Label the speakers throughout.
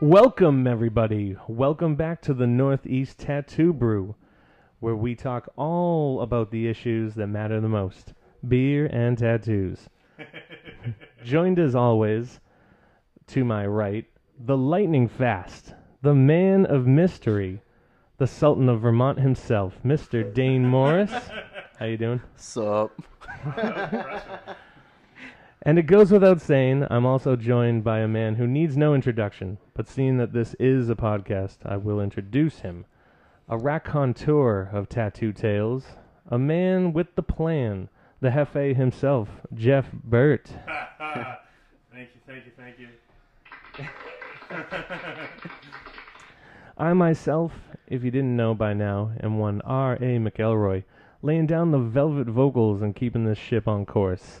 Speaker 1: Welcome, everybody. Welcome back to the Northeast Tattoo Brew, where we talk all about the issues that matter the most beer and tattoos. Joined as always, to my right, the lightning fast, the man of mystery, the Sultan of Vermont himself, Mr. Dane Morris. How you doing?
Speaker 2: Sup?
Speaker 1: And it goes without saying, I'm also joined by a man who needs no introduction, but seeing that this is a podcast, I will introduce him. A raconteur of tattoo tales, a man with the plan, the Hefe himself, Jeff Burt.
Speaker 3: Thank you, thank you, thank you.
Speaker 1: I myself, if you didn't know by now, am one R.A. McElroy, laying down the velvet vocals and keeping this ship on course.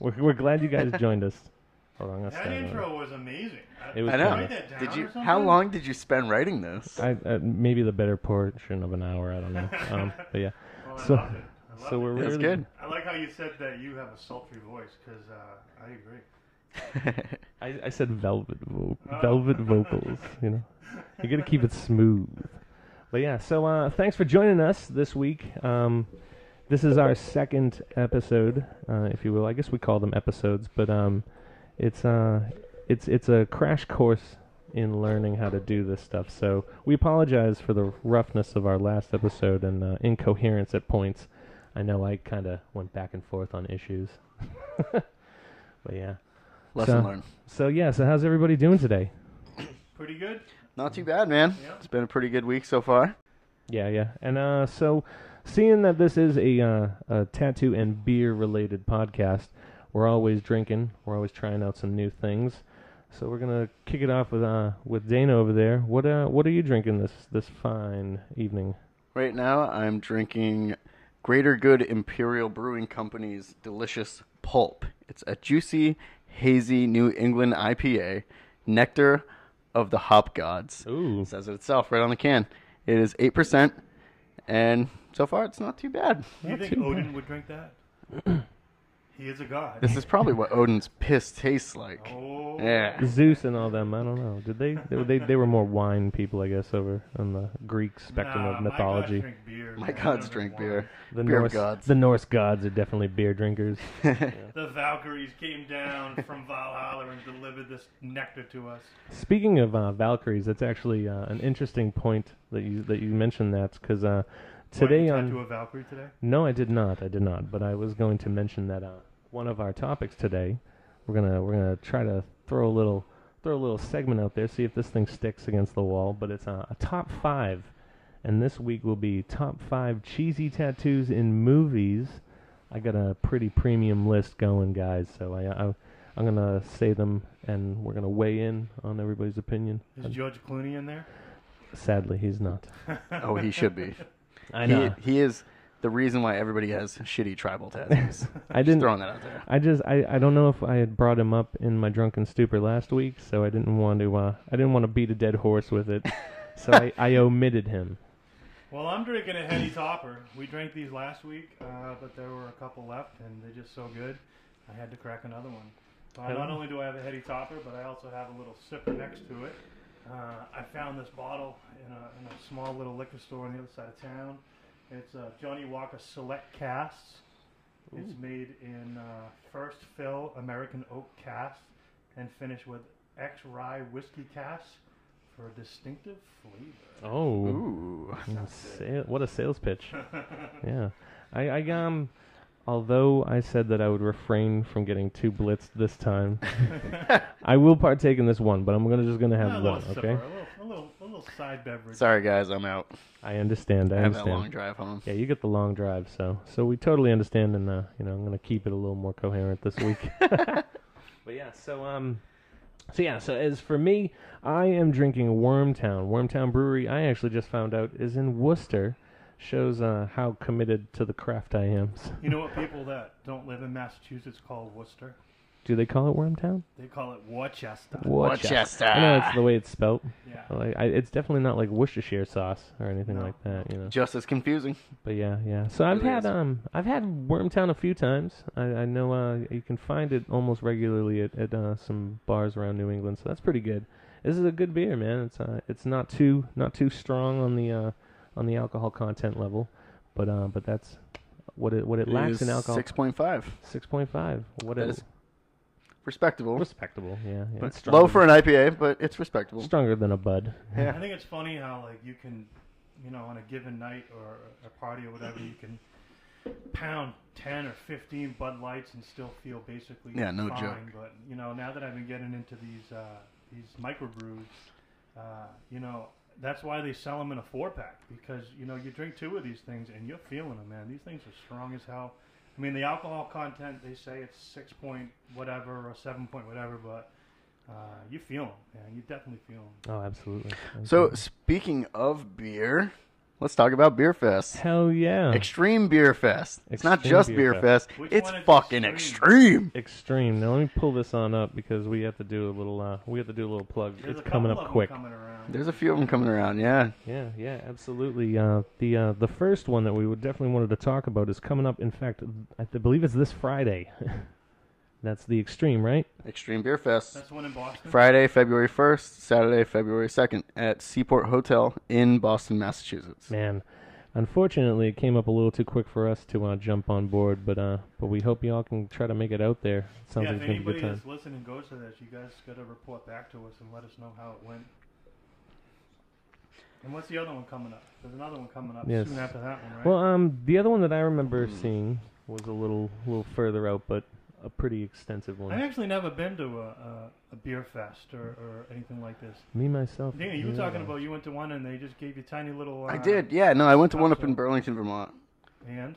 Speaker 1: We're, we're glad you guys joined us. Hold on, I'll
Speaker 3: That
Speaker 1: stand over.
Speaker 3: intro was amazing.
Speaker 1: It was
Speaker 2: I
Speaker 1: fun.
Speaker 2: know.
Speaker 3: Write that down
Speaker 2: Did you?
Speaker 3: or something?
Speaker 2: How long did you spend writing this?
Speaker 1: I, uh, maybe the better portion of an hour. I don't know. Um, but yeah,
Speaker 3: Oh, I
Speaker 1: so-
Speaker 3: loved it. I loved
Speaker 1: so we're
Speaker 3: it.
Speaker 2: That's
Speaker 1: really
Speaker 2: good.
Speaker 3: I like how you said that you have a sultry voice because uh, I agree.
Speaker 1: I, I said velvet, vo- velvet vocals. You know, you gotta keep it smooth. But yeah, so uh, thanks for joining us this week. Um, this is our second episode, uh, if you will. I guess we call them episodes, but um, it's uh, it's it's a crash course in learning how to do this stuff. So we apologize for the roughness of our last episode and uh, incoherence at points. I know I kind of went back and forth on issues, but yeah.
Speaker 2: Lesson
Speaker 1: So-
Speaker 2: learned.
Speaker 1: So yeah, so how's everybody doing today?
Speaker 3: Pretty good.
Speaker 2: Not too bad, man.
Speaker 3: Yeah.
Speaker 2: It's been a pretty good week so far.
Speaker 1: Yeah, yeah. And uh so seeing that this is a uh, a tattoo and beer related podcast, we're always drinking, we're always trying out some new things. So we're going to kick it off with uh with Dana over there. What uh what are you drinking this this fine evening?
Speaker 2: Right now, I'm drinking Greater Good Imperial Brewing Company's delicious pulp. It's a juicy, hazy New England IPA, nectar of the hop gods.
Speaker 1: Ooh.
Speaker 2: It says it itself right on the can. It is eight percent, and so far it's not too bad.
Speaker 3: Do you think Odin would drink that? he is a god.
Speaker 2: This is probably what Odin's piss tastes like.
Speaker 3: Oh,
Speaker 2: Yeah.
Speaker 1: Zeus and all them, I don't know. Did they they were- they, they were more wine people, I guess, over on the Greek spectrum
Speaker 3: nah,
Speaker 1: of
Speaker 3: my gods
Speaker 1: mythology.
Speaker 3: drink beer.
Speaker 2: My
Speaker 3: man. I
Speaker 2: gods
Speaker 3: don't
Speaker 2: drink
Speaker 3: wine.
Speaker 2: beer.
Speaker 1: The
Speaker 2: beer
Speaker 1: Norse
Speaker 2: gods.
Speaker 1: the Norse gods are definitely beer drinkers.
Speaker 3: The Valkyries came down from Valhalla and delivered this nectar to us.
Speaker 1: Speaking of uh, Valkyries, that's actually uh, an interesting point that you that you mentioned that because uh,
Speaker 3: What, you
Speaker 1: today on
Speaker 3: tattoo a Valkyrie today?
Speaker 1: no, I did not, I did not, but I was going to mention that uh, one of our topics today, we're gonna we're gonna try to throw a little throw a little segment out there, see if this thing sticks against the wall. But it's uh, a top five, and this week will be top five cheesy tattoos in movies. I got a pretty premium list going, guys. So I, I I'm gonna say them, and we're gonna weigh in on everybody's opinion. Uh,
Speaker 3: Is George Clooney in there?
Speaker 1: Sadly, he's not.
Speaker 2: Oh, he should be.
Speaker 1: I
Speaker 2: He, he is the reason why everybody has shitty tribal tattoos.
Speaker 1: I
Speaker 2: Just
Speaker 1: didn't.
Speaker 2: throwing that out there.
Speaker 1: I just. I, I. don't know if I had brought him up in my drunken stupor last week, so I didn't want to. Uh, I didn't want to beat a dead horse with it, so I, I omitted him.
Speaker 3: Well, I'm drinking a Henny Topper. We drank these last week, uh, but there were a couple left, and they're just so good. I had to crack another one. Uh, not
Speaker 1: Hello.
Speaker 3: only do I have a Henny Topper, but I also have a little sipper next to it. Uh, I found this bottle in a, in a small little liquor store on the other side of town. It's uh, Johnny Walker Select Casts. It's made in uh, first fill American oak cast and finished with ex rye whiskey cast for a distinctive flavor.
Speaker 1: Oh,
Speaker 2: Ooh.
Speaker 1: Sa- what a sales pitch! yeah, I, I. Um, although I said that I would refrain from getting too blitzed this time, I will partake in this one, but I'm gonna just gonna
Speaker 3: a
Speaker 1: have
Speaker 3: little
Speaker 1: one.
Speaker 3: sipper,
Speaker 1: Okay,
Speaker 3: A little, a little, a little side beverage.
Speaker 2: Sorry, guys. I'm out.
Speaker 1: I understand. I
Speaker 2: I have that
Speaker 1: understand.
Speaker 2: long drive home.
Speaker 1: Yeah, you get the long drive, so so we totally understand, and uh, you know I'm gonna keep it a little more coherent this week. but yeah, so um, so yeah, so as for me, I am drinking Wormtown. Wormtown Brewery, I actually just found out is in Worcester. Shows uh, how committed to the craft I am.
Speaker 3: You know what people that don't live in Massachusetts call Worcester?
Speaker 1: Do they call it Wormtown?
Speaker 3: They call it Worcester.
Speaker 2: Worcester.
Speaker 1: I know it's the way it's spelt.
Speaker 3: Yeah.
Speaker 1: Like, I, it's definitely not like Worcestershire sauce or anything
Speaker 3: No.
Speaker 1: like that, you know.
Speaker 2: Just as confusing.
Speaker 1: But yeah, yeah. So I've
Speaker 2: Really
Speaker 1: had
Speaker 2: is.
Speaker 1: um I've had Wormtown a few times. I, I know uh you can find it almost regularly at, at uh, some bars around New England, so that's pretty good. This is a good beer, man. It's uh it's not too not too strong on the uh on the alcohol content level, but uh but that's what it what it, lacks in alcohol.
Speaker 2: Six point five.
Speaker 1: Six point five. What
Speaker 2: That
Speaker 1: it-
Speaker 2: is Respectable.
Speaker 1: respectable? Yeah, yeah.
Speaker 2: But
Speaker 1: it's
Speaker 2: low
Speaker 1: stronger-
Speaker 2: for an IPA, but it's respectable.
Speaker 1: stronger than a Bud.
Speaker 2: Yeah.
Speaker 3: I think it's funny how like you can, you know, on a given night or a party or whatever, you can pound ten or fifteen Bud Lights and still feel basically
Speaker 2: Yeah, no
Speaker 3: fine.
Speaker 2: joke.
Speaker 3: But you know, now that I've been getting into these uh, these microbrews, uh, you know. That's why they sell them in a four pack because you know you drink two of these things and you're feeling them, man. These things are strong as hell. I mean, the alcohol content they say it's six point whatever or seven point whatever, but uh, you feel them, man. You definitely feel them.
Speaker 1: Oh, absolutely.
Speaker 2: So
Speaker 1: Absolutely.
Speaker 2: speaking of beer, let's talk about Beer Fest.
Speaker 1: hell yeah,
Speaker 2: Extreme Beer Fest. It's not
Speaker 1: Extreme
Speaker 2: just
Speaker 1: Beer
Speaker 2: Beer Fest.
Speaker 3: Which
Speaker 2: It's
Speaker 3: one is
Speaker 2: fucking extreme.
Speaker 3: extreme?
Speaker 1: extreme. Now let me pull this on up because we have to do a little. Uh, we have to do a little plug.
Speaker 3: There's a
Speaker 1: it's coming
Speaker 3: couple
Speaker 1: up
Speaker 3: of 'em
Speaker 1: quick.
Speaker 3: coming around.
Speaker 2: There's a few of them coming around. Yeah,
Speaker 1: Yeah, yeah, absolutely. Uh, the uh, the first one that we would definitely wanted to talk about is coming up. In fact, I th- believe it's this Friday. That's the extreme, right?
Speaker 2: Extreme Beer Fest.
Speaker 3: That's one in Boston.
Speaker 2: Friday, February 1st, Saturday, February 2nd at Seaport Hotel in Boston, Massachusetts.
Speaker 1: Man, unfortunately, it came up a little too quick for us to uh, jump on board, but uh, but we hope y'all can try to make it out there. Sounds
Speaker 3: yeah,
Speaker 1: like
Speaker 3: if
Speaker 1: it's gonna be a
Speaker 3: anybody
Speaker 1: good time.
Speaker 3: that's listening goes to this, you guys got to report back to us and let us know how it went. And what's the other one coming up? There's another one coming up
Speaker 1: Yes.
Speaker 3: soon after that one, right?
Speaker 1: Well, um, the other one that I remember seeing was a little little further out, but a pretty extensive one.
Speaker 3: I've actually never been to a, a, a beer fest or, or anything like this.
Speaker 1: Me myself.
Speaker 3: Dana, you were
Speaker 1: yeah.
Speaker 3: talking about you went to one and they just gave you tiny little. Uh,
Speaker 2: I did. Yeah, no, I went to one up
Speaker 3: Awesome.
Speaker 2: in Burlington, Vermont.
Speaker 3: And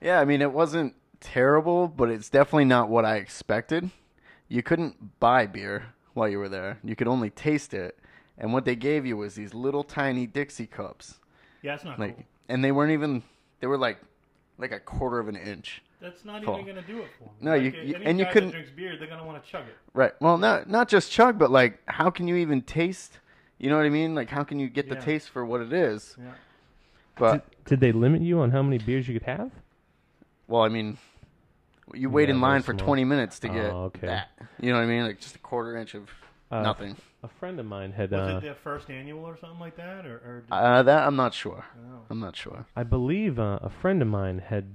Speaker 2: Yeah, I mean, it wasn't terrible, but it's definitely not what I expected. You couldn't buy beer while you were there, you could only taste it. And what they gave you was these little tiny Dixie cups.
Speaker 3: yeah, it's not
Speaker 2: Like
Speaker 3: cool.
Speaker 2: and they weren't even they were like like a quarter of an inch.
Speaker 3: That's not
Speaker 2: cool.
Speaker 3: even going to do it for me.
Speaker 2: No,
Speaker 3: like,
Speaker 2: you-
Speaker 3: uh,
Speaker 2: you-
Speaker 3: any
Speaker 2: and you
Speaker 3: guy
Speaker 2: couldn't-
Speaker 3: That drinks beer, they're going to want to chug it.
Speaker 2: Right. Well, not not just chug, but like how can you even taste? You know what I mean? Like how can you get the
Speaker 3: Yeah.
Speaker 2: taste for what it is?
Speaker 3: Yeah.
Speaker 1: Did,
Speaker 2: But
Speaker 1: did they limit you on how many beers you could have?
Speaker 2: well, I mean, you wait
Speaker 1: Yeah,
Speaker 2: in
Speaker 1: they're
Speaker 2: line for
Speaker 1: small.
Speaker 2: 20 minutes to get
Speaker 1: Oh, okay.
Speaker 2: that. You know what I mean? Like just a quarter inch of
Speaker 1: Uh,
Speaker 2: nothing.
Speaker 1: A friend of mine had.
Speaker 3: Was
Speaker 1: Uh,
Speaker 3: it their first annual or something like that? Or, or did,
Speaker 2: Uh, that I'm not sure.
Speaker 3: no.
Speaker 2: I'm not sure.
Speaker 1: I believe uh, a friend of mine had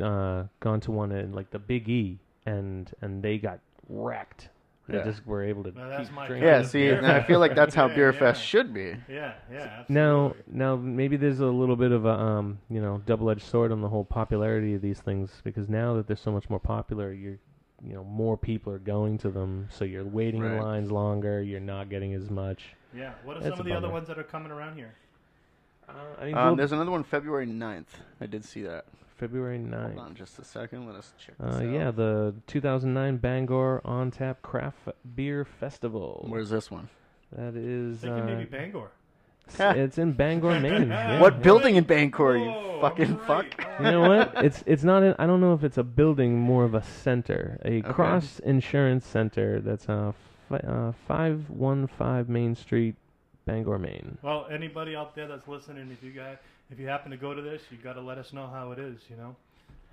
Speaker 1: uh, gone to one in like the Big E, and and they got wrecked. They
Speaker 2: Yeah.
Speaker 1: just were able to.
Speaker 3: Now that's
Speaker 1: keep
Speaker 3: my
Speaker 1: drinking.
Speaker 2: Yeah.
Speaker 3: Beer
Speaker 2: See,
Speaker 3: Fest.
Speaker 2: and I feel like that's how
Speaker 3: Yeah,
Speaker 2: Beer
Speaker 3: yeah.
Speaker 2: Fest should be.
Speaker 3: Yeah, yeah. Absolutely.
Speaker 1: Now, now maybe there's a little bit of a um, you know double-edged sword on the whole popularity of these things because now that they're so much more popular, you're you know more people are going to them, so you're waiting
Speaker 2: Right.
Speaker 1: lines longer. You're not getting as much.
Speaker 3: yeah. What are
Speaker 1: That's
Speaker 3: some of
Speaker 1: a
Speaker 3: the other
Speaker 1: bummer.
Speaker 3: ones that are coming around here?
Speaker 1: Uh, I mean,
Speaker 2: Um,
Speaker 1: we'll-
Speaker 2: there's another one February 9th. I did see that.
Speaker 1: February
Speaker 2: Hold
Speaker 1: 9th.
Speaker 2: on just a second. Let us check this
Speaker 1: Uh,
Speaker 2: out.
Speaker 1: yeah, the 2009 Bangor On Tap Craft F- Beer Festival.
Speaker 2: Where's this one?
Speaker 1: that
Speaker 3: I'm
Speaker 1: is,
Speaker 3: thinking
Speaker 1: uh,
Speaker 3: maybe Bangor.
Speaker 1: it's- it's in Bangor, Maine. yeah.
Speaker 2: what
Speaker 1: yeah.
Speaker 2: building in Bangor,
Speaker 3: Whoa,
Speaker 2: you fucking
Speaker 3: right.
Speaker 2: fuck?
Speaker 3: All
Speaker 1: you know what? It's it's not. An, I don't know if it's a building, more of a center, a cross insurance center. That's uh, fi- uh five one five Main Street, Bangor, Maine.
Speaker 3: Well, anybody out there that's listening, if you guys, if you happen to go to this, you got to let us know how it is. You know,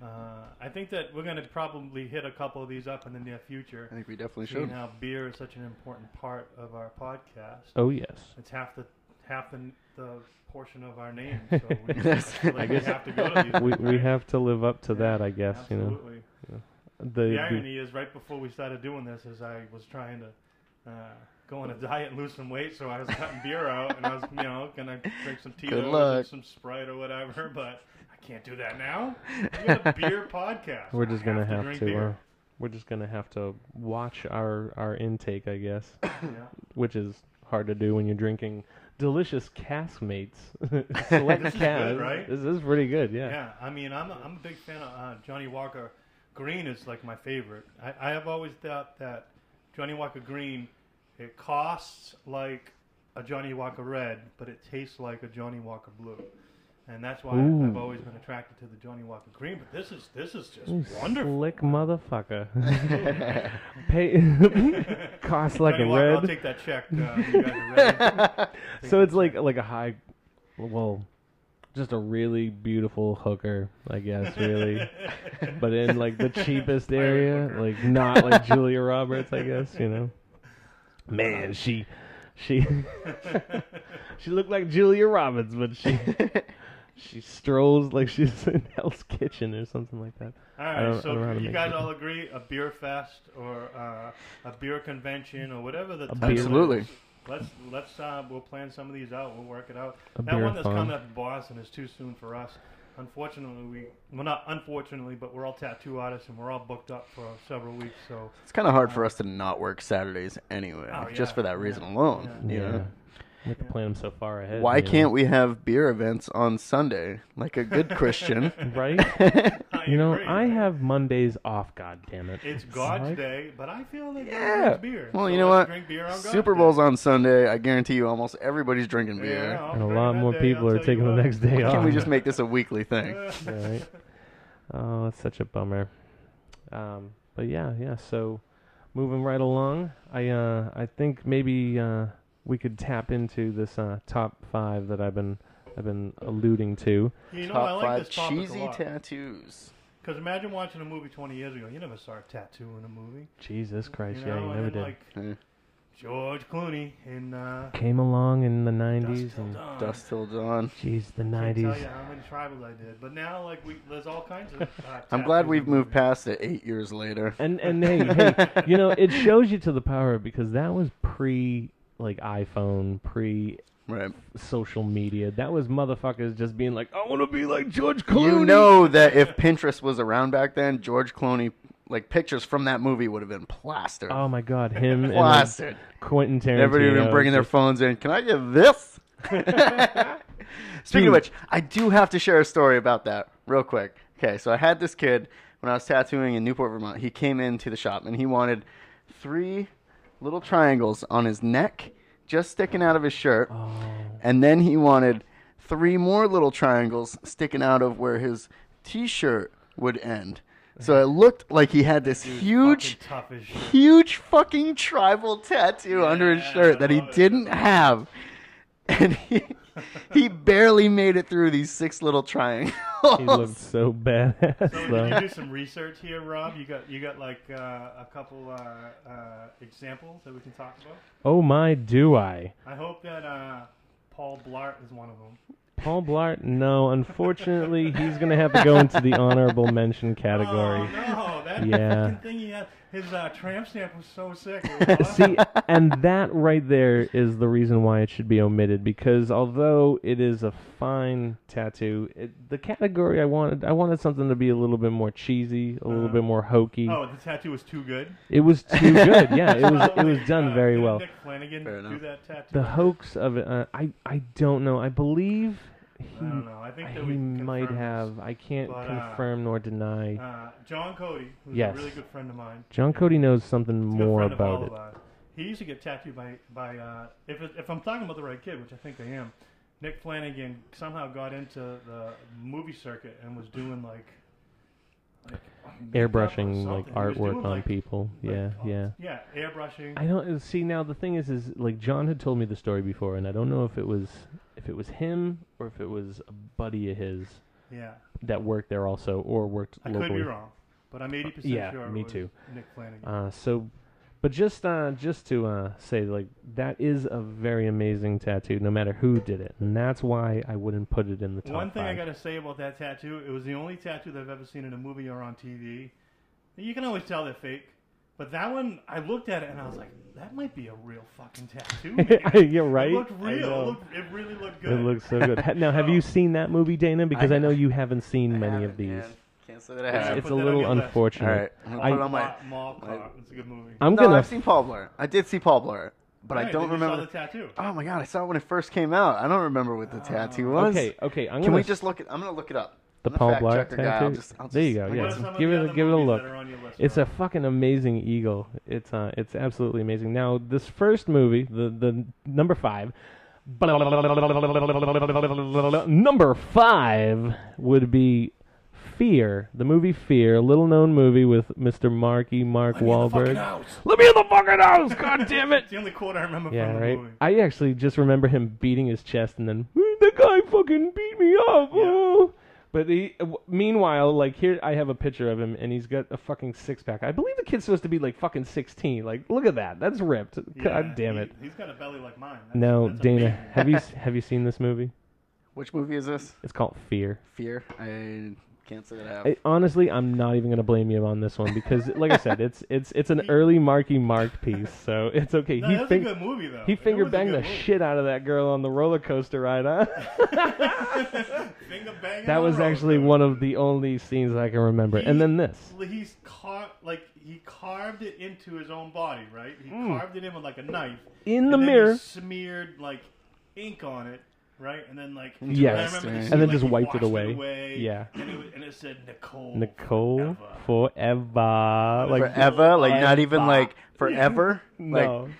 Speaker 3: uh, I think that we're gonna probably hit a couple of these up in the near future.
Speaker 2: I think we definitely
Speaker 3: Seeing
Speaker 2: should.
Speaker 3: how beer is such an important part of our podcast,
Speaker 1: Oh yes.
Speaker 3: it's half the half the, the portion of our name. So we, I
Speaker 2: Yes.
Speaker 3: feel like
Speaker 2: I
Speaker 3: we
Speaker 2: guess-
Speaker 3: have to go to these.
Speaker 1: we we
Speaker 3: right?
Speaker 1: have to live up to that, I guess.
Speaker 3: Absolutely.
Speaker 1: You know the,
Speaker 3: the
Speaker 1: the
Speaker 3: irony is right before we started doing this is I was trying to uh, go on a diet and lose some weight, so I was cutting beer out and I was, you know, gonna drink some Tito's
Speaker 2: luck.
Speaker 3: and some Sprite or whatever, but I can't do that now. We got a beer podcast.
Speaker 1: we're just
Speaker 3: I
Speaker 1: gonna
Speaker 3: drink
Speaker 1: have to.
Speaker 3: beer.
Speaker 1: uh, we're just gonna have to watch our our intake, I guess,
Speaker 3: Yeah.
Speaker 1: which is hard to do when you're drinking delicious caskmates. Select
Speaker 3: This is good,
Speaker 1: Cas.
Speaker 3: right?
Speaker 1: This is pretty good. Yeah.
Speaker 3: Yeah, I mean, I'm a, I'm a big fan of uh, Johnny Walker Green is like my favorite. I, I have always thought that Johnny Walker Green it costs like a Johnny Walker Red, but it tastes like a Johnny Walker Blue. and that's why I, I've
Speaker 1: Ooh.
Speaker 3: always been attracted to the Johnny Walker Green. But this is this is just
Speaker 1: You
Speaker 3: wonderful.
Speaker 1: Slick motherfucker. Pay costs like
Speaker 3: Johnny
Speaker 1: a
Speaker 3: Walker, I'll
Speaker 1: red.
Speaker 3: take that check. Uh, you guys are ready.
Speaker 1: So it's like like a high, well, just a really beautiful hooker, I guess, really. but in like the cheapest area,
Speaker 3: hooker.
Speaker 1: like not like Julia Roberts, I guess, you know.
Speaker 3: Uh.
Speaker 1: Man, she, she, she looked like Julia Roberts, but she, she strolls like she's in Hell's Kitchen or something like that.
Speaker 3: All
Speaker 1: I don't- I
Speaker 3: right,
Speaker 1: don't know how
Speaker 3: so
Speaker 1: to
Speaker 3: you
Speaker 1: make
Speaker 3: guys
Speaker 1: it.
Speaker 3: all agree a beer fest or uh, a beer convention or whatever the title is.
Speaker 2: Absolutely.
Speaker 3: Let's let's uh, we'll plan some of these out. We'll work it out.
Speaker 1: A
Speaker 3: that
Speaker 1: beer
Speaker 3: one that's
Speaker 1: fun.
Speaker 3: coming up in Boston is too soon for us. Unfortunately, we well not unfortunately, but we're all tattoo artists and we're all booked up for several weeks. So
Speaker 2: It's kind of hard for us to not work Saturdays anyway,
Speaker 3: Oh, yeah.
Speaker 2: just for that reason
Speaker 3: Yeah.
Speaker 2: alone.
Speaker 1: Yeah,
Speaker 2: You know?
Speaker 1: we have to plan them so far ahead.
Speaker 2: Why
Speaker 1: you
Speaker 2: can't we have beer events on Sunday like a good Christian?
Speaker 1: know. right?
Speaker 3: I
Speaker 1: You know,
Speaker 3: agree.
Speaker 1: I have Mondays off. God damn it!
Speaker 3: it's God's
Speaker 1: Right?
Speaker 3: day, but I feel that
Speaker 2: Yeah.
Speaker 3: God needs beer.
Speaker 2: Well,
Speaker 3: So
Speaker 2: you know
Speaker 3: let's
Speaker 2: what?
Speaker 3: Drink beer on God's
Speaker 2: Super
Speaker 3: day.
Speaker 2: Bowl's on Sunday. I guarantee you almost everybody's drinking
Speaker 3: Yeah,
Speaker 2: beer.
Speaker 3: I'll
Speaker 1: and a
Speaker 3: drink
Speaker 1: lot
Speaker 3: that
Speaker 1: more
Speaker 3: day,
Speaker 1: people
Speaker 3: I'll
Speaker 1: are
Speaker 3: tell
Speaker 1: taking
Speaker 3: you
Speaker 1: the
Speaker 3: what.
Speaker 1: next day off.
Speaker 2: Can we just make this a weekly thing?
Speaker 1: Yeah, right? Oh, that's such a bummer. Um, but yeah, yeah. So moving right along, I uh, I think maybe uh, we could tap into this uh, top five that I've been I've been alluding to.
Speaker 3: You know,
Speaker 2: Top
Speaker 3: I like
Speaker 2: five
Speaker 3: this topic
Speaker 2: cheesy
Speaker 3: a lot.
Speaker 2: tattoos.
Speaker 3: Because imagine watching a movie 20 years ago. You never saw a tattoo in a movie.
Speaker 1: Jesus Christ,
Speaker 3: you know,
Speaker 1: yeah, you
Speaker 3: and
Speaker 1: never did.
Speaker 3: then, like
Speaker 2: Yeah.
Speaker 3: George Clooney in uh,
Speaker 1: Came along in the
Speaker 3: Dust
Speaker 1: '90s,
Speaker 3: Till
Speaker 1: and
Speaker 3: Dawn.
Speaker 2: Dust till dawn.
Speaker 1: geez, the
Speaker 3: Can't tell you
Speaker 1: '90s.
Speaker 3: how many tribals I did. But now, like, we, there's all kinds of. Uh,
Speaker 2: I'm
Speaker 3: tattoos
Speaker 2: glad we've
Speaker 3: in
Speaker 2: moved
Speaker 3: movies.
Speaker 2: past it eight years later.
Speaker 1: And and hey, hey, you know, it shows you to the power because that was pre like iPhone, pre
Speaker 2: Right.
Speaker 1: social media. That was motherfuckers just being like, I want to be like George Clooney.
Speaker 2: You know that if Pinterest was around back then, George Clooney, like pictures from that movie would have been plastered.
Speaker 1: Oh my God, him and uh,
Speaker 2: plastered.
Speaker 1: Quentin Tarantino.
Speaker 2: Everybody would have been bringing their phones in. Can I get this? Speaking
Speaker 1: Dude.
Speaker 2: of which, I do have to share a story about that real quick. Okay, so I had this kid when I was tattooing in Newport, Vermont. He came into the shop and he wanted three little triangles on his neck, just sticking out of his shirt.
Speaker 3: Oh.
Speaker 1: oh,
Speaker 2: And then he wanted three more little triangles sticking out of where his t shirt would end. So it looked like he had this
Speaker 3: Dude,
Speaker 2: huge
Speaker 3: fucking Tough as shit.
Speaker 2: huge fucking tribal tattoo under his
Speaker 3: Yeah,
Speaker 2: shirt that he
Speaker 3: love it.
Speaker 2: didn't have. And he, he barely made it through these six little triangles.
Speaker 1: He looked so badass
Speaker 3: So did you
Speaker 1: though.
Speaker 3: do some research here, Rob? You got you got like uh, a couple uh, uh, examples that we can talk about.
Speaker 1: Oh my, do I?
Speaker 3: I hope that uh, Paul Blart is one of them.
Speaker 1: Paul Blart? No, unfortunately, he's gonna have to go into the honorable mention
Speaker 3: Oh
Speaker 1: category.
Speaker 3: no, that
Speaker 1: Yeah.
Speaker 3: fucking thing he had. His uh, tramp stamp was so sick. It was awesome.
Speaker 1: See, and that right there is the reason why it should be omitted because although it is a fine tattoo, it, the category I wanted, I wanted something to be a little bit more cheesy, a
Speaker 2: Uh-huh.
Speaker 1: little bit more hokey.
Speaker 3: Oh, the tattoo was too good.
Speaker 1: It was too good. Yeah, it was. It was
Speaker 3: Probably,
Speaker 1: done
Speaker 3: uh,
Speaker 1: very
Speaker 3: didn't
Speaker 1: well.
Speaker 3: Nick Flanagan
Speaker 2: Fair
Speaker 3: do
Speaker 2: enough.
Speaker 3: that tattoo.
Speaker 1: The hoax of it, uh, I I don't know. I believe
Speaker 3: I
Speaker 1: he
Speaker 3: don't know. I think that
Speaker 1: he
Speaker 3: we
Speaker 1: might
Speaker 3: confirmed
Speaker 1: have. I can't
Speaker 3: But, uh,
Speaker 1: confirm nor deny.
Speaker 3: this. Uh, John Cody, who's
Speaker 1: Yes.
Speaker 3: a really good friend of mine.
Speaker 1: John Cody knows something
Speaker 3: He's a good
Speaker 1: more
Speaker 3: friend of all
Speaker 1: about it.
Speaker 3: of ours. He used to get tattooed by by uh, if it, if I'm talking about the right kid, which I think I am. Nick Flanagan somehow got into the movie circuit and was doing like. Like, makeup or
Speaker 1: Airbrushing like
Speaker 3: something. He was
Speaker 1: artwork
Speaker 3: doing,
Speaker 1: on
Speaker 3: like-
Speaker 1: people.
Speaker 3: like, oh,
Speaker 1: yeah,
Speaker 3: all-
Speaker 1: yeah.
Speaker 3: yeah, airbrushing.
Speaker 1: I don't uh, see now. The thing is, is like John had told me the story before, and I don't know if it was if it was him or if it was a buddy of his
Speaker 3: yeah,
Speaker 1: that worked there also or worked
Speaker 3: I
Speaker 1: locally.
Speaker 3: could be wrong, but I'm 80 percent
Speaker 1: Yeah,
Speaker 3: sure. it
Speaker 1: me
Speaker 3: was
Speaker 1: too.
Speaker 3: Nick Flanagan.
Speaker 1: Uh, so, but just uh, just to uh, say, like that is a very amazing tattoo, no matter who did it, and that's why I wouldn't put it in the top
Speaker 3: One thing I
Speaker 1: five.
Speaker 3: gotta say about that tattoo, it was the only tattoo that I've ever seen in a movie or on TV. You can always tell they're fake, but that one, I looked at it and I was like, that might be a real fucking tattoo. man."
Speaker 1: You're right.
Speaker 3: It looked
Speaker 1: I
Speaker 3: real.
Speaker 1: know.
Speaker 3: It, looked, it really looked Um,
Speaker 1: It
Speaker 3: good.
Speaker 1: looks so good. Ha- Now, have you seen that movie, Dana? Because I, know you haven't seen
Speaker 2: I
Speaker 1: many
Speaker 2: haven't,
Speaker 1: of these.
Speaker 2: man. Can't say that I
Speaker 3: Yeah,
Speaker 1: It's,
Speaker 2: have.
Speaker 1: it's
Speaker 3: put
Speaker 1: a
Speaker 3: that on
Speaker 1: little
Speaker 3: your list.
Speaker 2: All
Speaker 1: unfortunate.
Speaker 2: right, I'm gonna
Speaker 1: I-
Speaker 2: put it on my.
Speaker 3: Mall, Mall
Speaker 2: my-
Speaker 3: Cop. It's a good movie.
Speaker 1: I'm
Speaker 2: no,
Speaker 1: gonna.
Speaker 2: I've seen Paul Blart. I did see Paul Blart, but I
Speaker 3: Alright,
Speaker 2: don't
Speaker 3: then you saw
Speaker 2: remember.
Speaker 3: the Uh, tattoo.
Speaker 2: Oh my god, I saw it when it first came out. I don't remember what the tattoo was.
Speaker 1: okay, okay. I'm
Speaker 2: Can
Speaker 1: gonna
Speaker 2: we just look it? I'm gonna look it up.
Speaker 1: the
Speaker 2: I'm a
Speaker 1: Paul
Speaker 2: fact
Speaker 1: Blart
Speaker 2: checker
Speaker 1: tattoo.
Speaker 2: guy. I'll just- I'll
Speaker 1: there you go.
Speaker 2: just look
Speaker 3: What
Speaker 1: Yeah,
Speaker 3: are
Speaker 2: it
Speaker 1: just
Speaker 3: some of
Speaker 1: give
Speaker 3: the
Speaker 1: it a,
Speaker 3: other
Speaker 1: give it a
Speaker 3: movies
Speaker 1: look.
Speaker 3: that are on your list,
Speaker 1: It's a
Speaker 3: Rob?
Speaker 1: fucking amazing eagle. It's uh, it's absolutely amazing. Now, this first movie, the the number five, Number five would be Fear, the movie Fear, little known movie with Mr. Marky Mark Wahlberg. Let me in the fucking house! God damn it!
Speaker 3: It's the only quote I remember
Speaker 1: Yeah,
Speaker 3: from the
Speaker 1: right.
Speaker 3: movie.
Speaker 1: I actually just remember him beating his chest and then "Mm, the guy fucking beat me up. oh." But he, meanwhile, like here, I have a picture of him and he's got a fucking six pack. I believe the kid's supposed to be like fucking sixteen. Like, look at that. That's ripped.
Speaker 3: Yeah,
Speaker 1: God damn
Speaker 3: he-
Speaker 1: it.
Speaker 3: He's got a belly like mine. That's,
Speaker 1: Now,
Speaker 3: that's
Speaker 1: Dana,
Speaker 3: amazing.
Speaker 1: have you have you seen this movie?
Speaker 2: Which movie is this?
Speaker 1: It's called Fear.
Speaker 2: Fear. I can't say that I have.
Speaker 1: I, honestly, I'm not even gonna blame you on this one because, like I said, it's it's it's an early Marky Mark piece, so it's okay.
Speaker 3: No,
Speaker 1: he
Speaker 3: that was
Speaker 1: fing-
Speaker 3: a good movie though.
Speaker 1: he
Speaker 3: It
Speaker 1: finger
Speaker 3: was a
Speaker 1: banged
Speaker 3: good
Speaker 1: the
Speaker 3: movie.
Speaker 1: shit out of that girl on the roller coaster ride, huh?
Speaker 3: Finger banging.
Speaker 1: that
Speaker 3: on
Speaker 1: was
Speaker 3: the road,
Speaker 1: actually
Speaker 3: though.
Speaker 1: one of the only scenes I can remember. And then this.
Speaker 3: He's car like he carved it into his own body, right? He carved it in with like a knife.
Speaker 1: Mm. In
Speaker 3: and
Speaker 1: the
Speaker 3: then he
Speaker 1: mirror.
Speaker 3: smeared like ink on it, right? And then like
Speaker 1: Yes.
Speaker 3: I remember the
Speaker 2: And
Speaker 3: scene,
Speaker 1: then
Speaker 3: like,
Speaker 1: just
Speaker 3: he
Speaker 1: wiped it
Speaker 3: washed
Speaker 1: away. Yeah.
Speaker 3: And it, was, and it said Nicole.
Speaker 1: Nicole
Speaker 3: forever.
Speaker 1: forever. Like
Speaker 2: forever, like not even
Speaker 1: Forever.
Speaker 2: like forever.
Speaker 1: no.
Speaker 2: Like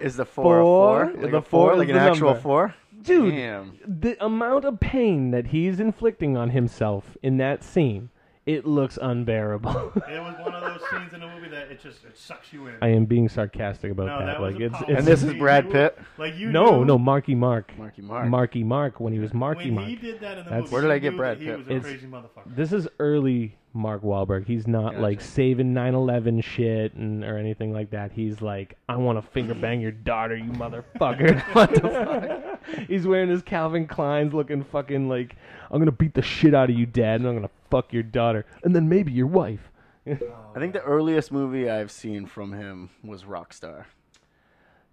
Speaker 2: is the four a four?
Speaker 1: Four?
Speaker 2: Like
Speaker 1: The
Speaker 2: a four,
Speaker 1: four
Speaker 2: like
Speaker 1: is
Speaker 2: an
Speaker 1: the
Speaker 2: actual
Speaker 1: number.
Speaker 2: four?
Speaker 1: Dude,
Speaker 2: Damn.
Speaker 1: the amount of pain that he's inflicting on himself in that scene, it looks unbearable.
Speaker 3: It was one of those scenes in the movie that it just it sucks you in.
Speaker 1: I am being sarcastic about
Speaker 3: No,
Speaker 1: that.
Speaker 3: that was
Speaker 1: Like
Speaker 3: a
Speaker 1: it's,
Speaker 3: powerful
Speaker 1: it's
Speaker 2: And this is
Speaker 3: See,
Speaker 2: Brad
Speaker 3: you-
Speaker 2: Pitt.
Speaker 3: like you
Speaker 1: no,
Speaker 3: knew
Speaker 1: no Marky Mark.
Speaker 2: Marky Mark.
Speaker 1: Marky Mark when he was Marky
Speaker 3: when
Speaker 1: Mark.
Speaker 3: he did that in the
Speaker 1: That's-
Speaker 3: movie.
Speaker 1: Where
Speaker 2: did
Speaker 3: you
Speaker 2: I get
Speaker 3: knew
Speaker 2: Brad
Speaker 3: that He
Speaker 2: Pitt?
Speaker 3: was a
Speaker 1: It's-
Speaker 3: crazy motherfucker.
Speaker 1: This is early Mark Wahlberg. He's not
Speaker 2: Gotcha.
Speaker 1: like saving 9/11 shit and or anything like that. He's like, I want to finger bang your daughter, you motherfucker. what the fuck? He's wearing his Calvin Klein's, looking fucking like, I'm gonna beat the shit out of you, dad, and I'm gonna fuck your daughter, and then maybe your wife.
Speaker 2: I think the earliest movie I've seen from him was Rockstar.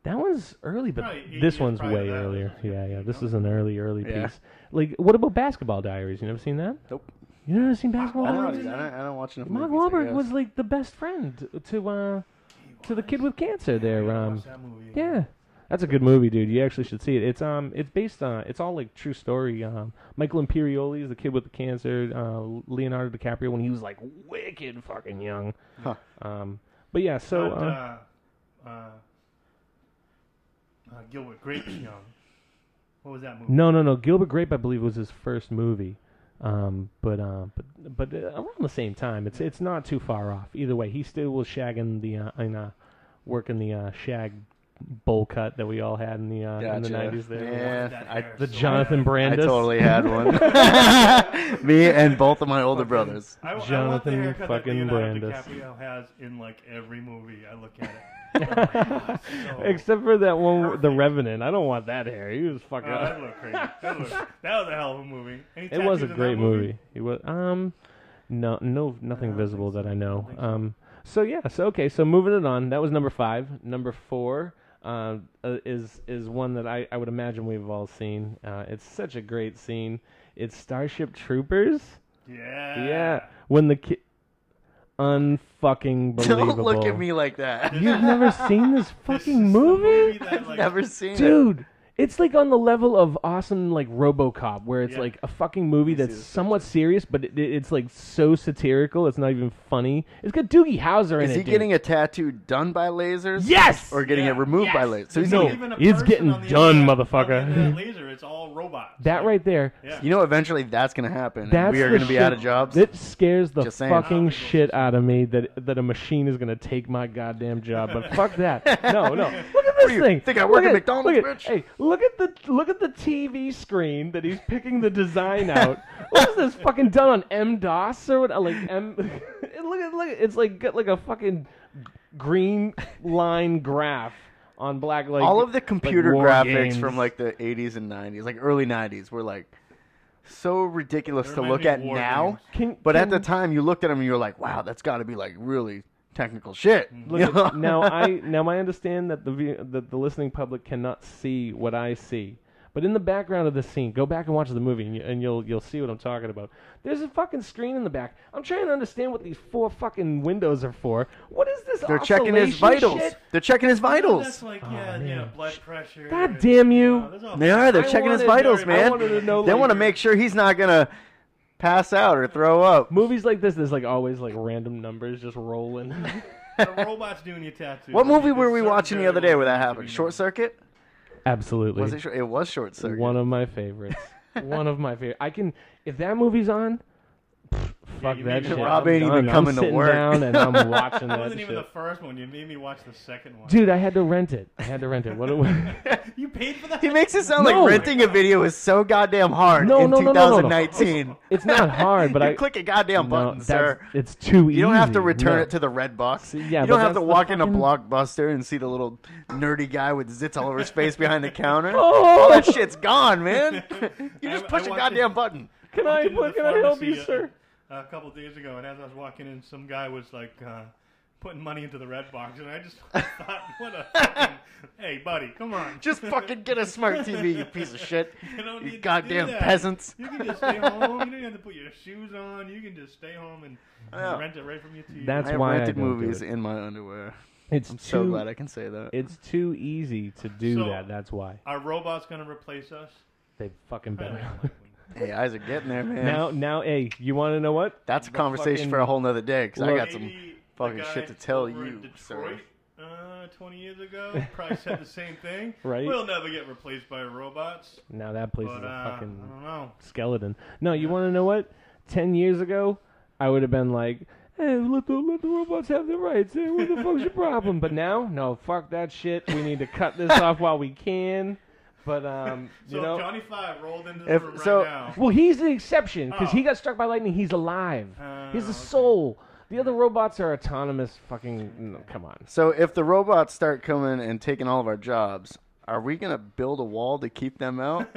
Speaker 1: That one's early, but
Speaker 3: Probably eight
Speaker 1: this
Speaker 3: years
Speaker 1: one's
Speaker 3: prior to
Speaker 1: way
Speaker 3: that.
Speaker 1: earlier. Yeah, yeah. This is an early, early
Speaker 2: Yeah.
Speaker 1: piece. Like, what about Basketball Diaries? You never seen that?
Speaker 2: Nope.
Speaker 1: You never seen Basketball
Speaker 2: I don't,
Speaker 1: Diaries?
Speaker 2: I don't, I don't watch enough
Speaker 1: Mark
Speaker 2: movies, I
Speaker 1: Wahlberg
Speaker 2: guess.
Speaker 1: was like the best friend to uh, to the kid with cancer there. Um,
Speaker 3: Watch that movie.
Speaker 1: yeah, that's a good movie, dude. You actually should see it. It's um, it's based on it's all like true story. Um, Michael Imperioli is the kid with the cancer. Uh, Leonardo DiCaprio when he was like wicked fucking young.
Speaker 2: Huh.
Speaker 1: Um, but yeah, so
Speaker 3: So,
Speaker 1: uh,
Speaker 3: uh, uh, uh, Gilbert Grape's young. What was that movie?
Speaker 1: no, no, no. Gilbert Grape, I believe, was his first movie. Um, but um, but but uh, around the same time, it's it's not too far off. Either way, he still was shagging the uh, in, uh working the uh, shag bowl cut that we all had in the uh, in the
Speaker 2: Gotcha.
Speaker 1: nineties. There,
Speaker 2: Yeah,
Speaker 3: That
Speaker 2: I,
Speaker 3: hair,
Speaker 1: the
Speaker 3: so
Speaker 1: Jonathan
Speaker 3: bad.
Speaker 2: I
Speaker 1: Brandis.
Speaker 2: totally had one. Me and both of my older brothers.
Speaker 3: I, I want the
Speaker 1: Jonathan
Speaker 3: haircut that
Speaker 1: fucking
Speaker 3: Leonardo
Speaker 1: Brandis.
Speaker 3: DiCaprio has in like every movie I look at. It. Oh So-
Speaker 1: Except for that one, the
Speaker 3: Perfect.
Speaker 1: Revenant. I don't want that hair. He was fucking.
Speaker 3: Uh, that looked crazy. That, looked, that was a hell of a movie. Any
Speaker 1: it was
Speaker 3: tattoos
Speaker 1: a
Speaker 3: in that
Speaker 1: great movie. It was um, no, no, nothing
Speaker 3: don't
Speaker 1: visible
Speaker 3: think
Speaker 1: that I know.
Speaker 3: think so.
Speaker 1: Um, so yeah, so okay, so moving it on. That was number five. Number four. Uh, uh, is is one that I, I would imagine we've all seen. Uh, it's such a great scene. It's Starship Troopers.
Speaker 3: Yeah.
Speaker 1: Yeah, when the kid, unfucking believable.
Speaker 2: Don't look at me like that.
Speaker 1: You've never seen this
Speaker 3: This
Speaker 1: fucking
Speaker 3: is the
Speaker 1: movie?
Speaker 3: that, like,
Speaker 2: Never seen it.
Speaker 1: dude it's like on the level of awesome like robocop where it's
Speaker 3: Yeah.
Speaker 1: like a fucking movie
Speaker 2: see
Speaker 1: that's
Speaker 2: this
Speaker 1: somewhat serious but it, it- it's like so satirical it's not even funny it's got doogie howser in
Speaker 2: Is
Speaker 1: it
Speaker 2: he getting a tattoo done by lasers?
Speaker 1: yes
Speaker 2: Or getting
Speaker 3: Yeah.
Speaker 2: it removed by
Speaker 1: Yes!
Speaker 2: lasers? So he's
Speaker 1: No.
Speaker 2: no.
Speaker 3: Not even a
Speaker 1: He's
Speaker 3: person
Speaker 1: getting
Speaker 3: on the
Speaker 1: done,
Speaker 3: internet.
Speaker 1: motherfucker.
Speaker 3: On the internet laser, it's all robots.
Speaker 1: that right there
Speaker 3: Yeah.
Speaker 2: You know, eventually that's gonna happen.
Speaker 1: that's
Speaker 2: and we are
Speaker 1: the
Speaker 2: gonna be
Speaker 1: shit
Speaker 2: out of jobs.
Speaker 1: that scares the
Speaker 2: Just saying. I
Speaker 1: fucking shit out of me that that a machine is gonna take my goddamn job but fuck that no no look at
Speaker 2: do
Speaker 1: this
Speaker 2: you
Speaker 1: thing
Speaker 2: think I work
Speaker 1: Look
Speaker 2: at
Speaker 1: at
Speaker 2: McDonald's,
Speaker 1: look at,
Speaker 2: bitch?
Speaker 1: hey look at the look at the tv screen that he's picking the design out what is this fucking done on m dos or what like m look at look at, it's like got like a fucking green line graph on black like
Speaker 2: All of the
Speaker 1: like
Speaker 2: computer
Speaker 1: war
Speaker 2: graphics
Speaker 1: games.
Speaker 2: from like the 80s and 90s, like early 90s, were like so ridiculous
Speaker 3: There
Speaker 2: to
Speaker 3: might
Speaker 2: look
Speaker 3: be
Speaker 2: at
Speaker 3: war
Speaker 2: now.
Speaker 3: games.
Speaker 1: Can-
Speaker 2: But at
Speaker 1: can-
Speaker 2: the time, you looked at them and you were like, "Wow, that's got to be like really technical shit."
Speaker 1: Look,
Speaker 2: You know?
Speaker 1: at- now I now I understand that the view- that the listening public cannot see what I see. But in the background of the scene, go back and watch the movie, and, you, and you'll you'll see what I'm talking about. There's a fucking screen in the back. I'm trying to understand what these four fucking windows are for. What is this?
Speaker 2: they're checking his
Speaker 1: oscillation
Speaker 2: vitals.
Speaker 1: shit?
Speaker 2: They're checking his
Speaker 3: No, Oh, That's
Speaker 2: vitals.
Speaker 3: like yeah, yeah, blood pressure.
Speaker 1: God
Speaker 3: and-
Speaker 1: damn you.
Speaker 3: No, there's all-
Speaker 2: They are. They're
Speaker 1: I
Speaker 2: checking his
Speaker 1: wanted-
Speaker 2: vitals,
Speaker 1: I
Speaker 2: man.
Speaker 1: wanted to know,
Speaker 2: they
Speaker 1: like,
Speaker 2: want to
Speaker 1: your-
Speaker 2: make sure he's not gonna pass out or throw up.
Speaker 1: Movies like this, there's like always like random numbers just rolling.
Speaker 3: The robots doing your tattoos.
Speaker 2: What movie
Speaker 3: There's
Speaker 2: were we
Speaker 3: certain
Speaker 2: watching the other day
Speaker 3: variables
Speaker 2: where that
Speaker 3: that need to
Speaker 2: happened?
Speaker 3: be
Speaker 2: Short
Speaker 3: known.
Speaker 2: Circuit.
Speaker 1: Absolutely.
Speaker 2: Was it, short? it was short circuit.
Speaker 1: One of my favorites. One of my favorite. I can if that movie's on. pff, fuck
Speaker 3: you
Speaker 1: that
Speaker 3: mean
Speaker 1: shit.
Speaker 3: Rob
Speaker 1: I'm
Speaker 2: ain't even
Speaker 1: done.
Speaker 2: coming
Speaker 1: I'm
Speaker 2: to
Speaker 1: sitting
Speaker 2: work.
Speaker 1: down and I'm watching
Speaker 3: That
Speaker 1: that
Speaker 3: wasn't even the
Speaker 1: shit.
Speaker 3: first one. You made me watch the second one.
Speaker 1: Dude, I had to rent it. I had to rent it. What? it
Speaker 3: you paid for that?
Speaker 2: He makes it sound
Speaker 1: No.
Speaker 2: like renting a video is so goddamn hard
Speaker 1: No,
Speaker 2: in
Speaker 1: no, no, no, no, no.
Speaker 2: 2019.
Speaker 1: it's not hard, but
Speaker 2: you
Speaker 1: I
Speaker 2: click a goddamn
Speaker 1: no,
Speaker 2: button,
Speaker 1: that's-
Speaker 2: sir.
Speaker 1: It's too easy.
Speaker 2: You don't have to return
Speaker 1: No.
Speaker 2: it to the red box.
Speaker 1: See, yeah,
Speaker 2: you
Speaker 1: but
Speaker 2: don't have
Speaker 1: that's
Speaker 2: to
Speaker 1: the
Speaker 2: walk into
Speaker 1: fucking-
Speaker 2: Blockbuster and see the little nerdy guy with zits all over his face behind the counter.
Speaker 1: Oh!
Speaker 2: that shit's gone, man. You
Speaker 3: I-
Speaker 2: just
Speaker 3: I
Speaker 2: push a
Speaker 3: watched
Speaker 2: goddamn
Speaker 3: it.
Speaker 2: button.
Speaker 1: Can
Speaker 3: walked
Speaker 1: I?
Speaker 3: into the
Speaker 1: Can I help
Speaker 3: pharmacy,
Speaker 1: you,
Speaker 3: uh,
Speaker 1: sir?
Speaker 3: A couple days ago, and as I was walking in, some guy was like uh, putting money into the red box, and I just thought, what a fucking, hey, buddy, come on,
Speaker 2: Just fucking get a smart TV, you piece of shit.
Speaker 3: You don't need to do
Speaker 2: goddamn
Speaker 3: that.
Speaker 2: peasants.
Speaker 3: You can just stay home. You don't have to put your shoes on. You can just stay home and
Speaker 2: Yeah.
Speaker 3: rent it right from your TV.
Speaker 1: That's
Speaker 2: I have
Speaker 1: why I
Speaker 2: rented
Speaker 1: don't do
Speaker 2: movies
Speaker 1: it.
Speaker 2: in my underwear.
Speaker 1: It's too.
Speaker 2: So glad I can say that.
Speaker 1: It's too easy to do
Speaker 3: So-
Speaker 1: that. That's why
Speaker 3: Our robot's gonna replace us.
Speaker 1: they fucking better.
Speaker 2: Hey, eyes are getting there, man.
Speaker 1: now, now, hey, you want to know what?
Speaker 2: That's a
Speaker 1: The
Speaker 2: conversation
Speaker 1: fucking-
Speaker 2: for a whole nother day because I
Speaker 1: Look-
Speaker 2: got some.
Speaker 3: Maybe
Speaker 2: fucking
Speaker 3: the guy
Speaker 2: shit to tell
Speaker 3: over in
Speaker 2: you, sir.
Speaker 3: Detroit, Uh, 20 years ago, probably said the same thing.
Speaker 1: Right.
Speaker 3: We'll never get replaced by robots.
Speaker 1: Now that place
Speaker 3: But
Speaker 1: is
Speaker 3: uh,
Speaker 1: a
Speaker 3: I
Speaker 1: fucking
Speaker 3: don't know.
Speaker 1: skeleton. No, you want to know what? Ten years ago, I would have been like, "Hey, let the let the robots have their rights. Hey, what the fuck's your problem?" But now, no, fuck that shit. We need to cut this off while we can. But um,
Speaker 3: So
Speaker 1: you know,
Speaker 3: if Johnny Five rolled into the
Speaker 2: If-
Speaker 3: room
Speaker 2: so-
Speaker 3: right now.
Speaker 1: well, he's the exception because
Speaker 3: Oh.
Speaker 1: he got struck by lightning. He's alive. he's a
Speaker 3: okay.
Speaker 1: soul. The other robots are autonomous. Fucking, no, come on.
Speaker 2: So if the robots start coming and taking all of our jobs, are we gonna build a wall to keep them out?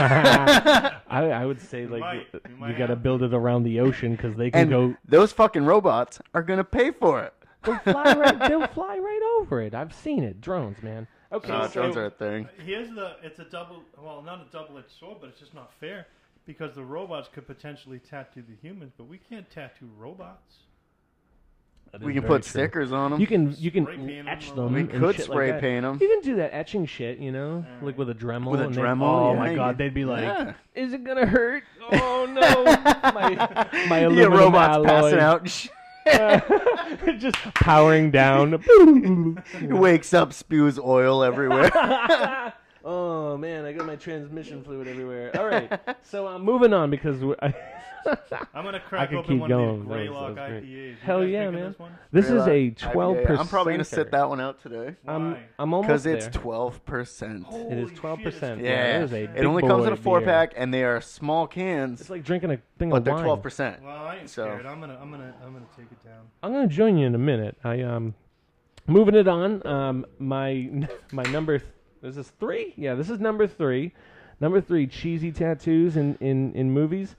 Speaker 1: I, I would say like
Speaker 3: might.
Speaker 1: you,
Speaker 3: You might
Speaker 1: got to
Speaker 3: have
Speaker 1: build it around the ocean because they can
Speaker 2: and
Speaker 1: go.
Speaker 2: those fucking robots are gonna pay for it.
Speaker 1: They'll fly right. They'll fly right over it. I've seen it. Drones, man. Okay,
Speaker 2: Uh,
Speaker 1: so-
Speaker 2: drones are a thing.
Speaker 3: Here's the it's a double well not a double edged sword but it's just not fair because the robots could potentially tattoo the humans but we can't tattoo robots.
Speaker 2: We can put stickers on them.
Speaker 1: You can you
Speaker 3: Spray paint
Speaker 1: can
Speaker 3: 'em
Speaker 1: etch
Speaker 3: or
Speaker 1: them.
Speaker 2: we
Speaker 1: and
Speaker 2: could
Speaker 1: shit
Speaker 2: spray
Speaker 1: like that.
Speaker 2: paint them.
Speaker 1: You can do that etching shit, you know, like with a Dremel.
Speaker 2: With a
Speaker 1: and they-
Speaker 2: Dremel,
Speaker 1: oh
Speaker 2: yeah,
Speaker 1: my
Speaker 2: you-
Speaker 1: god, they'd be like,
Speaker 2: yeah.
Speaker 1: "Is it gonna hurt? Oh no, my my aluminum
Speaker 2: robots
Speaker 1: alloy.
Speaker 2: passing out. and shit.
Speaker 1: just powering down.
Speaker 2: He wakes up, spews oil everywhere.
Speaker 1: oh man, I got my transmission fluid everywhere. All right, so uh, moving on because we're,
Speaker 3: I'm gonna crack
Speaker 1: could
Speaker 3: open
Speaker 1: keep
Speaker 3: one
Speaker 1: going.
Speaker 3: of
Speaker 1: That
Speaker 3: these Greylock
Speaker 1: was- that was great.
Speaker 3: IPAs. You
Speaker 1: Hell
Speaker 3: guys
Speaker 1: yeah,
Speaker 3: drinking
Speaker 1: man.
Speaker 3: This one?
Speaker 1: this is a
Speaker 2: Relax.
Speaker 1: twelve percent.
Speaker 2: I'm probably gonna sit that one out today
Speaker 1: I'm
Speaker 3: Why?
Speaker 1: I'm almost
Speaker 2: because
Speaker 1: there.
Speaker 2: it's twelve percent.
Speaker 1: It is
Speaker 3: Holy shit,
Speaker 1: twelve percent.
Speaker 3: it's-
Speaker 2: Yeah,
Speaker 1: it, is a
Speaker 2: it
Speaker 1: big
Speaker 2: only comes in a
Speaker 1: boy
Speaker 2: four
Speaker 1: beer.
Speaker 2: pack, and they are small
Speaker 1: It's
Speaker 2: cans,
Speaker 1: like drinking a thing
Speaker 2: but
Speaker 1: of
Speaker 2: they're
Speaker 1: wine.
Speaker 2: twelve percent.
Speaker 3: Well, I ain't
Speaker 2: So-
Speaker 3: scared. I'm gonna I'm gonna I'm gonna take it down.
Speaker 1: I'm gonna join you in a minute. I um, moving it on. Um, my my number. Th- this is three. Yeah, this is number three. Number three, cheesy tattoos in in in movies.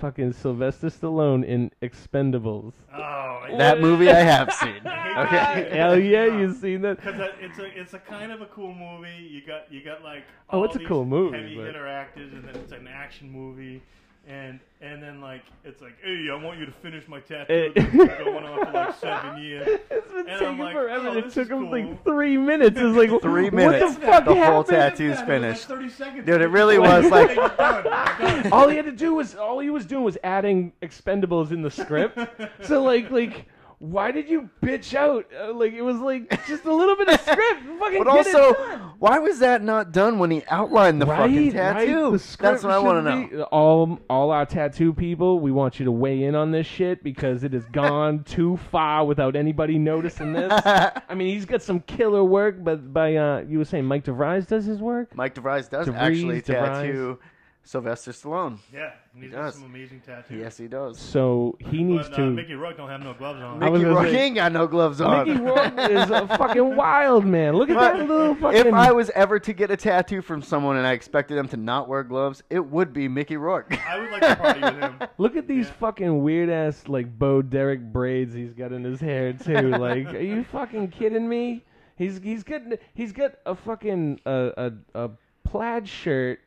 Speaker 1: Fucking Sylvester Stallone in Expendables.
Speaker 3: Oh,
Speaker 2: That movie I have seen. Okay.
Speaker 1: Hell yeah, you seen that?
Speaker 3: Because it's a it's a kind of a cool movie. You got you got like
Speaker 1: Oh,
Speaker 3: all
Speaker 1: it's a
Speaker 3: these
Speaker 1: cool movie,
Speaker 3: Heavy
Speaker 1: but-
Speaker 3: hitter actors, and then it's an action movie, and and then like it's like, hey, I want you to finish my tattoo.
Speaker 2: Eh.
Speaker 1: It-
Speaker 3: that's been going on for like seven years.
Speaker 1: It's been
Speaker 3: And I'm
Speaker 1: taking
Speaker 3: like,
Speaker 1: forever.
Speaker 3: oh,
Speaker 1: and it
Speaker 3: this
Speaker 1: took
Speaker 3: is
Speaker 1: him
Speaker 3: cool.
Speaker 1: like three minutes. It's like
Speaker 2: Three
Speaker 1: What
Speaker 2: minutes.
Speaker 1: the fuck
Speaker 2: The whole
Speaker 1: happened?
Speaker 2: tat- Tattoo's
Speaker 3: Yeah, it was, like,
Speaker 2: finished.
Speaker 3: 30 seconds.
Speaker 2: Dude, it really was, like-
Speaker 3: You're done. You're done.
Speaker 1: all he had to do was all he was doing was adding expendables in the script so like like why did you bitch out uh, like it was like just a little bit of script fucking
Speaker 2: But
Speaker 1: get it
Speaker 2: also,
Speaker 1: done.
Speaker 2: why was that not done when he outlined the fucking
Speaker 1: Right, right,
Speaker 2: tattoo?
Speaker 1: the
Speaker 2: That's
Speaker 1: script
Speaker 2: what I want to know.
Speaker 1: should be- all all our tattoo people we want you to weigh in on this shit because it has gone too far without anybody noticing this i mean he's got some killer work but by uh you were saying mike devries does his work
Speaker 2: Mike DeVries does
Speaker 1: DeVries,
Speaker 2: actually
Speaker 1: DeVries.
Speaker 2: tattoo Sylvester Stallone.
Speaker 3: yeah, and he's got
Speaker 2: does.
Speaker 3: some amazing tattoos.
Speaker 2: Yes, he does.
Speaker 1: so he needs
Speaker 3: but, uh,
Speaker 1: to
Speaker 3: Mickey Rourke don't have no gloves on.
Speaker 1: I was
Speaker 2: Mickey
Speaker 1: gonna
Speaker 2: Rourke
Speaker 1: say-
Speaker 2: ain't got no gloves on.
Speaker 1: Mickey Rourke is a fucking wild man. Look at
Speaker 2: But
Speaker 1: that little fucking.
Speaker 2: if I was ever to get a tattoo from someone and I expected them to not wear gloves, it would be Mickey Rourke.
Speaker 3: I would like to party with him. Uh,
Speaker 1: Look at these
Speaker 3: Yeah.
Speaker 1: fucking weird ass like Bo Derek braids he's got in his hair too. Like, are you fucking kidding me? He's he's got he's got a fucking uh, a a plaid shirt.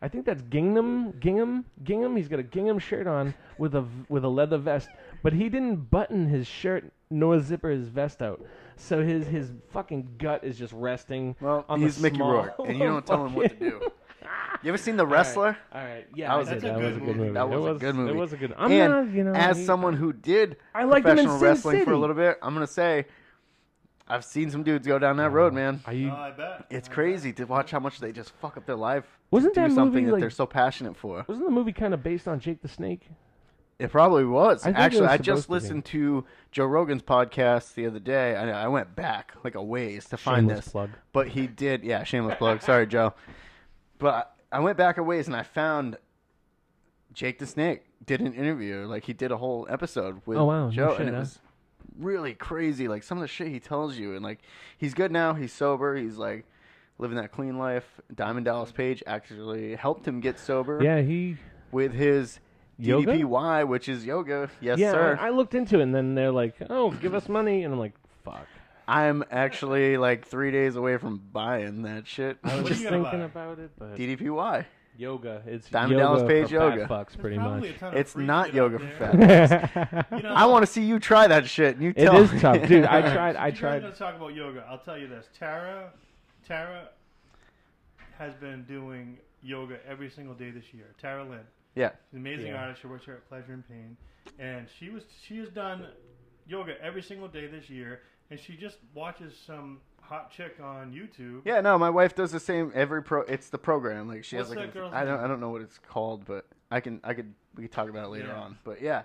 Speaker 1: I think that's gingham, gingham, gingham. He's got a gingham shirt on with a v- with a leather vest, but he didn't button his shirt nor zipper his vest out. So his his fucking gut is just resting.
Speaker 2: well,
Speaker 1: on the
Speaker 2: he's Mickey
Speaker 1: small
Speaker 2: Rourke, and you don't tell him what to do. You ever seen The
Speaker 1: All right,
Speaker 2: Wrestler?
Speaker 1: All right. Yeah,
Speaker 2: That
Speaker 1: I
Speaker 2: was
Speaker 1: did.
Speaker 3: a
Speaker 1: that
Speaker 3: good
Speaker 1: was a good
Speaker 3: movie.
Speaker 1: movie.
Speaker 2: That was,
Speaker 1: It
Speaker 2: a good movie.
Speaker 1: It was a good. I'm
Speaker 2: and
Speaker 1: not, you know,
Speaker 2: as
Speaker 1: he-
Speaker 2: someone who did
Speaker 1: I liked him in
Speaker 2: professional
Speaker 1: Sin
Speaker 2: wrestling for a
Speaker 1: City.
Speaker 2: little bit, I'm gonna say I've seen some dudes go down that road, man.
Speaker 1: Are you?
Speaker 3: Oh, I bet.
Speaker 2: It's
Speaker 3: I bet.
Speaker 2: crazy to watch how much they just fuck up their life. to
Speaker 1: Wasn't
Speaker 2: do
Speaker 1: that
Speaker 2: something
Speaker 1: movie,
Speaker 2: that
Speaker 1: like-
Speaker 2: they're so passionate for?
Speaker 1: Wasn't the movie kind of based on Jake the Snake?
Speaker 2: It probably was.
Speaker 1: I think it
Speaker 2: Actually,
Speaker 1: was
Speaker 2: I just
Speaker 1: supposed to be.
Speaker 2: listened to Joe Rogan's podcast the other day. I, I went back like a ways to find
Speaker 1: Shameless
Speaker 2: this,
Speaker 1: plug.
Speaker 2: but he did. Yeah, shameless plug. Sorry, Joe. But I went back a ways and I found Jake the Snake did an interview. Like he did a whole episode with
Speaker 1: Oh, wow. No
Speaker 2: Joe,
Speaker 1: shit,
Speaker 2: and it
Speaker 1: huh?
Speaker 2: was really crazy. Like some of the shit he tells you, and like he's good now. He's sober. He's like living that clean life. Diamond Dallas Page actually helped him get sober
Speaker 1: Yeah, he.
Speaker 2: with his
Speaker 1: Yoga?
Speaker 2: DDPY, which is yoga. Yes,
Speaker 1: yeah,
Speaker 2: sir.
Speaker 1: I, I looked into it, and then they're like, "Oh, give us money," and I'm like, "Fuck."
Speaker 2: I, am actually like three days away from buying that shit.
Speaker 1: I was
Speaker 3: What
Speaker 1: just
Speaker 3: are
Speaker 2: Just
Speaker 3: you gonna
Speaker 1: thinking
Speaker 3: buy?
Speaker 1: about it, but
Speaker 2: DDPY.
Speaker 1: yoga. It's
Speaker 2: Diamond
Speaker 1: yoga
Speaker 2: Dallas Page
Speaker 1: for
Speaker 2: yoga.
Speaker 1: Fat fucks,
Speaker 3: There's
Speaker 1: pretty
Speaker 3: probably
Speaker 1: much.
Speaker 3: a ton of
Speaker 2: It's
Speaker 3: free
Speaker 2: not
Speaker 3: shit
Speaker 2: yoga
Speaker 3: out
Speaker 2: for
Speaker 3: there.
Speaker 2: fat.
Speaker 1: it
Speaker 3: You know,
Speaker 2: I want to see you try that shit. And you tell
Speaker 1: is tough, dude. I
Speaker 2: me.
Speaker 1: tried. I
Speaker 3: if you guys
Speaker 1: tried.
Speaker 3: gonna talk about yoga. I'll tell you this. Tara, Tara has been doing yoga every single day this year. Tara Lynn,
Speaker 2: yeah,
Speaker 3: she's an amazing
Speaker 1: Yeah.
Speaker 3: artist. She works here at Pleasure and Pain, and she was she has done yoga every single day this year. And she just watches some hot chick on YouTube.
Speaker 2: yeah. No, my wife does the same every pro. It's the program. Like she has
Speaker 3: What's
Speaker 2: like
Speaker 3: that
Speaker 2: a-
Speaker 3: girl's
Speaker 2: I don't
Speaker 3: name?
Speaker 2: I don't know what it's called, but I can I could we could talk about it later
Speaker 3: Yeah.
Speaker 2: on. But yeah.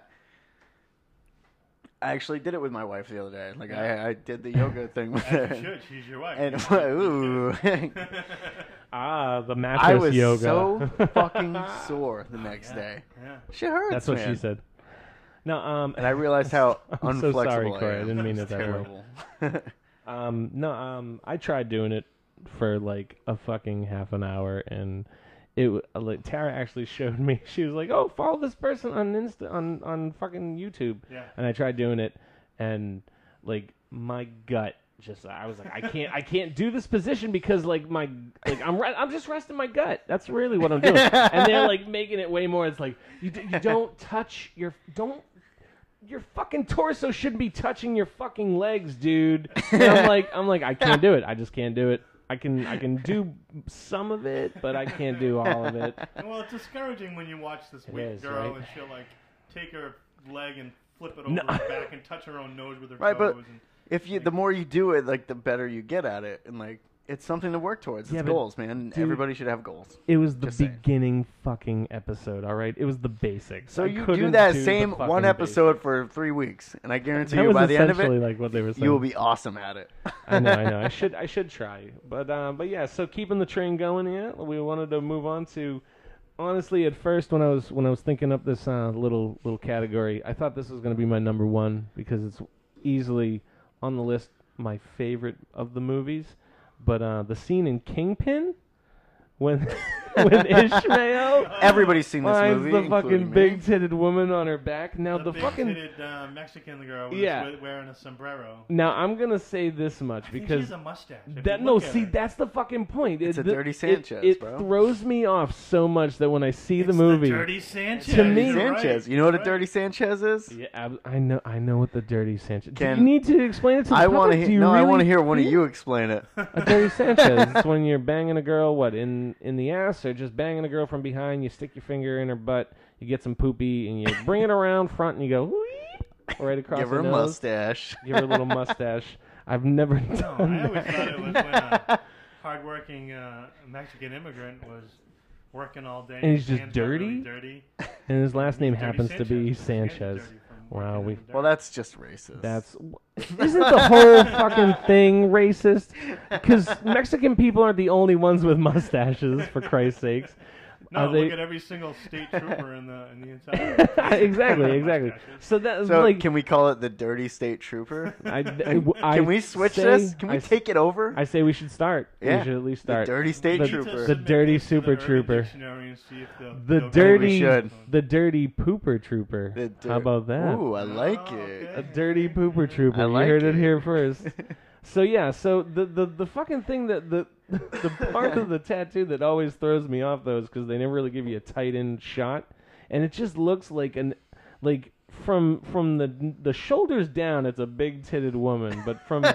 Speaker 2: I actually did it with my wife the other day. Like
Speaker 3: Yeah.
Speaker 2: I, I did the yoga thing with
Speaker 3: As
Speaker 2: her.
Speaker 3: you should. She's your wife.
Speaker 2: And
Speaker 3: You should.
Speaker 2: ooh,
Speaker 1: Ah, the mattress
Speaker 2: I was
Speaker 1: yoga.
Speaker 2: so fucking sore the next
Speaker 3: Oh, yeah.
Speaker 2: day.
Speaker 3: Yeah.
Speaker 2: Shit hurts.
Speaker 1: That's what she
Speaker 2: man.
Speaker 1: said. No, um,
Speaker 2: And I realized how
Speaker 1: I'm
Speaker 2: unflexible
Speaker 1: so sorry,
Speaker 2: I
Speaker 1: Corey. I
Speaker 2: am.
Speaker 1: didn't mean
Speaker 2: It's
Speaker 1: it that way.
Speaker 2: terrible.
Speaker 1: Um, no, um, I tried doing it for like a fucking half an hour, and it w- uh, like Tara actually showed me. She was like, "Oh, follow this person on Insta on on fucking YouTube,"
Speaker 3: Yeah.
Speaker 1: and I tried doing it, and like my gut just I was like, I can't I can't do this position because like my like I'm re- I'm just resting my gut. That's really what I'm doing. and they're like making it way more. It's like you d- you don't touch your don't your fucking torso shouldn't be touching your fucking legs, dude. And I'm like, I'm like, I can't do it. I just can't do it. I can, I can do some of it, but I can't do all of it.
Speaker 3: Well, it's discouraging when you watch this
Speaker 1: It
Speaker 3: weak
Speaker 1: is,
Speaker 3: girl
Speaker 1: right?
Speaker 3: and she'll like take her leg and flip it over
Speaker 1: No.
Speaker 3: her back and touch her own nose with her
Speaker 2: Right, but
Speaker 3: toes. and,
Speaker 2: if you, the more you do it, like the better you get at it, and like it's something to work towards. It's
Speaker 1: Yeah, but
Speaker 2: goals, man. And
Speaker 1: dude-
Speaker 2: Everybody should have goals.
Speaker 1: It was the
Speaker 2: Just saying.
Speaker 1: beginning fucking episode. All right, it was the basics.
Speaker 2: So
Speaker 1: I
Speaker 2: you do
Speaker 1: couldn't
Speaker 2: that
Speaker 1: the
Speaker 2: same
Speaker 1: fucking
Speaker 2: one episode for three weeks, and I
Speaker 1: basics.
Speaker 2: guarantee
Speaker 1: That
Speaker 2: you,
Speaker 1: was
Speaker 2: by the end of
Speaker 1: essentially
Speaker 2: it,
Speaker 1: like what they were saying.
Speaker 2: you will be awesome at it.
Speaker 1: I know, I know. I should, I should try. But, uh, but yeah. So keeping the train going. Yeah, we wanted to move on to. Honestly, at first, when I was when I was thinking up this uh, little little category, I thought this was going to be my number one because it's easily on the list my favorite of the movies. But uh, the scene in Kingpin when when Ishmael
Speaker 2: Everybody's seen this
Speaker 1: finds
Speaker 2: movie.
Speaker 1: the fucking
Speaker 2: including me.
Speaker 1: big titted woman on her back. Now
Speaker 3: the
Speaker 1: the fucking
Speaker 3: big-titted, uh, Mexican girl was
Speaker 1: Yeah.
Speaker 3: we- wearing a sombrero.
Speaker 1: now I'm gonna say this much
Speaker 3: I think
Speaker 1: because
Speaker 3: she has a mustache. If you
Speaker 1: That no,
Speaker 3: look at
Speaker 1: see,
Speaker 3: her.
Speaker 1: that's the fucking point.
Speaker 2: It's
Speaker 1: It-
Speaker 2: a
Speaker 1: th-
Speaker 2: dirty
Speaker 1: it-
Speaker 2: Sanchez,
Speaker 1: It,
Speaker 2: bro.
Speaker 1: throws me off so much that when I see
Speaker 3: It's
Speaker 1: the movie,
Speaker 3: dirty Sanchez.
Speaker 1: To me-
Speaker 2: Dirty
Speaker 3: You're right.
Speaker 2: Sanchez. You know what a
Speaker 3: Right.
Speaker 2: dirty Sanchez is?
Speaker 1: yeah, ab- I, know, I know what the dirty Sanchez. Do
Speaker 2: Can-
Speaker 1: you need to explain it to the
Speaker 2: I
Speaker 1: want to
Speaker 2: hear. No, I want to hear one of you explain it.
Speaker 1: A dirty Sanchez. it's when you're banging a girl, what in in the ass, or just banging a girl from behind. You stick your finger in her butt, you get some poopy, and you bring it around front, and you go "Whee!" right across.
Speaker 2: Give her a
Speaker 1: nose.
Speaker 2: mustache.
Speaker 1: Give her a little mustache. I've never
Speaker 3: No, I
Speaker 1: done
Speaker 3: always
Speaker 1: that.
Speaker 3: thought it was when a hardworking uh, Mexican immigrant was working all day.
Speaker 1: And he's just
Speaker 3: hands got really
Speaker 1: dirty?
Speaker 3: dirty.
Speaker 1: And his last name
Speaker 3: Dirty
Speaker 1: happens to be
Speaker 3: His hands are
Speaker 1: Sanchez.
Speaker 3: dirty
Speaker 1: Wow,
Speaker 3: from working
Speaker 1: we-
Speaker 3: in the dirt.
Speaker 2: Well, that's just racist.
Speaker 1: That's isn't the whole fucking thing racist? Because Mexican people aren't the only ones with mustaches, for Christ's sakes.
Speaker 3: No,
Speaker 1: Are they-
Speaker 3: look at every single state trooper in the in the entire.
Speaker 1: exactly, exactly. So that's
Speaker 2: so.
Speaker 1: like,
Speaker 2: can we call it the dirty state trooper?
Speaker 1: I, I- I
Speaker 2: can we switch
Speaker 1: say-
Speaker 2: this? Can we
Speaker 1: I,
Speaker 2: take it over?
Speaker 1: I say we should start.
Speaker 2: Yeah,
Speaker 1: We should at least
Speaker 2: the
Speaker 1: start.
Speaker 2: dirty state
Speaker 1: The-
Speaker 2: trooper.
Speaker 1: the dirty super trooper. The dirty,
Speaker 2: should.
Speaker 1: the dirty pooper trooper.
Speaker 2: The
Speaker 1: How
Speaker 2: dir-
Speaker 1: about that?
Speaker 2: Ooh, I like
Speaker 3: Oh,
Speaker 2: it.
Speaker 1: A
Speaker 3: okay.
Speaker 1: dirty pooper trooper.
Speaker 2: I
Speaker 1: you
Speaker 2: like
Speaker 1: heard it,
Speaker 2: it.
Speaker 1: here first. so yeah, so the, the the fucking thing that the the part of the tattoo that always throws me off though is because they never really give you a tight end shot, and it just looks like an like from from the the shoulders down, it's a big titted woman, but from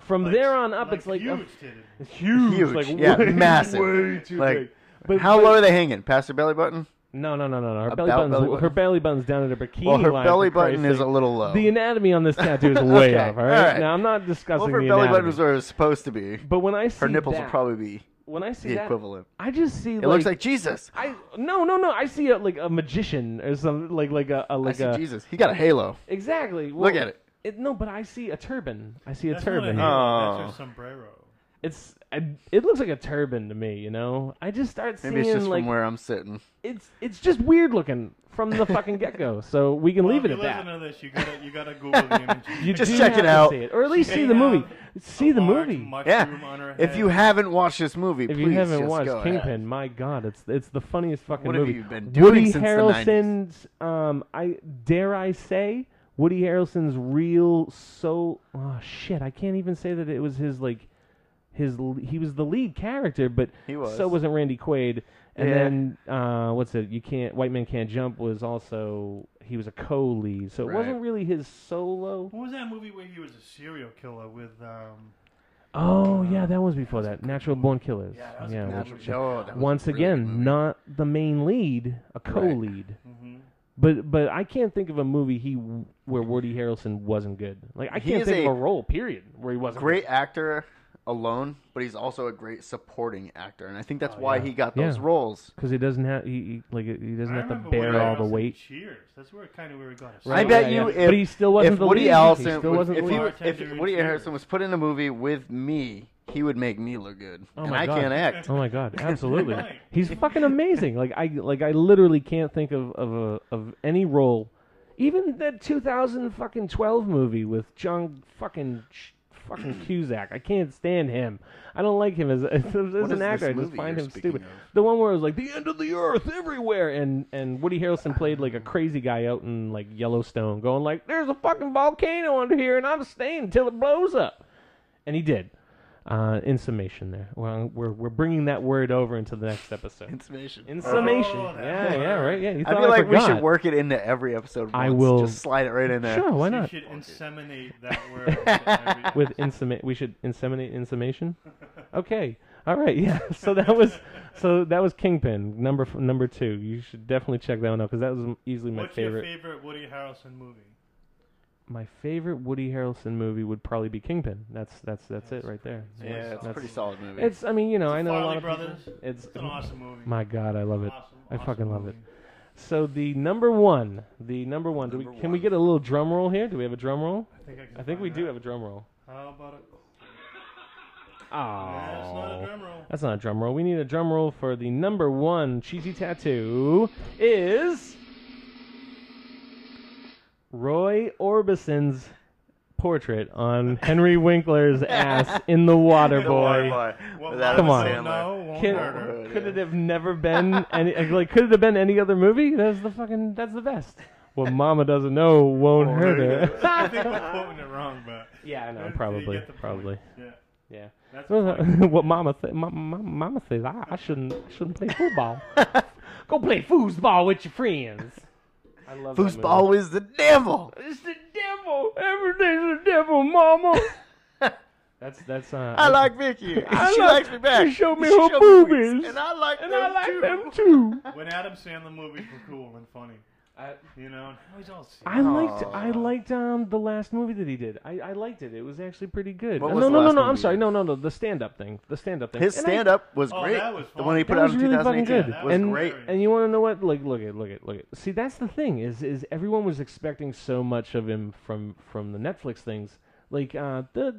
Speaker 1: from there on up, it's like
Speaker 3: huge
Speaker 1: a,
Speaker 3: titted.
Speaker 1: huge,
Speaker 2: Huge,
Speaker 1: like
Speaker 2: yeah,
Speaker 1: way,
Speaker 2: massive.
Speaker 1: way too
Speaker 2: Like,
Speaker 1: big. But
Speaker 2: How
Speaker 1: but-
Speaker 2: low are they hanging? Past their belly button?
Speaker 1: No, no, no, no, no. Her belly
Speaker 2: About
Speaker 1: button's
Speaker 2: belly button?
Speaker 1: her belly button's down at her bikini
Speaker 2: Well, her
Speaker 1: line,
Speaker 2: belly
Speaker 1: for Christ's
Speaker 2: button is
Speaker 1: sake.
Speaker 2: a little low.
Speaker 1: The anatomy on this tattoo is way
Speaker 2: Okay,
Speaker 1: off. All right?
Speaker 2: all right.
Speaker 1: Now I'm not
Speaker 2: well,
Speaker 1: discussing
Speaker 2: if her
Speaker 1: the
Speaker 2: belly
Speaker 1: anatomy.
Speaker 2: button was where it was supposed to be.
Speaker 1: but when I see
Speaker 2: Her nipples
Speaker 1: that,
Speaker 2: will probably be
Speaker 1: when I see
Speaker 2: the
Speaker 1: that,
Speaker 2: equivalent.
Speaker 1: I just see
Speaker 2: It looks like Jesus.
Speaker 1: I no no no. I see a, like a magician or some like like a, a
Speaker 2: I
Speaker 1: like
Speaker 2: see
Speaker 1: a
Speaker 2: Jesus. He got a halo.
Speaker 1: exactly. Well,
Speaker 2: Look at it.
Speaker 1: No, but I see a turban. I see a
Speaker 3: That's
Speaker 1: turban.
Speaker 3: Not a halo,
Speaker 2: Oh.
Speaker 3: That's your sombrero.
Speaker 1: It's I, it looks like a turban to me. You know, I just start seeing
Speaker 2: Maybe it's just
Speaker 1: like
Speaker 2: from where I'm sitting.
Speaker 1: it's it's just weird looking from the fucking get go. So we can
Speaker 3: Well,
Speaker 1: leave it
Speaker 3: if
Speaker 1: at
Speaker 3: you listen
Speaker 1: that.
Speaker 3: to this, you gotta you gotta Google the image.
Speaker 1: You
Speaker 2: Just
Speaker 1: do
Speaker 2: check
Speaker 1: have
Speaker 2: it
Speaker 1: to
Speaker 2: out.
Speaker 1: see or at least see
Speaker 3: Check
Speaker 1: the
Speaker 3: it out.
Speaker 1: movie. See
Speaker 3: A
Speaker 1: the
Speaker 3: large
Speaker 1: movie.
Speaker 3: mushroom on her
Speaker 2: Yeah. If
Speaker 3: head.
Speaker 2: you haven't watched this movie,
Speaker 1: If
Speaker 2: please
Speaker 1: you haven't
Speaker 2: just go
Speaker 1: watched
Speaker 2: ahead.
Speaker 1: Kingpin, my God, it's it's the funniest fucking
Speaker 2: What have
Speaker 1: movie.
Speaker 2: you been doing
Speaker 1: Woody
Speaker 2: since the
Speaker 1: Harrelson's, um, I dare I say, Woody Harrelson's real so oh shit, I can't even say that it was his like his l- he was the lead character, but
Speaker 2: He was.
Speaker 1: so wasn't Randy Quaid. And
Speaker 2: Yeah.
Speaker 1: then uh, what's it? You can't White Man Can't Jump was also he was a co-lead, so it
Speaker 2: Right.
Speaker 1: wasn't really his solo.
Speaker 3: what was that movie where he was a serial killer with? Um,
Speaker 1: Oh yeah, that was before that. Natural Born Killers.
Speaker 3: Yeah, that was a good
Speaker 2: Natural-
Speaker 1: well,
Speaker 2: Oh, that was a
Speaker 1: once
Speaker 2: really
Speaker 1: again,
Speaker 2: good movie. Mm-hmm.
Speaker 1: not the main lead, a co-lead.
Speaker 3: mhm.
Speaker 1: But but I can't think of a movie he where Woody Harrelson wasn't good. Like I
Speaker 2: He
Speaker 1: can't
Speaker 2: is
Speaker 1: think
Speaker 2: a
Speaker 1: of a role period where he wasn't
Speaker 2: great
Speaker 1: good.
Speaker 2: actor alone, but he's also a great supporting actor, and I think that's why
Speaker 1: yeah.
Speaker 2: he got
Speaker 1: Yeah.
Speaker 2: those roles.
Speaker 1: because he doesn't have he, he like he doesn't
Speaker 3: I
Speaker 1: have to
Speaker 3: remember
Speaker 1: bear
Speaker 3: Woody
Speaker 1: all the
Speaker 3: Harrelson
Speaker 1: weight.
Speaker 3: Cheers. That's where kind of where we got. it.
Speaker 2: I
Speaker 1: Right,
Speaker 2: bet
Speaker 1: yeah,
Speaker 2: you,
Speaker 1: yeah.
Speaker 2: if
Speaker 1: But he still wasn't
Speaker 2: if
Speaker 1: the
Speaker 2: Woody
Speaker 1: lead. He
Speaker 2: Allison,
Speaker 1: still wasn't
Speaker 2: if,
Speaker 1: the
Speaker 2: he,
Speaker 1: lead.
Speaker 2: was- if
Speaker 3: Bartender in
Speaker 2: Woody
Speaker 3: Cheers.
Speaker 2: Harrison was put in a movie with me, he would make me look good,
Speaker 1: Oh
Speaker 2: and
Speaker 1: my
Speaker 2: I
Speaker 1: God.
Speaker 2: can't act.
Speaker 1: Oh my god, absolutely.
Speaker 3: Right.
Speaker 1: He's fucking amazing. Like I like I literally can't think of of a, of any role, even that 2000 fucking 12 movie with John fucking Ch- fucking Cusack. I can't stand him. I don't like him as, as, as
Speaker 2: is
Speaker 1: an
Speaker 2: this
Speaker 1: actor. I just
Speaker 2: movie
Speaker 1: find
Speaker 2: you're
Speaker 1: him
Speaker 2: speaking
Speaker 1: stupid.
Speaker 2: of?
Speaker 1: The one where it was like the end of the earth everywhere, and and Woody Harrelson played like a crazy guy out in like Yellowstone, going like, "There's a fucking volcano under here, and I'm staying until it blows up," and he did. Uh, in summation, there we're, we're we're bringing that word over into the next episode.
Speaker 2: Information.
Speaker 1: In summation,
Speaker 3: Oh, that
Speaker 1: yeah,
Speaker 3: word.
Speaker 1: yeah, right, yeah. You
Speaker 2: I
Speaker 1: thought
Speaker 2: feel like we
Speaker 1: forgot.
Speaker 2: should work it into every episode. Once.
Speaker 1: I will-
Speaker 2: just slide it right in there.
Speaker 1: Sure, why
Speaker 3: You
Speaker 1: not?
Speaker 3: should inseminate that word. into every-
Speaker 1: With inseminate, we should inseminate insemination. Okay, all right, yeah. So that was so that was Kingpin number f- number two. You should definitely check that one out because that was easily my
Speaker 3: What's
Speaker 1: favorite.
Speaker 3: your favorite Woody Harrelson movie?
Speaker 1: my favorite Woody Harrelson movie would probably be Kingpin. That's that's that's it right there.
Speaker 2: Yeah,
Speaker 1: That's-
Speaker 2: it's a
Speaker 1: that's-
Speaker 2: pretty solid movie.
Speaker 1: It's I mean you know I know a lot
Speaker 3: Farley
Speaker 1: of
Speaker 3: Brothers.
Speaker 1: people- It's
Speaker 3: It's an awesome movie.
Speaker 1: my God, I love it.
Speaker 3: Awesome,
Speaker 1: I
Speaker 3: awesome
Speaker 1: fucking love it.
Speaker 3: movie.
Speaker 1: So the number one, the number one. do we,
Speaker 2: Number
Speaker 1: can we
Speaker 2: one.
Speaker 1: get a little drum roll here? Do we have a drum roll?
Speaker 3: I think, I can
Speaker 1: I think we
Speaker 3: find
Speaker 1: do
Speaker 3: that.
Speaker 1: have a drum roll.
Speaker 3: How about a? That's not a
Speaker 1: Oh,
Speaker 3: drum roll.
Speaker 1: that's not a drum roll. We need a drum roll for the number one cheesy tattoo. Is Roy Orbison's portrait on Henry Winkler's ass in the water,
Speaker 2: The
Speaker 1: boy.
Speaker 2: Water Boy
Speaker 3: What
Speaker 2: with
Speaker 3: Mama
Speaker 2: Adam
Speaker 1: Come on.
Speaker 3: Said
Speaker 2: Sandler.
Speaker 3: No, won't
Speaker 1: Could,
Speaker 3: hurt her.
Speaker 1: could it have never been any like could it have been any other movie? That's the fucking that's the best. What mama doesn't know won't
Speaker 2: Won't
Speaker 1: hurt
Speaker 2: hurt
Speaker 3: I think
Speaker 1: her.
Speaker 3: we're quoting it wrong, but
Speaker 1: yeah, I know,
Speaker 3: You
Speaker 1: probably,
Speaker 3: get the point.
Speaker 1: probably.
Speaker 3: Yeah,
Speaker 1: Yeah. uh,
Speaker 3: that's funny.
Speaker 1: what mama th- ma- ma- mama says I, I shouldn't I shouldn't play football. Go play foosball with your friends. I love that movie.
Speaker 2: Foosball is the devil.
Speaker 1: It's the devil. Everything's the devil, mama. that's that's uh
Speaker 2: I like Vicky.
Speaker 1: I
Speaker 2: she
Speaker 1: like-
Speaker 2: likes me back.
Speaker 1: she showed me
Speaker 2: She
Speaker 1: her
Speaker 2: me
Speaker 1: boobies.
Speaker 2: weeks, And I like
Speaker 1: and
Speaker 2: them
Speaker 1: I like
Speaker 2: too.
Speaker 1: them too.
Speaker 3: when Adam Sandler movies were cool and funny,
Speaker 1: I-
Speaker 3: you know, and now he's all
Speaker 1: I
Speaker 3: serious.
Speaker 1: liked I
Speaker 2: Aw.
Speaker 1: liked um the last movie that he did. I, I liked it. It was actually pretty good.
Speaker 2: What
Speaker 1: Uh,
Speaker 2: was
Speaker 1: no
Speaker 2: the
Speaker 1: no
Speaker 2: last
Speaker 1: no no.
Speaker 2: movie
Speaker 1: I'm
Speaker 2: he
Speaker 1: sorry.
Speaker 2: did?
Speaker 1: No no no. The stand up thing. The stand up thing.
Speaker 2: His
Speaker 1: And I-
Speaker 2: stand up was
Speaker 3: Oh,
Speaker 2: great.
Speaker 3: that was
Speaker 2: the one he
Speaker 3: fun.
Speaker 2: put
Speaker 1: That
Speaker 2: out
Speaker 1: was
Speaker 2: in
Speaker 1: really fucking
Speaker 2: 2018
Speaker 1: good.
Speaker 3: Yeah, that
Speaker 2: was
Speaker 1: and,
Speaker 2: great.
Speaker 1: And you want to know what? Like, look at, look at, look at. See, that's the thing is, is everyone was expecting so much of him from from the Netflix things. Like, uh, the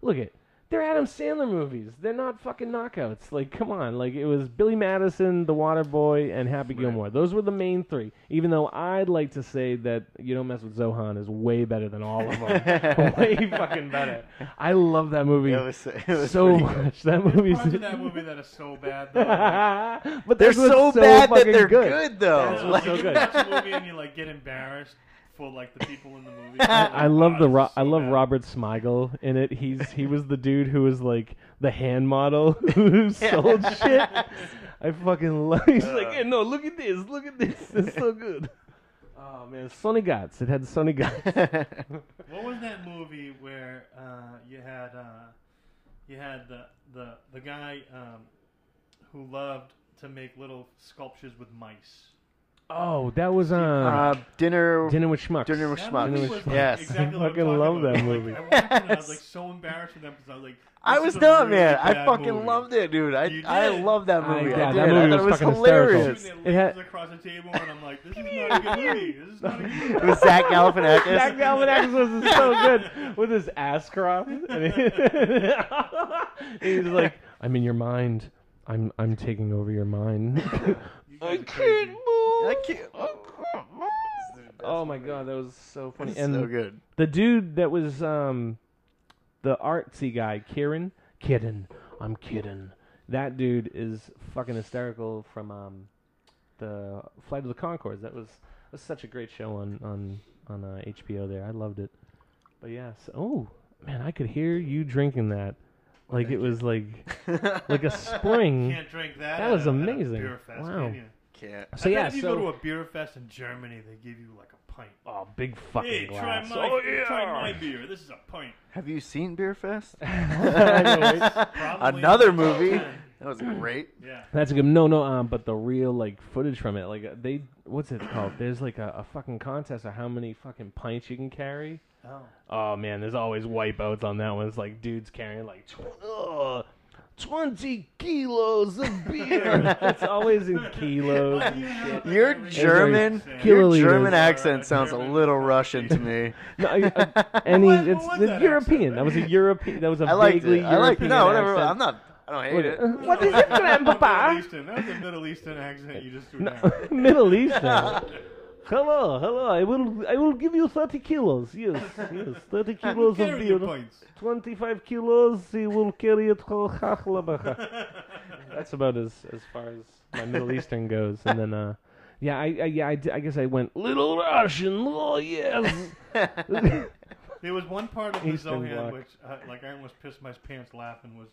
Speaker 1: look at, they're Adam Sandler movies. They're not fucking knockouts. Like, come on. Like, it was Billy Madison, The Water Boy, and Happy Gilmore. Those were the main three. Even though I'd like to say that You Don't Mess with Zohan is way better than all of them. way fucking better. I love that movie.
Speaker 2: It was, it was
Speaker 1: so
Speaker 2: pretty good.
Speaker 1: much that
Speaker 3: There's
Speaker 1: movie's
Speaker 3: parts of that movie that are so bad though. Like,
Speaker 1: but
Speaker 2: They're
Speaker 1: that's what's
Speaker 2: so, bad that
Speaker 1: fucking
Speaker 2: they're good, though.
Speaker 1: Oh, That's
Speaker 3: Like,
Speaker 1: what's so
Speaker 3: you
Speaker 1: good.
Speaker 3: watch a movie and you like get embarrassed for like the people in the movie.
Speaker 1: I love the Ro- I love
Speaker 3: Rob.
Speaker 1: Robert Smigel in it. He's he was the dude who was like the hand model who sold shit. I fucking love. He's like, hey, no, look at this, look at this. It's so good. Oh man, Sonny Gotts. It had Sonny Gotts.
Speaker 3: What was that movie where uh, you had uh, you had the the the guy um, who loved to make little sculptures with mice.
Speaker 1: Oh, that was on
Speaker 2: Uh, dinner.
Speaker 1: Dinner with Schmucks.
Speaker 2: Dinner with
Speaker 3: That
Speaker 2: Schmucks.
Speaker 3: movie
Speaker 1: Schmucks.
Speaker 3: was, like,
Speaker 2: Yes.
Speaker 3: exactly what I'm
Speaker 1: Fucking
Speaker 3: talking
Speaker 1: love
Speaker 3: about.
Speaker 1: that
Speaker 3: Like,
Speaker 1: movie.
Speaker 3: I watched it and I was like
Speaker 2: Yes.
Speaker 3: so embarrassed with them because I was like,
Speaker 2: I
Speaker 3: this
Speaker 2: was
Speaker 3: is a
Speaker 2: not,
Speaker 3: really
Speaker 2: man. I
Speaker 3: bad
Speaker 2: fucking
Speaker 3: movie.
Speaker 2: loved it, dude. I
Speaker 3: You
Speaker 2: I
Speaker 3: did.
Speaker 2: love that
Speaker 1: I-
Speaker 2: movie.
Speaker 1: yeah,
Speaker 2: I,
Speaker 1: that
Speaker 2: did. I
Speaker 1: movie
Speaker 2: thought
Speaker 1: was
Speaker 2: it was
Speaker 1: fucking hysterical.
Speaker 2: hilarious.
Speaker 3: Shooting
Speaker 1: It
Speaker 3: their
Speaker 1: had-
Speaker 3: lasers across the table, and I'm like, this is not a good movie. This is not a good
Speaker 2: It was Zach Galifianakis.
Speaker 1: Zach Galifianakis is so good with his ass cropped, and he- he's like, "I'm in your mind. I'm I'm taking over your mind."
Speaker 3: You guys are crazy.
Speaker 2: I can't.
Speaker 1: oh my god, that was so funny.
Speaker 2: It's
Speaker 1: And
Speaker 2: so good.
Speaker 1: the dude that was um, the artsy guy, Kieran, Kidden, I'm kidding. That dude is fucking hysterical from um, the Flight of the Concords. That was that was such a great show on on on uh, HBO. There, I loved it. But yes, oh man, I could hear you drinking that, like it was like like a spring.
Speaker 3: Can't drink
Speaker 1: Mm-hmm. That
Speaker 3: that. at
Speaker 1: was
Speaker 3: a- at a
Speaker 1: amazing.
Speaker 3: beer fest,
Speaker 1: Wow.
Speaker 3: can you?
Speaker 2: Can't.
Speaker 1: So
Speaker 3: I bet
Speaker 1: yeah,
Speaker 3: if you
Speaker 1: so
Speaker 3: go to a beer fest in Germany, they give you like a pint.
Speaker 1: oh, big fucking
Speaker 3: Hey, try
Speaker 1: glass. Oh,
Speaker 3: my,
Speaker 2: Oh,
Speaker 3: try my beer. This is a pint.
Speaker 2: Have you seen Beer Fest?
Speaker 3: Probably
Speaker 2: Another
Speaker 3: in the top
Speaker 2: movie.
Speaker 3: 10.
Speaker 2: That was great.
Speaker 3: Yeah.
Speaker 1: That's a good. No, no. Um, but the real like footage from it, like uh, they, what's it called? There's like a, a fucking contest of how many fucking pints you can carry.
Speaker 3: Oh.
Speaker 1: Oh man, there's always wipeouts on that one. It's like dudes carrying like tw- ugh, twenty kilos of beer. it's always in kilos.
Speaker 3: Why do you have that
Speaker 2: Your
Speaker 3: every
Speaker 2: German,
Speaker 3: German
Speaker 1: Kilo
Speaker 2: your
Speaker 1: liters.
Speaker 2: German accent
Speaker 3: Uh,
Speaker 2: sounds a
Speaker 3: German.
Speaker 2: little Russian to me.
Speaker 1: No, I, I, any,
Speaker 3: What- what
Speaker 1: it's
Speaker 3: was
Speaker 1: the
Speaker 3: that
Speaker 1: European.
Speaker 3: accent?
Speaker 1: That was a European. That was a
Speaker 2: I like
Speaker 1: vaguely
Speaker 2: it. I like
Speaker 1: European
Speaker 2: no, whatever.
Speaker 1: accent.
Speaker 2: I'm not. I don't hate it.
Speaker 1: What- what is it,
Speaker 3: Middle
Speaker 1: grandpapa?
Speaker 3: Eastern. That was a Middle Eastern accent you just threw
Speaker 1: No,
Speaker 3: down.
Speaker 1: Middle Eastern. Hello, hello. I will, I will give you thirty kilos. Yes, yes, thirty kilos of
Speaker 3: Carry your
Speaker 1: beer.
Speaker 3: pints.
Speaker 1: 25 kilos, he will carry it to Chachlabacha. That's about as, as far as my Middle Eastern goes. And then, uh, yeah, I, I, yeah, I, d- I guess I went, Little Russian, oh yes.
Speaker 3: There was one part of the
Speaker 1: Eastern
Speaker 3: Zohan
Speaker 1: Bloc.
Speaker 3: which, uh, like, I almost pissed my pants laughing was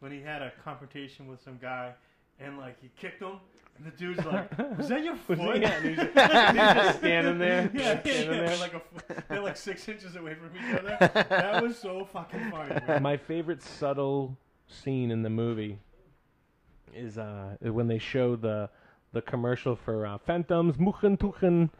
Speaker 3: when he had a confrontation with some guy, and like he kicked him, and the dude's like, "Was that your foot?"
Speaker 1: Was he- yeah, and he's-
Speaker 3: He's just
Speaker 1: standing there,
Speaker 3: Yeah, yeah,
Speaker 1: standing
Speaker 3: yeah,
Speaker 1: there.
Speaker 3: Like a, fo- they're like six inches away from each other. That was so fucking funny. man.
Speaker 1: my favorite subtle scene in the movie is uh, when they show the the commercial for uh, Phantoms Muchen Tuchen,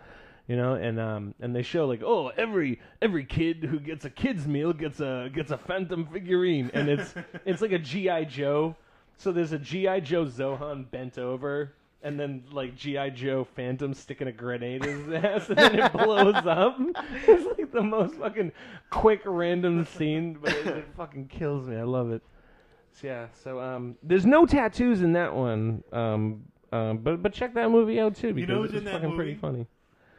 Speaker 1: you know, and um, and they show like, oh, every every kid who gets a kids meal gets a gets a Phantom figurine, and it's it's like a GI Joe. So there's a GI Joe Zohan bent over. And then, like GI Joe Phantom sticking a grenade in his ass, and then it blows up. It's like the most fucking quick random scene, but it, it fucking kills me. I love it. So, yeah. So um, there's no tattoos in that one. Um, um, but but check that movie out too
Speaker 3: You
Speaker 1: because
Speaker 3: know
Speaker 1: it's
Speaker 3: who's in that
Speaker 1: fucking pretty
Speaker 3: movie?
Speaker 1: funny.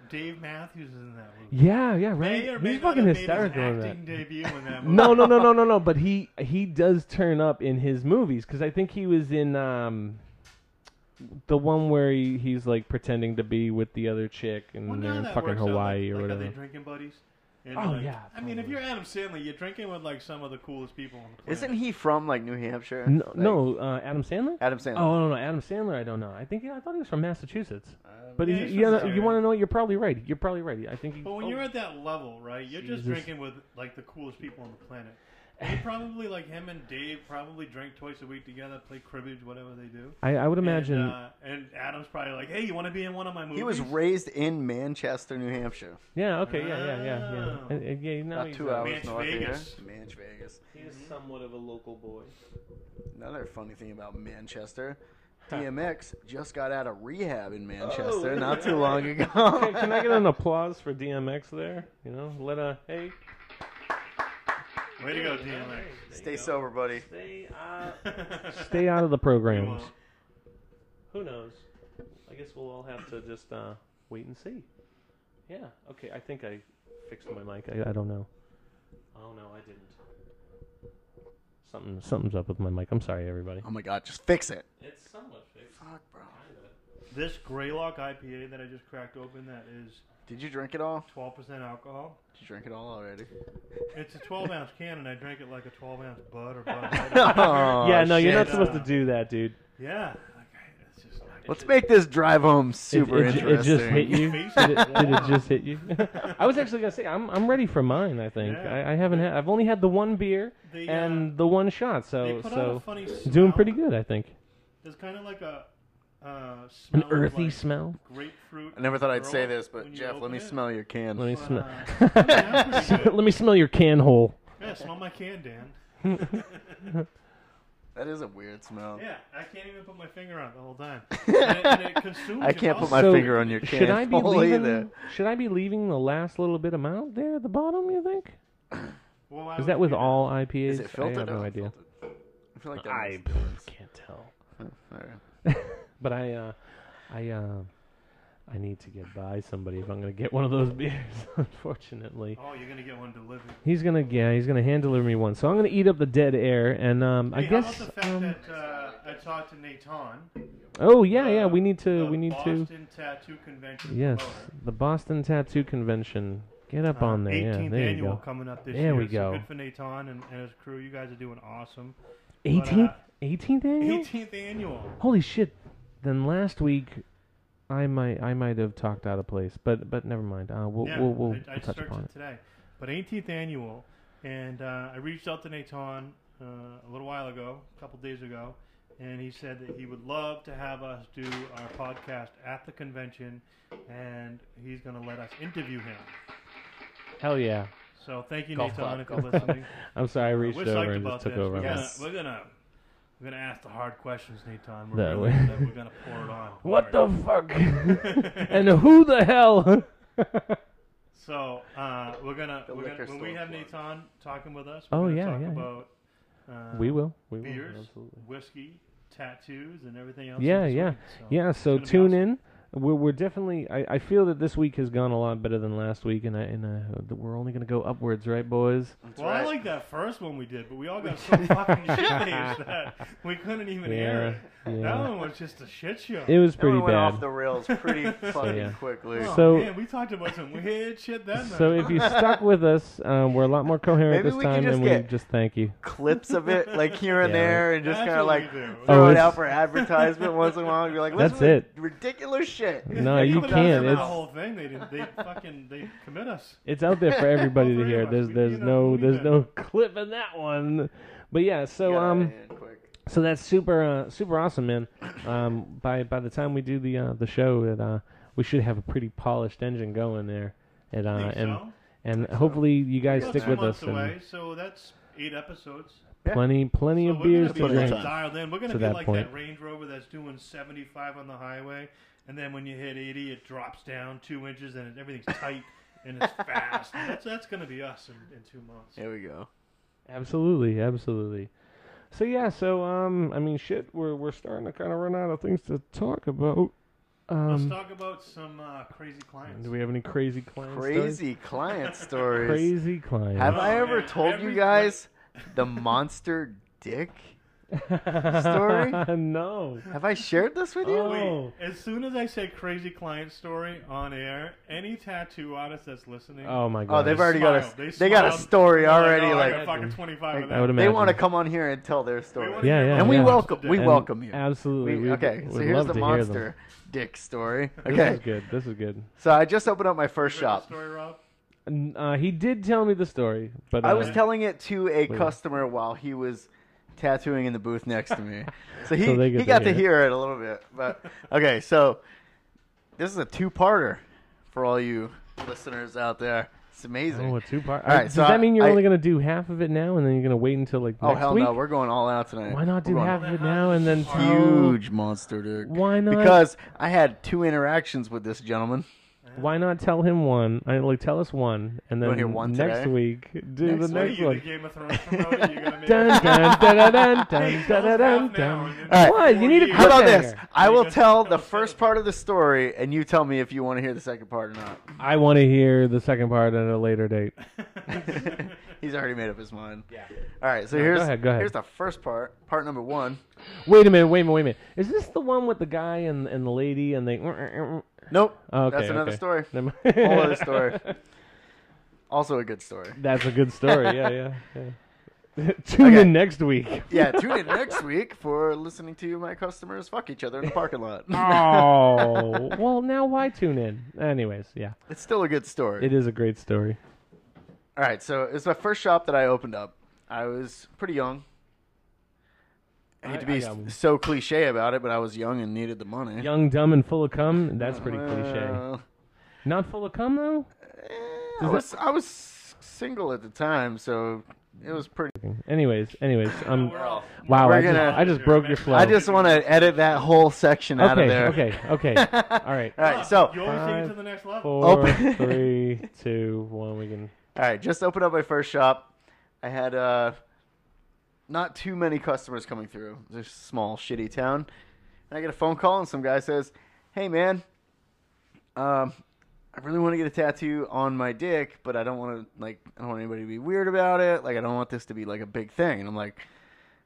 Speaker 3: Dave Matthews is in that movie.
Speaker 1: Yeah, yeah, right.
Speaker 3: May or may
Speaker 1: He's
Speaker 3: not
Speaker 1: fucking
Speaker 3: have made his
Speaker 1: hysterical in that.
Speaker 3: acting debut in that movie.
Speaker 1: No, no, no, no, no, no. But he he does turn up in his movies because I think he was in um, the one where he, he's like pretending to be with the other chick and
Speaker 3: Well, now
Speaker 1: they're Mm, in
Speaker 3: that
Speaker 1: fucking
Speaker 3: works out,
Speaker 1: Hawaii
Speaker 3: like,
Speaker 1: or
Speaker 3: like,
Speaker 1: whatever.
Speaker 3: Are they drinking buddies? And,
Speaker 1: Oh,
Speaker 3: like,
Speaker 1: yeah,
Speaker 3: I mean, if
Speaker 1: totally.
Speaker 3: you're Adam Sandler, you're drinking with like some of the coolest people on the planet.
Speaker 2: Isn't he from like New Hampshire?
Speaker 1: No,
Speaker 2: Like,
Speaker 1: no uh, Adam Sandler.
Speaker 2: Adam Sandler.
Speaker 1: Oh no, no, Adam Sandler. I don't know. I think yeah, I thought he was from Massachusetts. But
Speaker 3: Uh, Yeah,
Speaker 1: he's-
Speaker 3: he's
Speaker 1: you,
Speaker 3: from
Speaker 1: know-
Speaker 3: Missouri.
Speaker 1: you want to know? what? You're probably right. You're probably right. I think. He,
Speaker 3: But when
Speaker 1: oh.
Speaker 3: you're at that level, right, you're just
Speaker 1: Jesus.
Speaker 3: drinking with like the coolest people on the planet. They probably like him and Dave probably drink twice a week together, play cribbage, whatever they do.
Speaker 1: I, I would imagine.
Speaker 3: And, uh, and Adam's probably like, "Hey, you want to be in one of my
Speaker 1: Oh,
Speaker 3: movies?"
Speaker 2: He was raised in Manchester, New Hampshire.
Speaker 1: yeah. Okay. Yeah. Yeah. Yeah. Yeah.
Speaker 3: Oh.
Speaker 1: And, and, yeah you know,
Speaker 2: Not
Speaker 1: he's
Speaker 2: two
Speaker 1: a-
Speaker 2: hours
Speaker 3: Manch
Speaker 2: north
Speaker 3: Vegas.
Speaker 2: of here. Manch Vegas.
Speaker 1: He is somewhat of a local boy.
Speaker 2: Another funny thing about Manchester. DMX just got out of rehab in Manchester not too long
Speaker 1: Oh. Can,
Speaker 2: ago.
Speaker 1: can I get an applause for DMX there? You know, let a hey.
Speaker 3: Way to go, DMX.
Speaker 2: Stay sober, buddy.
Speaker 1: Stay out. Stay out of the
Speaker 3: You
Speaker 1: programs.
Speaker 3: won't.
Speaker 1: Who knows? I guess we'll all have to just uh, wait and see. Yeah. Okay. I think I fixed my mic. I, I don't know. Oh no, I didn't. Something something's up with my mic. I'm sorry, everybody.
Speaker 2: Oh my god, just fix it.
Speaker 1: It's somewhat fixed.
Speaker 2: Fuck, bro.
Speaker 3: This Greylock IPA that I just cracked open that is
Speaker 2: Did you drink it all?
Speaker 3: 12% alcohol.
Speaker 2: Did you drink it all already?
Speaker 3: It's a 12 ounce can, and I drank it like a 12 ounce Bud or Bud. Light.
Speaker 2: Oh,
Speaker 1: yeah. No, you're not
Speaker 2: shit.
Speaker 1: supposed to do that, dude.
Speaker 3: Yeah. Like, I- it's just like,
Speaker 2: Let's make this drive home
Speaker 1: It-
Speaker 2: super
Speaker 1: it, ju- it
Speaker 2: interesting.
Speaker 1: just hit you.
Speaker 3: Face
Speaker 1: did, it,
Speaker 3: it.
Speaker 1: did it just hit you? I was actually gonna say I'm I'm ready for mine. I think
Speaker 3: Yeah.
Speaker 1: I, I haven't had. I've only had the one beer
Speaker 3: They, uh,
Speaker 1: and the one shot.
Speaker 3: they
Speaker 1: So
Speaker 3: put out a
Speaker 1: so
Speaker 3: funny
Speaker 1: doing
Speaker 3: smell.
Speaker 1: pretty good. I think.
Speaker 3: It's kind of like a Uh,
Speaker 1: An
Speaker 3: smelled
Speaker 1: earthy
Speaker 3: like
Speaker 1: smell.
Speaker 3: grapefruit.
Speaker 2: I never thought I'd say
Speaker 3: girl
Speaker 2: this, but
Speaker 3: when you
Speaker 2: Jeff, let
Speaker 3: open
Speaker 2: me
Speaker 3: it.
Speaker 2: smell your can.
Speaker 1: Let me
Speaker 3: But,
Speaker 1: smell.
Speaker 3: uh, yeah, pretty good.
Speaker 1: Let me smell your can hole.
Speaker 3: Yeah, smell my can, Dan.
Speaker 2: That is a weird smell.
Speaker 3: Yeah, I can't even put my finger on it the whole time. And it, and it consumes
Speaker 2: I can't
Speaker 3: you
Speaker 2: put
Speaker 3: also.
Speaker 2: my finger on your can
Speaker 1: Should I be
Speaker 2: hole
Speaker 1: leaving?
Speaker 2: either.
Speaker 1: Should I be leaving the last little bit amount there at the bottom? You think?
Speaker 3: Well, I
Speaker 1: Is
Speaker 3: would
Speaker 1: that with
Speaker 3: do
Speaker 1: all IPAs?
Speaker 2: Is it filtered?
Speaker 1: I
Speaker 2: Oh,
Speaker 1: have
Speaker 2: or
Speaker 1: no idea.
Speaker 2: unfiltered? I feel like that.
Speaker 1: I
Speaker 2: makes a difference.
Speaker 1: can't tell.
Speaker 2: All right.
Speaker 1: But I, uh, I, uh, I need to get by somebody if I'm gonna get one of those beers. Unfortunately,
Speaker 3: Oh, you're gonna get one delivered.
Speaker 1: he's gonna yeah, he's gonna hand deliver me one. So I'm gonna eat up the dead air, and um, I
Speaker 3: Hey, how
Speaker 1: guess.
Speaker 3: about the fact
Speaker 1: um,
Speaker 3: that uh, I talked to Nathan.
Speaker 1: oh yeah, yeah,
Speaker 3: uh,
Speaker 1: we need to,
Speaker 3: the
Speaker 1: we need
Speaker 3: Boston
Speaker 1: to.
Speaker 3: Tattoo Convention.
Speaker 1: Yes,
Speaker 3: promoter.
Speaker 1: the Boston Tattoo Convention. Get up
Speaker 3: Uh,
Speaker 1: on there.
Speaker 3: 18th
Speaker 1: Yeah, there you
Speaker 3: annual
Speaker 1: go.
Speaker 3: coming up this
Speaker 1: There
Speaker 3: year.
Speaker 1: we
Speaker 3: So
Speaker 1: go.
Speaker 3: good for Nathan and, and his crew. You guys are doing awesome.
Speaker 1: 18th,
Speaker 3: uh,
Speaker 1: 18th annual.
Speaker 3: 18th annual.
Speaker 1: Holy shit! Then last week, I might I might have talked out of place, but but never mind. Uh, we'll
Speaker 3: yeah,
Speaker 1: we'll, we'll,
Speaker 3: I, I
Speaker 1: we'll touch
Speaker 3: searched
Speaker 1: upon
Speaker 3: it
Speaker 1: it.
Speaker 3: today. But 18th annual, and uh, I reached out to Nathan uh, a little while ago, a couple days ago, and he said that he would love to have us do our podcast at the convention, and he's going to let us interview him.
Speaker 1: Hell yeah!
Speaker 3: So thank you,
Speaker 2: Golf
Speaker 3: Nathan,
Speaker 2: club,
Speaker 3: if
Speaker 2: golf
Speaker 3: you're listening.
Speaker 1: I'm sorry, I reached
Speaker 3: We're
Speaker 1: over
Speaker 3: psyched
Speaker 1: and
Speaker 3: about
Speaker 1: just took
Speaker 3: this.
Speaker 1: over.
Speaker 3: We're gonna,
Speaker 2: Yes.
Speaker 3: we're gonna we're gonna ask the hard questions, Nathan. We're,
Speaker 1: That
Speaker 3: really,
Speaker 1: way.
Speaker 3: gonna- we're gonna pour it on.
Speaker 1: What the
Speaker 3: hard.
Speaker 1: fuck? and who the hell?
Speaker 3: So uh, we're gonna,
Speaker 2: The
Speaker 3: we're gonna
Speaker 2: liquor
Speaker 3: when we
Speaker 2: store
Speaker 3: have
Speaker 2: plug.
Speaker 3: Nathan talking with us.
Speaker 1: Oh,
Speaker 3: We're gonna
Speaker 1: yeah,
Speaker 3: talk
Speaker 1: yeah, yeah.
Speaker 3: about, Uh,
Speaker 1: we will. We will.
Speaker 3: beers,
Speaker 1: Absolutely.
Speaker 3: whiskey, tattoos, and everything else.
Speaker 1: Yeah,
Speaker 3: in
Speaker 1: yeah.
Speaker 3: between, so.
Speaker 1: Yeah. So
Speaker 3: gonna be
Speaker 1: tune
Speaker 3: awesome.
Speaker 1: in. We're, we're definitely. I, I feel that this week has gone a lot better than last week, and I and I, we're only gonna go upwards, right, boys?
Speaker 2: That's
Speaker 3: Well, I
Speaker 2: right.
Speaker 3: like that first one we did, but we all got so fucking shit faced that we couldn't even hear it. That
Speaker 1: yeah.
Speaker 3: one was just a shit show.
Speaker 1: It was
Speaker 2: That
Speaker 1: pretty
Speaker 2: one went off
Speaker 1: bad.
Speaker 2: the rails pretty fucking
Speaker 1: yeah.
Speaker 2: quickly.
Speaker 3: oh,
Speaker 1: So-
Speaker 3: man, we talked about some weird shit that night.
Speaker 1: So if you stuck with us, um, we're a lot more coherent
Speaker 2: Maybe
Speaker 1: this
Speaker 2: we can
Speaker 1: time,
Speaker 2: just
Speaker 1: and we
Speaker 2: get-
Speaker 1: just thank you.
Speaker 2: Clips of it, like here and
Speaker 1: Yeah.
Speaker 2: there, and just
Speaker 3: That's
Speaker 2: kind of
Speaker 3: what we
Speaker 2: like
Speaker 3: do.
Speaker 1: Oh,
Speaker 2: throw it
Speaker 1: it's-
Speaker 2: out for advertisement once in a while. You're like,
Speaker 1: That's
Speaker 2: listen to
Speaker 1: it.
Speaker 2: this Ridiculous shit.
Speaker 1: No,
Speaker 3: Yeah,
Speaker 1: you
Speaker 3: but
Speaker 1: can't.
Speaker 3: after
Speaker 1: It's-
Speaker 3: the whole thing. They didn't. They fucking. They commit us.
Speaker 1: It's out there for everybody
Speaker 3: All
Speaker 1: to
Speaker 3: three
Speaker 1: hear.
Speaker 3: of us.
Speaker 1: There's
Speaker 3: We
Speaker 1: there's
Speaker 3: need a-
Speaker 1: no
Speaker 3: we need
Speaker 1: there's
Speaker 3: a-
Speaker 1: no clip in that one. But yeah, so
Speaker 2: Get outta
Speaker 1: um
Speaker 2: hand quick.
Speaker 1: so that's super uh, super awesome, man. Um by by the time we do the uh, the show, it uh we should have a pretty polished engine going there. And uh
Speaker 3: Think
Speaker 1: and
Speaker 3: so?
Speaker 1: and hopefully you guys
Speaker 3: Well,
Speaker 1: stick
Speaker 3: two
Speaker 1: with
Speaker 3: months
Speaker 1: us and
Speaker 3: Away, so that's eight episodes.
Speaker 2: Yeah.
Speaker 1: plenty plenty
Speaker 3: So
Speaker 1: of
Speaker 3: we're
Speaker 1: beers
Speaker 3: gonna
Speaker 1: to
Speaker 3: be
Speaker 2: plenty of
Speaker 1: drink.
Speaker 2: time.
Speaker 3: dialed in. We're gonna
Speaker 1: to
Speaker 3: be
Speaker 1: that
Speaker 3: like
Speaker 1: point.
Speaker 3: that Range Rover that's doing 75 on the highway, and then when you hit 80, it drops down two inches, and it- everything's tight and it's fast. That's that's gonna be us in, in two months.
Speaker 2: Here we go.
Speaker 1: Absolutely, absolutely. So yeah, so um I mean shit, we're we're starting to kind of run out of things to talk about.
Speaker 3: Let's
Speaker 1: Um
Speaker 3: talk about some uh, crazy clients.
Speaker 1: do we have any crazy clients?
Speaker 2: Crazy client stories.
Speaker 1: crazy clients.
Speaker 2: Have I
Speaker 3: Oh,
Speaker 2: ever
Speaker 3: man.
Speaker 2: told
Speaker 3: Every-
Speaker 2: you guys the monster dick?
Speaker 1: story? no.
Speaker 2: Have I shared this with you?
Speaker 1: Oh.
Speaker 3: Wait, as soon as I say crazy client story on air, any tattoo artist that's listening,
Speaker 1: Oh my god.
Speaker 2: Oh, they've already got a
Speaker 3: Smiled. They
Speaker 2: they got a
Speaker 3: smiled.
Speaker 2: story
Speaker 3: they're like,
Speaker 2: already.
Speaker 3: "Oh, I
Speaker 2: Like
Speaker 3: got fucking 25 of
Speaker 1: I would
Speaker 3: that.
Speaker 2: they
Speaker 1: imagine.
Speaker 2: want to come on here and tell their story,
Speaker 3: wanna-
Speaker 1: Yeah, yeah.
Speaker 2: and we
Speaker 1: yeah.
Speaker 2: welcome we
Speaker 1: And-
Speaker 2: welcome you.
Speaker 1: Absolutely.
Speaker 2: We-
Speaker 1: we
Speaker 2: okay,
Speaker 1: would
Speaker 2: so here's
Speaker 1: love
Speaker 2: the
Speaker 1: to hear them.
Speaker 2: monster dick story.
Speaker 1: This
Speaker 2: Okay,
Speaker 1: is good. This is good.
Speaker 2: so I just opened up my first
Speaker 3: You heard the
Speaker 2: shop.
Speaker 3: Story, Rob?
Speaker 1: N- Uh, he did tell me the story, but uh,
Speaker 2: I was telling it to a
Speaker 1: Wait.
Speaker 2: customer while he was tattooing in the booth next to me. So he,
Speaker 1: So they get
Speaker 2: he
Speaker 1: to
Speaker 2: got
Speaker 1: hear
Speaker 2: to
Speaker 1: it.
Speaker 2: hear it a little bit. But okay, so this is a two parter for all you listeners out there. It's amazing.
Speaker 1: Oh, a two part.
Speaker 2: All right,
Speaker 1: Does
Speaker 2: so I-
Speaker 1: that mean you're
Speaker 2: I-
Speaker 1: only gonna do half of it now, and then you're gonna wait until like
Speaker 2: oh
Speaker 1: next
Speaker 2: hell
Speaker 1: week?
Speaker 2: no, we're going all out tonight.
Speaker 1: Why not
Speaker 2: We're
Speaker 1: do
Speaker 2: going
Speaker 1: half of it now and then
Speaker 3: Huge.
Speaker 1: tell-
Speaker 2: Huge monster dick.
Speaker 1: Why not?
Speaker 2: Because I had two interactions with this gentleman.
Speaker 1: Why not tell him one? I like tell us one, and
Speaker 2: You
Speaker 1: then
Speaker 2: wanna hear one
Speaker 1: next
Speaker 2: today?
Speaker 1: week do
Speaker 2: Next
Speaker 1: the
Speaker 3: What are
Speaker 1: next
Speaker 3: you, the
Speaker 1: one.
Speaker 3: Game of Thrones promoter? You're gonna make
Speaker 1: Dun
Speaker 3: us-
Speaker 1: dun dun dun
Speaker 3: Hey,
Speaker 1: dun
Speaker 3: tell us
Speaker 1: dun dun
Speaker 3: half now,
Speaker 1: dun.
Speaker 3: and then
Speaker 2: All right.
Speaker 1: What? You need to
Speaker 3: How
Speaker 2: How
Speaker 1: cut
Speaker 2: about
Speaker 1: that
Speaker 2: this?
Speaker 1: here.
Speaker 2: I
Speaker 3: You
Speaker 2: will
Speaker 3: just
Speaker 2: tell
Speaker 3: don't
Speaker 2: the
Speaker 3: say
Speaker 2: first
Speaker 3: that.
Speaker 2: part of the story, and you tell me if you want to hear the second part or not.
Speaker 1: I want to hear the second part at a later date.
Speaker 2: He's already made up his mind. Yeah. All right. So here's
Speaker 1: ahead, go ahead.
Speaker 2: here's the first part, part number one.
Speaker 1: Wait a minute, wait a minute, wait a minute. Is this the one with the guy and, and the lady and they?
Speaker 2: Nope.
Speaker 1: Okay,
Speaker 2: That's another
Speaker 1: okay.
Speaker 2: story.
Speaker 1: Never mind.
Speaker 2: Whole other story. Also a good story.
Speaker 1: That's a good story. Yeah, yeah. yeah. Tune
Speaker 2: Okay.
Speaker 1: in next week.
Speaker 2: Yeah. Tune in next week for listening to my customers fuck each other in the parking lot.
Speaker 1: Oh well, now why tune in? Anyways, yeah,
Speaker 2: it's still a good story.
Speaker 1: it is a great story.
Speaker 2: All right. So it's my first shop that I opened up. I was pretty young, I hate to
Speaker 1: I- I
Speaker 2: be
Speaker 1: got one.
Speaker 2: so cliche about it, but I was young and needed the money.
Speaker 1: Young, dumb, and full of cum. That's pretty cliche.
Speaker 2: Well,
Speaker 1: Not full of cum though.
Speaker 2: eh, I was I was single at the time, so it was pretty.
Speaker 1: Anyways, anyways, um,
Speaker 3: We're all-
Speaker 1: wow,
Speaker 2: We're
Speaker 1: I just,
Speaker 2: gonna-
Speaker 1: I just broke your flow.
Speaker 2: I just want to edit that whole section out
Speaker 1: okay,
Speaker 2: of there.
Speaker 1: okay, okay. All right.
Speaker 2: All right, so
Speaker 3: you always take it to
Speaker 1: Five,
Speaker 3: the next level.
Speaker 1: Four,
Speaker 2: Open-
Speaker 1: three, two, one. We can.
Speaker 2: All right, just opened up my first shop. I had uh, not too many customers coming through. It's a small, shitty town. And I get a phone call, and some guy says, "Hey, man, um, I really want to get a tattoo on my dick, but I don't want to like, I don't want anybody to be weird about it. Like, I don't want this to be like a big thing." And I'm like,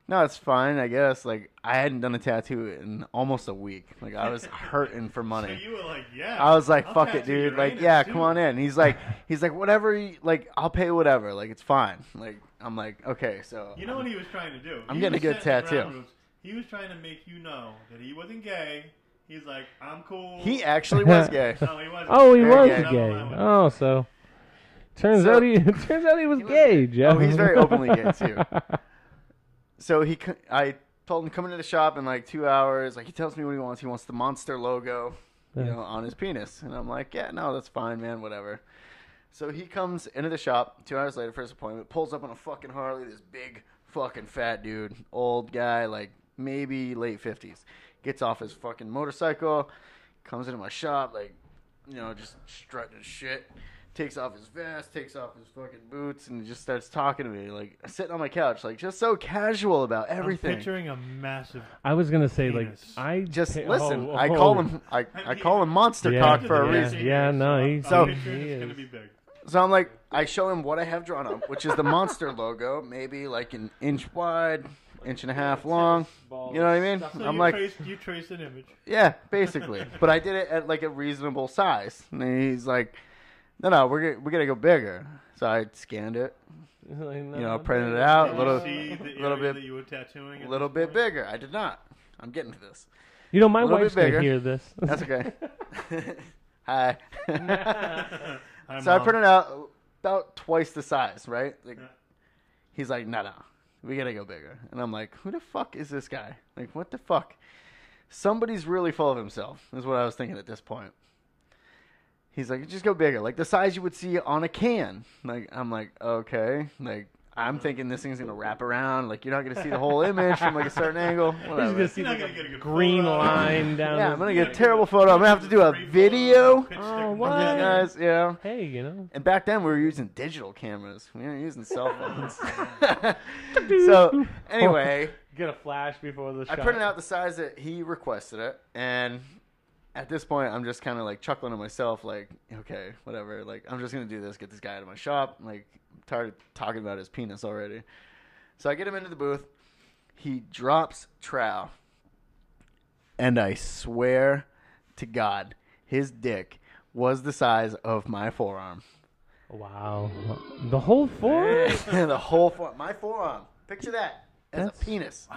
Speaker 2: "No, it's fine, I guess." Like, I hadn't done a tattoo in almost a week. Like, I was hurting for money.
Speaker 3: So you were like, yeah.
Speaker 2: I was like,
Speaker 3: I'll
Speaker 2: "Fuck it,
Speaker 3: tattoo your
Speaker 2: dude! Like,
Speaker 3: anus,
Speaker 2: yeah,
Speaker 3: too.
Speaker 2: come on in." And he's like, he's like, "Whatever, you, like, I'll pay whatever. Like, it's fine." Like, I'm like, "Okay, so."
Speaker 3: You know what he was trying to do?
Speaker 2: I'm
Speaker 3: He
Speaker 2: getting a
Speaker 3: was
Speaker 2: good
Speaker 3: setting
Speaker 2: tattoo.
Speaker 3: ground rules. He was trying to make you know that he wasn't gay. He's like, I'm cool.
Speaker 2: he actually was gay.
Speaker 3: No, he wasn't.
Speaker 1: Oh, he was
Speaker 2: Okay.
Speaker 1: gay. Oh, so turns
Speaker 2: So-
Speaker 1: out he turns out he was
Speaker 2: He was
Speaker 1: gay,
Speaker 2: gay.
Speaker 1: Jeff.
Speaker 2: Oh, he's very openly gay, too. so he, co- I told him come into the shop in like two hours. Like, he tells me what he wants. He wants the monster logo, you know, on his penis, and I'm like, "Yeah, no, that's fine, man. Whatever." So he comes into the shop two hours later for his appointment, pulls up on a fucking Harley, this big fucking fat dude, old guy, like maybe late 50s. Gets off his fucking motorcycle, comes into my shop, like, you know, just strutting his shit. Takes off his vest, takes off his fucking boots, and just starts talking to me, like sitting on my couch, like just so casual about everything.
Speaker 3: I'm picturing a massive.
Speaker 1: I was gonna say like
Speaker 3: Penis.
Speaker 1: I
Speaker 2: just
Speaker 1: pa-
Speaker 2: listen.
Speaker 1: oh,
Speaker 2: I
Speaker 1: oh.
Speaker 2: call him. I, I call him monster
Speaker 1: Yeah,
Speaker 2: cock for a
Speaker 1: yeah.
Speaker 2: reason.
Speaker 1: Yeah, no, he's-
Speaker 2: So-
Speaker 3: so picturing it's gonna be big.
Speaker 2: So I'm like, I show him what I have drawn up, which is the monster logo, maybe like an inch wide, inch and a half long. You know what I mean?
Speaker 3: So
Speaker 2: I'm
Speaker 3: you
Speaker 2: like,
Speaker 3: traced, you traced an image.
Speaker 2: yeah, basically. But I did it at like a reasonable size. And he's like, no, no, we're gonna, we're gonna go bigger. So I scanned it, you know, printed it out,
Speaker 3: Did
Speaker 2: a
Speaker 3: you
Speaker 2: little,
Speaker 3: see the
Speaker 2: little
Speaker 3: area
Speaker 2: bit-
Speaker 3: that you were tattooing.
Speaker 2: a
Speaker 3: at
Speaker 2: little
Speaker 3: this
Speaker 2: bit
Speaker 3: point?
Speaker 2: bigger. I did not. I'm getting to this.
Speaker 1: You know, my
Speaker 2: A little bit
Speaker 1: wife's gonna
Speaker 2: bigger.
Speaker 1: hear this.
Speaker 2: That's okay. Hi.
Speaker 3: Hi,
Speaker 2: So I
Speaker 3: Mom.
Speaker 2: printed out about twice the size, right? Like,
Speaker 3: Yeah.
Speaker 2: he's like, no, no, we gotta go bigger. And I'm like, who the fuck is this guy? Like, what the fuck? Somebody's really full of himself. Is what I was thinking at this point. He's like, just go bigger, like the size you would see on a can. Like, I'm like, okay, like. I'm thinking this thing's gonna wrap around, like you're not gonna see the whole image from like a certain angle.
Speaker 1: He's
Speaker 2: Whatever.
Speaker 1: gonna see
Speaker 3: You're not
Speaker 1: like
Speaker 3: gonna
Speaker 1: a
Speaker 3: get a good
Speaker 1: green
Speaker 3: photo.
Speaker 1: line down.
Speaker 2: Yeah,
Speaker 1: his-
Speaker 2: I'm gonna get a terrible photo. I'm gonna have to do a video.
Speaker 3: Pitch stick
Speaker 1: Oh,
Speaker 3: movie.
Speaker 1: what?
Speaker 2: Yeah, guys, you know.
Speaker 1: Hey, you know.
Speaker 2: And back then we were using digital cameras. We weren't using cell phones. so anyway,
Speaker 1: Get a flash before the
Speaker 2: I
Speaker 1: shot.
Speaker 2: printed out the size that he requested it, and at this point I'm just kind of like chuckling to myself, like, okay, whatever. Like I'm just gonna do this, get this guy out of my shop. Like I'm tired of talking about his penis already. So I get him into the booth. He drops trow, and I swear to God, his dick was the size of my forearm.
Speaker 1: Wow, the whole four.
Speaker 2: the whole forearm. My forearm. Picture that as
Speaker 1: That's-
Speaker 2: a penis.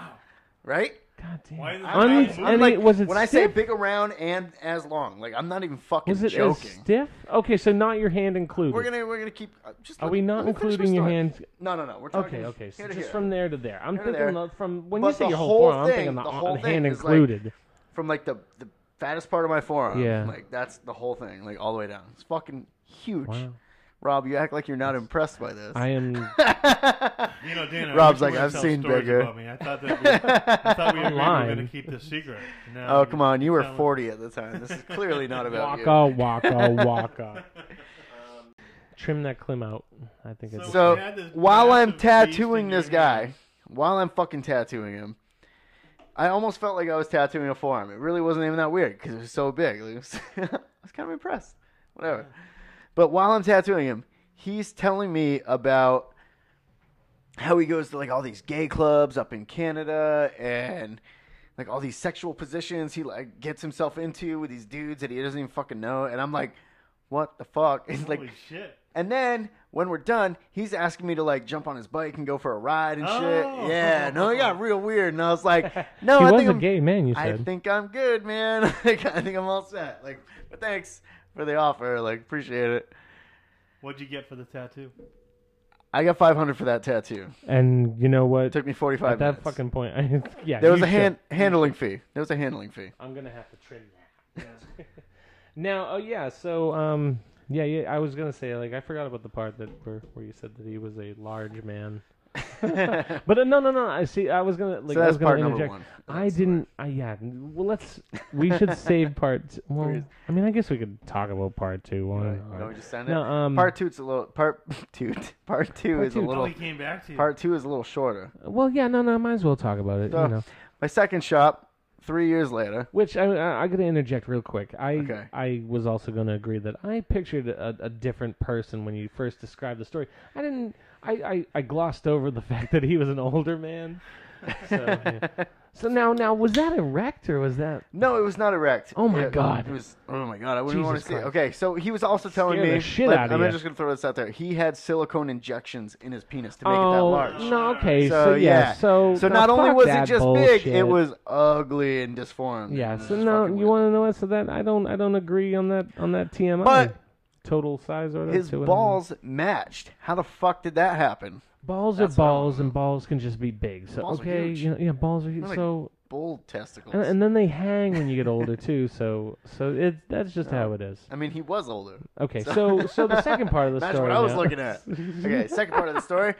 Speaker 2: Right?
Speaker 1: God damn.
Speaker 3: Why is
Speaker 1: Un-
Speaker 3: it not moving?
Speaker 1: and it- was it
Speaker 2: when I say
Speaker 1: stiff?
Speaker 2: big around and as long, like I'm not even fucking
Speaker 1: Was it
Speaker 2: joking.
Speaker 1: as stiff? Okay, so not your hand included.
Speaker 2: We're gonna we're gonna keep. Uh, just
Speaker 1: Are
Speaker 2: let-
Speaker 1: we not
Speaker 2: let me finish
Speaker 1: including
Speaker 2: my
Speaker 1: your
Speaker 2: story.
Speaker 1: hands?
Speaker 2: No, no, no. We're talking.
Speaker 1: Okay, okay. So
Speaker 2: here to
Speaker 1: just
Speaker 2: here.
Speaker 1: from there to there. I'm
Speaker 2: Here to
Speaker 1: thinking
Speaker 2: there.
Speaker 1: of- from when you
Speaker 2: But
Speaker 1: say
Speaker 2: the
Speaker 1: your
Speaker 2: whole
Speaker 1: whole forearm, I'm
Speaker 2: thing-
Speaker 1: thinking the,
Speaker 2: the
Speaker 1: ar-
Speaker 2: whole
Speaker 1: the
Speaker 2: thing
Speaker 1: hand
Speaker 2: is like-
Speaker 1: included.
Speaker 2: from like the the fattest part of my forearm.
Speaker 1: Yeah.
Speaker 2: Like that's the whole thing, like all the way down. It's fucking huge.
Speaker 1: Wow.
Speaker 2: Rob, you act like you're not impressed by this.
Speaker 1: I am.
Speaker 3: You know, Dana, I
Speaker 2: Rob's
Speaker 3: wish you
Speaker 2: like,
Speaker 3: wouldn't
Speaker 2: "I've
Speaker 3: tell
Speaker 2: seen
Speaker 3: stories
Speaker 2: bigger."
Speaker 3: About me. I thought that we, I thought we agreed we were going
Speaker 1: Online.
Speaker 3: to keep this secret. Now
Speaker 2: oh
Speaker 3: you're
Speaker 2: come on, you were
Speaker 3: telling-
Speaker 2: 40 at the time. This is clearly not about you.
Speaker 1: Waka waka waka. Trim that clim out. I think it's.
Speaker 3: So-
Speaker 2: So
Speaker 3: You had this
Speaker 2: while I'm
Speaker 3: massive beast
Speaker 2: tattooing
Speaker 3: in your
Speaker 2: this guy,
Speaker 3: hand.
Speaker 2: while I'm fucking tattooing him, I almost felt like I was tattooing a forearm. It really wasn't even that weird because it was so big. It was- I was kind of impressed. Whatever. But while I'm tattooing him, he's telling me about how he goes to like all these gay clubs up in Canada and like all these sexual positions he like gets himself into with these dudes that he doesn't even fucking know. And I'm like, what the fuck? It's like
Speaker 3: Holy shit!
Speaker 2: and then when we're done, he's asking me to like jump on his bike and go for a ride and
Speaker 3: Oh.
Speaker 2: shit. Yeah, no, it got real weird. And I was like, no,
Speaker 1: he
Speaker 2: I
Speaker 1: was
Speaker 2: think
Speaker 1: a
Speaker 2: I'm,
Speaker 1: gay man. You
Speaker 2: I
Speaker 1: said.
Speaker 2: think I'm good, man. like, I think I'm all set. Like, but thanks for the offer. Like, appreciate it.
Speaker 3: What'd you get for the tattoo?
Speaker 2: I got 500 for that tattoo.
Speaker 1: And you know what?
Speaker 2: It took me 45
Speaker 1: At that
Speaker 2: minutes.
Speaker 1: fucking point, I, yeah.
Speaker 2: there was
Speaker 1: you
Speaker 2: a
Speaker 1: should.
Speaker 2: hand handling fee. There was a handling fee.
Speaker 1: I'm gonna have to trim that. now, oh yeah, so um, yeah, yeah. I was gonna say like I forgot about the part that where, where you said that he was a large man. But uh, no, no, no. I see. I was gonna like
Speaker 2: So
Speaker 1: I
Speaker 2: that's
Speaker 1: was gonna
Speaker 2: part number
Speaker 1: interject.
Speaker 2: one.
Speaker 1: I
Speaker 2: That's
Speaker 1: didn't. I yeah. Well, let's. We should save part. t- Well,
Speaker 2: Please.
Speaker 1: I mean, I guess we could talk about part two. Why
Speaker 2: Right.
Speaker 1: not?
Speaker 2: You want me to send it?
Speaker 1: No, um,
Speaker 2: part two's a little part two. Part two
Speaker 1: Part
Speaker 2: is
Speaker 1: two.
Speaker 2: a
Speaker 3: Well,
Speaker 2: little.
Speaker 3: he came back to you.
Speaker 2: Part two is a little shorter.
Speaker 1: Well, yeah, no, no. I might as well talk about it.
Speaker 2: So-
Speaker 1: you know.
Speaker 2: My second shop, three years later.
Speaker 1: Which I, I, I'm gonna interject real quick. I
Speaker 2: Okay.
Speaker 1: I was also gonna agree that I pictured a, a different person when you first described the story. I didn't. I, I, I glossed over the fact that he was an older man. So, yeah. so now now was that erect or was that
Speaker 2: No, it was not erect.
Speaker 1: Oh my
Speaker 2: It-
Speaker 1: God.
Speaker 2: It was. Oh my god! I wouldn't
Speaker 1: Jesus
Speaker 2: want to see. it.
Speaker 1: Christ.
Speaker 2: Okay, so he was also telling
Speaker 1: Scare the
Speaker 2: me.
Speaker 1: shit
Speaker 2: like,
Speaker 1: outta
Speaker 2: I'm
Speaker 1: you.
Speaker 2: just gonna throw this out there. He had silicone injections in his penis to make it that
Speaker 1: oh
Speaker 2: large.
Speaker 1: no okay so,
Speaker 2: So,
Speaker 1: yeah.
Speaker 2: yeah.
Speaker 1: so
Speaker 2: So
Speaker 1: no,
Speaker 2: not only
Speaker 1: fuck
Speaker 2: was it
Speaker 1: that
Speaker 2: just
Speaker 1: bullshit.
Speaker 2: big, it was ugly and disformed.
Speaker 1: yeah
Speaker 2: It was
Speaker 1: so
Speaker 2: just
Speaker 1: no
Speaker 2: fucking
Speaker 1: you
Speaker 2: weird.
Speaker 1: want to know what so that I don't I don't agree on that on that TMI
Speaker 2: But-
Speaker 1: total size or whatever
Speaker 2: His
Speaker 1: to it.
Speaker 2: balls matched. How the fuck did that happen?
Speaker 1: Balls are
Speaker 2: That's what I
Speaker 1: balls, and balls can just be big. So
Speaker 2: Balls are
Speaker 1: okay,
Speaker 2: huge.
Speaker 1: you know, yeah, balls are huge.
Speaker 2: like-
Speaker 1: so
Speaker 2: Bull testicles.
Speaker 1: and, and then they hang when you get older too. So so it that's just how it is.
Speaker 2: I mean, he was older.
Speaker 1: Okay, so so the second part of the
Speaker 2: That's
Speaker 1: story.
Speaker 2: what I was
Speaker 1: now-
Speaker 2: looking at. Okay, second part of the story.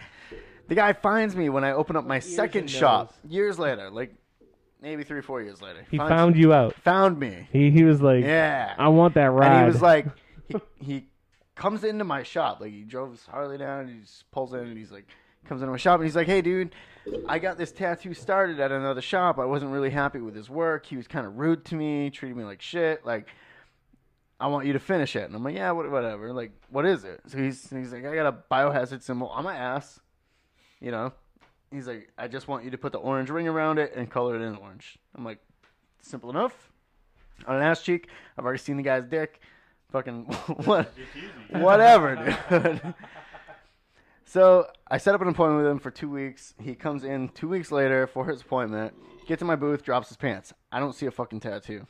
Speaker 2: The guy finds me when I open up my
Speaker 1: ears
Speaker 2: second
Speaker 1: and
Speaker 2: shop years later, like maybe three, four years later.
Speaker 1: He
Speaker 2: Finds-
Speaker 1: found you out.
Speaker 2: found me.
Speaker 1: He he was like,
Speaker 2: Yeah,
Speaker 1: I want that ride.
Speaker 2: and he was like, he, he comes into my shop. Like he drove his Harley down. And he just pulls in and he's like, comes into my shop and he's like, Hey, dude, I got this tattoo started at another shop. I wasn't really happy with his work. He was kind of rude to me, treated me like shit. Like I want you to finish it. And I'm like, yeah, what, whatever. Like, what is it? So he's, he's like, I got a biohazard symbol on my ass. You know? He's like, I just want you to put the orange ring around it and color it in orange. I'm like, simple enough. On an ass cheek, I've already seen the guy's dick. Fucking what?
Speaker 3: It's easy.
Speaker 2: whatever, dude. so I set up an appointment with him for two weeks. He comes in two weeks later for his appointment. Gets in my booth, drops his pants. I don't see a fucking tattoo.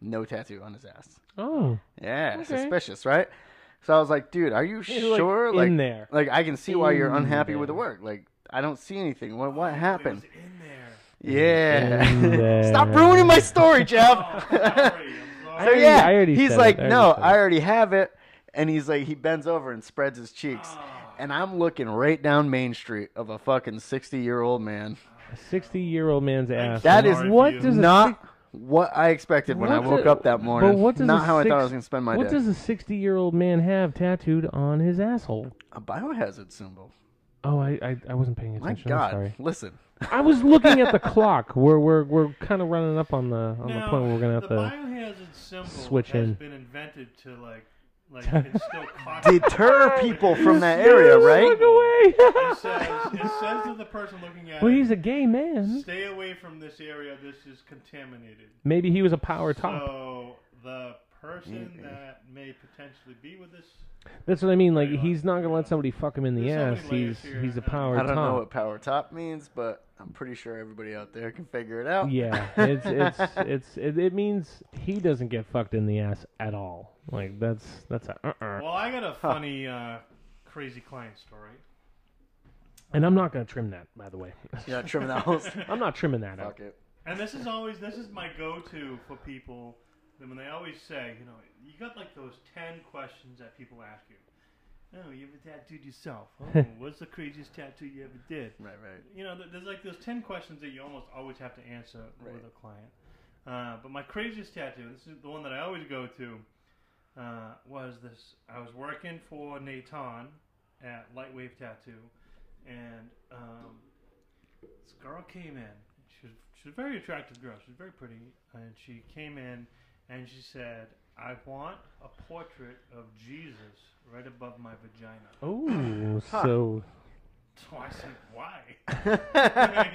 Speaker 2: No tattoo on his ass.
Speaker 1: oh,
Speaker 2: Yeah,
Speaker 1: Okay.
Speaker 2: suspicious, right? So I was like, dude, are you
Speaker 1: He's, like,
Speaker 2: sure?
Speaker 1: in
Speaker 2: like,
Speaker 1: there.
Speaker 2: like I can see why you're
Speaker 1: In
Speaker 2: unhappy with the
Speaker 1: there.
Speaker 2: work. Like, I don't see anything. What what
Speaker 3: It was
Speaker 2: happened?
Speaker 3: in there. Oh,
Speaker 1: In
Speaker 2: Yeah.
Speaker 1: there.
Speaker 2: Stop ruining my story, Jeff.
Speaker 3: Sorry, I'm sorry.
Speaker 2: so
Speaker 1: already-
Speaker 2: yeah,
Speaker 1: I already
Speaker 2: he's
Speaker 1: said it.
Speaker 2: like,
Speaker 1: I already
Speaker 2: no,
Speaker 1: said it."
Speaker 2: I already have it. And he's like, he bends over and spreads his cheeks.
Speaker 3: Ah,
Speaker 2: And I'm looking right down Main Street of a fucking 60 year old man.
Speaker 1: a sixty-year-old man's ass.
Speaker 2: That
Speaker 3: is
Speaker 1: Like, what
Speaker 3: you.
Speaker 1: does a
Speaker 2: Not what I expected when I
Speaker 1: What
Speaker 2: woke
Speaker 1: the-
Speaker 2: up that morning.
Speaker 1: But what does
Speaker 2: Not
Speaker 1: a
Speaker 2: how I thought I
Speaker 1: six-
Speaker 2: was going to spend my
Speaker 1: what
Speaker 2: day.
Speaker 1: does a sixty-year-old man have tattooed on his asshole?
Speaker 2: A biohazard symbol.
Speaker 1: Oh, I I, I wasn't paying
Speaker 2: My
Speaker 1: attention. I'm
Speaker 2: God.
Speaker 1: sorry.
Speaker 2: Listen.
Speaker 1: I was looking at the clock. We're we're we're kind of running up on the on the
Speaker 3: now,
Speaker 1: point where we're gonna have
Speaker 3: the
Speaker 1: to.
Speaker 3: biohazard symbol
Speaker 1: switch
Speaker 3: has
Speaker 1: in.
Speaker 3: been invented to like, like it's still caught.
Speaker 2: deter people from that area, right?
Speaker 3: It says, it says to the person looking at
Speaker 1: well,
Speaker 3: it,
Speaker 1: he's a gay man.
Speaker 3: stay away from this area. This is contaminated.
Speaker 1: Maybe he was a power top.
Speaker 3: So the person
Speaker 2: Mm-hmm.
Speaker 3: that may potentially be with this,
Speaker 1: That's what I mean. Like he's not gonna let somebody fuck him in the
Speaker 3: There's so
Speaker 1: ass.
Speaker 3: many
Speaker 1: He's
Speaker 3: layers here.
Speaker 1: he's a power
Speaker 2: I don't know
Speaker 1: top.
Speaker 2: what power top means, but I'm pretty sure everybody out there can figure it out.
Speaker 1: Yeah, it's it's it's it, it means he doesn't get fucked in the ass at all. Like that's that's a uh uh
Speaker 3: well, I got a funny, uh, crazy client story.
Speaker 1: And I'm not gonna trim that, by the way.
Speaker 2: You're not trimming that house.
Speaker 1: I'm not trimming that out.
Speaker 2: Fuck it.
Speaker 3: And this is always this is my go-to for people. that When they always say, you know, you got like those ten questions that people ask you. Oh, you ever tattooed yourself? Oh, what's the craziest tattoo you ever did?
Speaker 2: Right, right.
Speaker 3: you know, th- there's like those 10 questions that you almost always have to answer
Speaker 2: Right.
Speaker 3: with a client. Uh, but my craziest tattoo, this is the one that I always go to, uh, was this. I was working for Nathan at Lightwave Tattoo, and um, this girl came in. She was, she was a very attractive girl. She was very pretty. And she came in and she said, I want a portrait of Jesus right above my vagina.
Speaker 1: Oh, so
Speaker 3: So I said, why?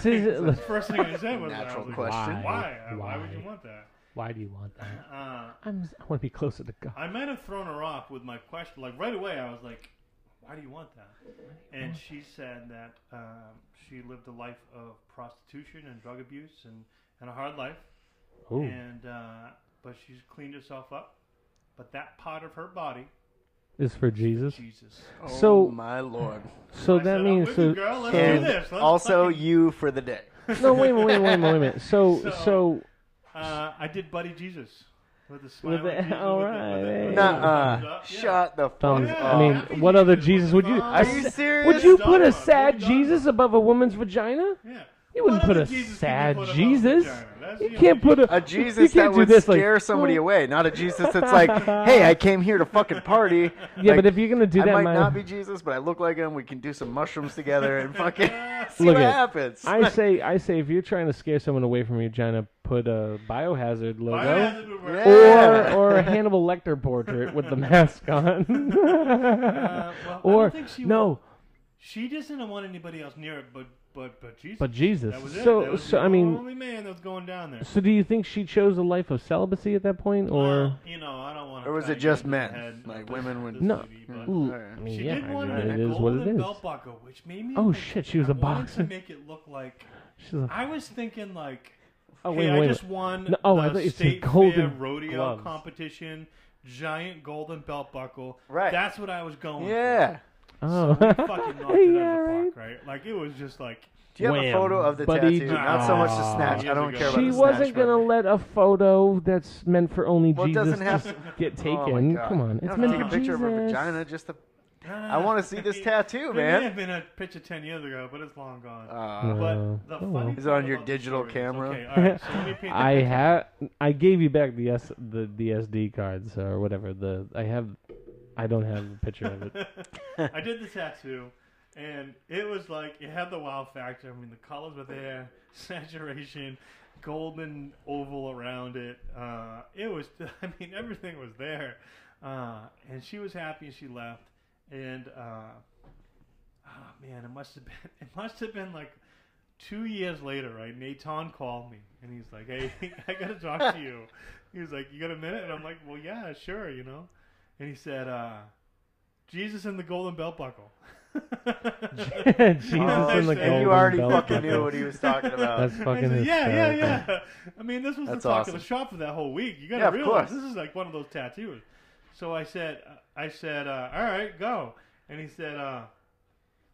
Speaker 1: so is
Speaker 3: That's
Speaker 1: it-
Speaker 3: the first thing I said was I
Speaker 2: Natural
Speaker 3: was like,
Speaker 2: question.
Speaker 3: Why?
Speaker 1: Why?
Speaker 3: Why? would you
Speaker 1: Why?
Speaker 3: want that?
Speaker 1: why do you want that?
Speaker 3: Uh,
Speaker 1: I'm, si want to be closer to God.
Speaker 3: I might have thrown her off with my question. Like right away, I was like, "Why do you want that?" And she said that um, she lived a life of prostitution and drug abuse and, and a hard life,
Speaker 1: Ooh.
Speaker 3: Oh. and uh, but she's cleaned herself up. But that part of her body
Speaker 1: is for Jesus.
Speaker 3: Jesus.
Speaker 1: So-
Speaker 2: oh my lord.
Speaker 1: So that
Speaker 3: I said, "I'm
Speaker 1: means
Speaker 3: with
Speaker 1: so,
Speaker 3: you, girl. Let's
Speaker 1: so-
Speaker 3: do this. Let's
Speaker 2: also
Speaker 3: fucking-
Speaker 2: you for the day.
Speaker 1: no wait a minute wait a minute wait a minute so so,
Speaker 3: So- Uh, I did Buddy Jesus with a smile.
Speaker 1: With the-
Speaker 3: Jesus,
Speaker 1: all
Speaker 3: with the-
Speaker 1: right,
Speaker 3: with the-
Speaker 1: hey.
Speaker 3: with the-
Speaker 2: Nuh-uh.
Speaker 3: Yeah.
Speaker 2: uh, Shut the fuck
Speaker 1: thumbs
Speaker 2: up.
Speaker 3: Yeah.
Speaker 1: I mean
Speaker 3: Happy
Speaker 1: what other
Speaker 3: Jesus
Speaker 1: Jesus
Speaker 3: with
Speaker 1: would you
Speaker 3: a
Speaker 2: are
Speaker 1: a
Speaker 2: you
Speaker 1: sa-
Speaker 2: serious?
Speaker 1: would you put a
Speaker 3: Dumb.
Speaker 1: sad
Speaker 3: Dumb.
Speaker 1: Jesus above a woman's vagina?
Speaker 3: Yeah.
Speaker 1: You wouldn't
Speaker 3: What
Speaker 1: put
Speaker 3: other
Speaker 1: a
Speaker 3: Jesus can you
Speaker 1: sad
Speaker 3: put above
Speaker 1: Jesus.
Speaker 3: vagina? That's
Speaker 1: You
Speaker 3: the
Speaker 1: can't
Speaker 3: only
Speaker 1: put a
Speaker 2: a
Speaker 1: you
Speaker 2: Jesus
Speaker 1: can't
Speaker 2: that
Speaker 1: do
Speaker 2: would
Speaker 1: this, like,
Speaker 2: scare somebody away, not a Jesus that's like, "Hey, I came here to fucking party."
Speaker 1: Yeah,
Speaker 2: Like,
Speaker 1: but if you're gonna do
Speaker 2: I
Speaker 1: that,
Speaker 2: might
Speaker 1: my-
Speaker 2: not be Jesus, but I look like him. We can do some mushrooms together and fucking see
Speaker 1: Look
Speaker 2: what
Speaker 1: it,
Speaker 2: happens.
Speaker 1: I say, I say, if you're trying to scare someone away from your vagina, put a biohazard logo.
Speaker 3: Biohazard would work.
Speaker 2: Yeah.
Speaker 1: or or a Hannibal Lecter portrait with the mask on.
Speaker 3: Uh, well, I
Speaker 1: or
Speaker 3: don't think she
Speaker 1: no,
Speaker 3: She doesn't want anybody else near it, but but but Jesus.
Speaker 1: but Jesus.
Speaker 3: That was it.
Speaker 1: So
Speaker 3: That was
Speaker 1: so
Speaker 3: the
Speaker 1: I mean,
Speaker 3: only man that was going down there.
Speaker 1: so do you think she chose a life of celibacy at that point, or
Speaker 3: Well, you know, I don't want.
Speaker 2: Or was it just men? Like, women would-
Speaker 1: No. Ooh, I mean,
Speaker 3: She
Speaker 1: yeah,
Speaker 3: did
Speaker 1: I
Speaker 3: want
Speaker 1: mean,
Speaker 3: a
Speaker 1: it is what
Speaker 3: golden
Speaker 1: it is.
Speaker 3: belt buckle, which made me.
Speaker 1: Oh,
Speaker 3: think-
Speaker 1: shit, she was a
Speaker 3: I wanted
Speaker 1: boxer.
Speaker 3: To make it look like
Speaker 1: She's a,
Speaker 3: I was thinking like,
Speaker 1: Oh,
Speaker 3: hey,
Speaker 1: wait,
Speaker 3: I
Speaker 1: wait,
Speaker 3: just
Speaker 1: wait.
Speaker 3: won
Speaker 1: No, oh,
Speaker 3: the
Speaker 1: I thought you said
Speaker 3: state fair
Speaker 1: golden
Speaker 3: rodeo
Speaker 1: gloves.
Speaker 3: competition, giant golden belt buckle.
Speaker 2: Right.
Speaker 3: That's what I was going.
Speaker 2: yeah.
Speaker 1: oh.
Speaker 3: For. Fucking knocked it
Speaker 1: Yeah,
Speaker 3: out of the
Speaker 1: right.
Speaker 3: park, right? Like it was just like.
Speaker 2: Do you have
Speaker 1: Wham.
Speaker 2: a photo of the
Speaker 1: Buddy
Speaker 2: tattoo? Not so much the
Speaker 1: Jesus.
Speaker 2: snatch. I don't care about
Speaker 1: She
Speaker 2: the snatch.
Speaker 1: wasn't
Speaker 2: but- oh
Speaker 1: gonna let a photo that's meant for only
Speaker 2: Well, it
Speaker 1: Jesus
Speaker 2: doesn't have
Speaker 1: just
Speaker 2: to-
Speaker 1: get
Speaker 2: Oh my
Speaker 1: taken.
Speaker 2: God.
Speaker 1: Come on,
Speaker 2: You
Speaker 1: it's
Speaker 2: don't
Speaker 1: meant
Speaker 2: have to
Speaker 1: for
Speaker 2: take a picture of her
Speaker 1: Jesus.
Speaker 2: vagina. Just the.
Speaker 3: I
Speaker 2: wanna see this tattoo,
Speaker 3: There
Speaker 2: man.
Speaker 3: may have been a picture ten years ago, but it's long gone.
Speaker 2: Uh,
Speaker 1: Oh,
Speaker 3: but the
Speaker 1: oh,
Speaker 3: funny
Speaker 1: well.
Speaker 3: thing
Speaker 2: Is it on your
Speaker 3: about the
Speaker 2: digital
Speaker 3: story is-
Speaker 2: camera?
Speaker 3: Okay, all right. So let me paint the
Speaker 1: I
Speaker 3: picture.
Speaker 1: have I gave you back the S the, the SD cards or whatever the I have I don't have a picture of it.
Speaker 3: I did the tattoo, and it was like it had the wow factor. I mean, the colors were there, saturation, golden oval around it. Uh, it was, I mean, everything was there. Uh, and she was happy, and she left. And uh, oh man, it must have been, it must have been like two years later, right? Nathan called me and he's like, Hey, I gotta talk to you. He was like, You got a minute? And I'm like, Well, yeah, sure, you know. And he said, uh, Jesus and the golden belt buckle.
Speaker 1: Jesus
Speaker 2: Oh,
Speaker 1: and the
Speaker 2: shit.
Speaker 1: golden
Speaker 2: you already
Speaker 1: belt
Speaker 2: fucking
Speaker 1: buckle.
Speaker 2: knew what he was talking about.
Speaker 1: That's
Speaker 3: I
Speaker 1: fucking
Speaker 3: said, yeah, yeah,
Speaker 1: hysterical.
Speaker 3: yeah. I mean, this was
Speaker 2: That's
Speaker 3: the talk
Speaker 2: awesome.
Speaker 3: of the shop for that whole week. You got to
Speaker 2: Yeah, of
Speaker 3: realize
Speaker 2: course.
Speaker 3: this is like one of those tattoos. So I said, I said, uh, all right, go. And he said, uh,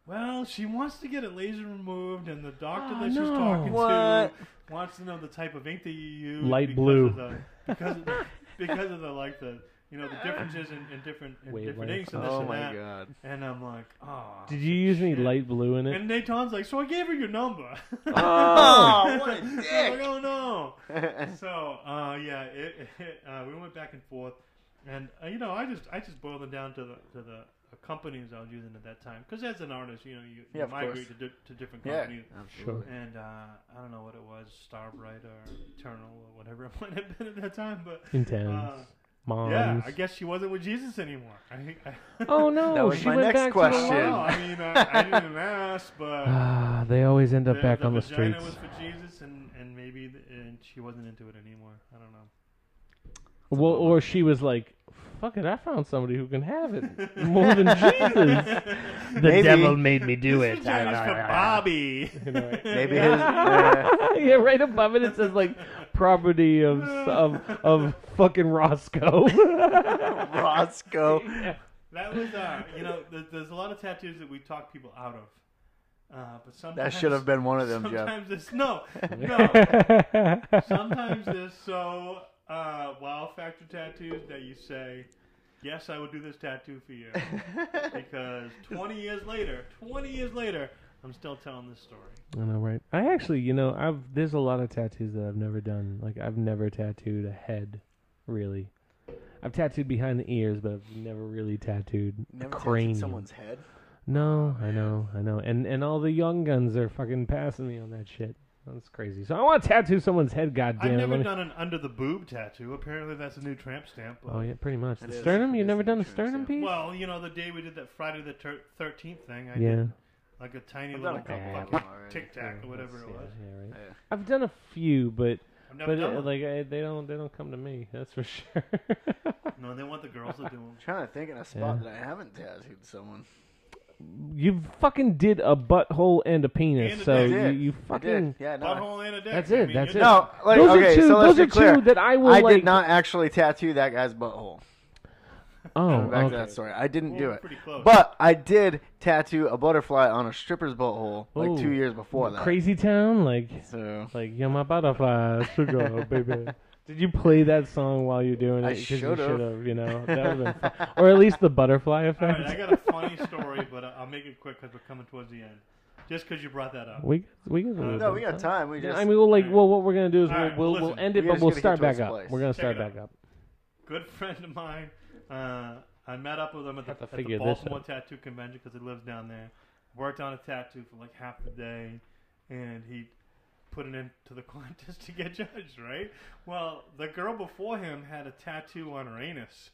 Speaker 3: well, she wants to get it laser removed, and the doctor
Speaker 1: Oh,
Speaker 3: that she's
Speaker 1: no.
Speaker 3: talking
Speaker 2: What?
Speaker 3: to wants to know the type of ink that you use.
Speaker 1: Light
Speaker 3: because
Speaker 1: blue.
Speaker 3: of the- because of the, because of the like the you know the differences in, in different in
Speaker 1: Wavelengths.
Speaker 3: different inks and this
Speaker 2: oh
Speaker 3: and
Speaker 2: my
Speaker 3: that.
Speaker 2: god.
Speaker 3: And I'm like, oh.
Speaker 1: Did you use any
Speaker 3: shit."
Speaker 1: light blue in it?
Speaker 3: And Nathan's like, so I gave her your number.
Speaker 2: Oh, what a
Speaker 3: I'm like,
Speaker 2: dick.
Speaker 3: oh no. So uh, yeah, it, it, uh, we went back and forth, and uh, you know, I just I just boiled it down to the to the companies I was using at that time because as an artist, you know, you,
Speaker 2: Yeah,
Speaker 3: you
Speaker 2: of
Speaker 3: migrate
Speaker 2: course.
Speaker 3: to, di- to different
Speaker 2: yeah.
Speaker 3: companies.
Speaker 2: absolutely.
Speaker 3: And uh, I don't know what it was, Starbright or Eternal or whatever it might have been at that time, but
Speaker 1: Intense.
Speaker 3: uh,
Speaker 1: Moms.
Speaker 3: yeah, I guess she wasn't with Jesus anymore. I, I,
Speaker 1: Oh no,
Speaker 2: That was
Speaker 1: she
Speaker 2: my
Speaker 1: went
Speaker 2: next
Speaker 1: back
Speaker 3: I don't
Speaker 1: to the
Speaker 2: question.
Speaker 1: law.
Speaker 3: know. I mean, I, I didn't ask, but
Speaker 1: Ah, they always end up
Speaker 3: the,
Speaker 1: back on the
Speaker 3: vagina
Speaker 1: streets.
Speaker 3: was for Jesus, and and maybe the, and she wasn't into it anymore. I don't know.
Speaker 1: Well, or she was like, "Fuck it, I found somebody who can have it more than Jesus." the
Speaker 2: Maybe- devil
Speaker 1: made me do
Speaker 3: This vagina's for Bobby.
Speaker 2: Maybe his. uh,
Speaker 1: yeah, right above it it says like property of of of fucking Roscoe.
Speaker 2: Roscoe.
Speaker 3: That was, uh, you know, th- there's a lot of tattoos that we talk people out of, uh, but
Speaker 2: That
Speaker 3: sometimes
Speaker 2: should have been one of them, Jeff.
Speaker 3: Sometimes it's no, no. sometimes there's so uh, wow factor tattoos that you say, "Yes, I would do this tattoo for you," because 20 years later, 20 years later, I'm still telling this story.
Speaker 1: I know, right? I actually, you know, I've there's a lot of tattoos that I've never done. Like I've never tattooed a head, really. I've tattooed behind the ears, but I've never really tattooed
Speaker 2: Never
Speaker 1: a
Speaker 2: tattooed
Speaker 1: cranium.
Speaker 2: someone's head.
Speaker 1: No, I know, I know, and and all the young guns are fucking passing me on that shit. That's crazy. So I want to tattoo someone's head. Goddamn, Let
Speaker 3: I've never
Speaker 1: me-
Speaker 3: done an under the boob tattoo. Apparently, that's a new tramp stamp. but-
Speaker 1: Oh yeah, pretty much.
Speaker 2: It
Speaker 1: The
Speaker 2: is.
Speaker 1: sternum.
Speaker 2: It
Speaker 1: You've
Speaker 2: is
Speaker 1: never
Speaker 2: the
Speaker 1: done a
Speaker 2: insurance,
Speaker 1: sternum
Speaker 2: yeah.
Speaker 1: piece.
Speaker 3: Well, you know, the day we did that Friday the thirteenth thing, I
Speaker 1: yeah.
Speaker 3: did like a tiny
Speaker 2: I've done
Speaker 3: little
Speaker 2: a couple of
Speaker 3: fucking
Speaker 2: them already.
Speaker 3: tic tac or whatever it
Speaker 1: Yeah,
Speaker 3: was.
Speaker 1: yeah, right.
Speaker 2: Yeah.
Speaker 1: I've done a few, but
Speaker 3: I've never
Speaker 1: but
Speaker 3: done
Speaker 1: uh
Speaker 3: one.
Speaker 1: like I, they don't they don't come to me. That's for sure.
Speaker 3: No, they want the girls to do them.
Speaker 2: I'm trying to think in a spot
Speaker 1: Yeah.
Speaker 2: that I haven't tattooed someone.
Speaker 1: you fucking did a butthole and a penis,
Speaker 3: And a
Speaker 1: so
Speaker 3: dick.
Speaker 1: you,
Speaker 2: I did.
Speaker 1: you
Speaker 2: I did.
Speaker 1: fucking.
Speaker 2: Yeah, no. I-
Speaker 3: Butthole and a dick.
Speaker 1: That's
Speaker 3: I
Speaker 1: it,
Speaker 3: mean,
Speaker 1: that's
Speaker 3: you
Speaker 1: it.
Speaker 3: know,
Speaker 2: No, like,
Speaker 1: Those are
Speaker 2: okay,
Speaker 1: two-
Speaker 2: so let's
Speaker 1: those
Speaker 2: be
Speaker 1: are two
Speaker 2: clear.
Speaker 1: that I will,
Speaker 2: I
Speaker 1: like-
Speaker 2: did not actually tattoo that guy's butthole.
Speaker 1: Oh,
Speaker 2: Back to
Speaker 1: okay.
Speaker 2: that story. I didn't do
Speaker 3: Well,
Speaker 2: it.
Speaker 3: pretty close.
Speaker 2: But I did tattoo a butterfly on a stripper's butthole like
Speaker 1: Ooh.
Speaker 2: two years before that.
Speaker 1: Crazy Town, like
Speaker 2: So
Speaker 1: like you're my butterfly, sugar baby. Did you play that song while you're doing it?
Speaker 2: I
Speaker 1: 'Cause you
Speaker 2: should've.
Speaker 1: should've, you know, that would have been fun. or at least the butterfly
Speaker 3: All
Speaker 1: effect.
Speaker 3: right, I got a funny story, but I- I'll make it quick because we're coming towards the end. Just because you brought that up.
Speaker 1: We we got a little
Speaker 2: no, we
Speaker 1: bit
Speaker 2: got
Speaker 1: of
Speaker 2: time. We
Speaker 1: Yeah,
Speaker 2: just
Speaker 1: I mean, well, like,
Speaker 3: Alright.
Speaker 1: well, what we're gonna do is we'll
Speaker 3: Alright,
Speaker 1: we'll,
Speaker 3: listen,
Speaker 1: we'll end it,
Speaker 2: we
Speaker 1: but
Speaker 2: just
Speaker 1: we'll
Speaker 2: gotta get
Speaker 1: start
Speaker 2: to his
Speaker 1: back up.
Speaker 2: place.
Speaker 1: We're gonna
Speaker 3: Check
Speaker 1: start
Speaker 3: it out.
Speaker 1: back up.
Speaker 3: Good friend of mine. Uh, I met up with him at the,
Speaker 1: Have to
Speaker 3: at the
Speaker 1: figure this
Speaker 3: Baltimore
Speaker 1: out.
Speaker 3: Tattoo Convention because he lives down there. Worked on a tattoo for like half the day, and he put it into the contest to get judged. Right? Well, the girl before him had a tattoo on her anus,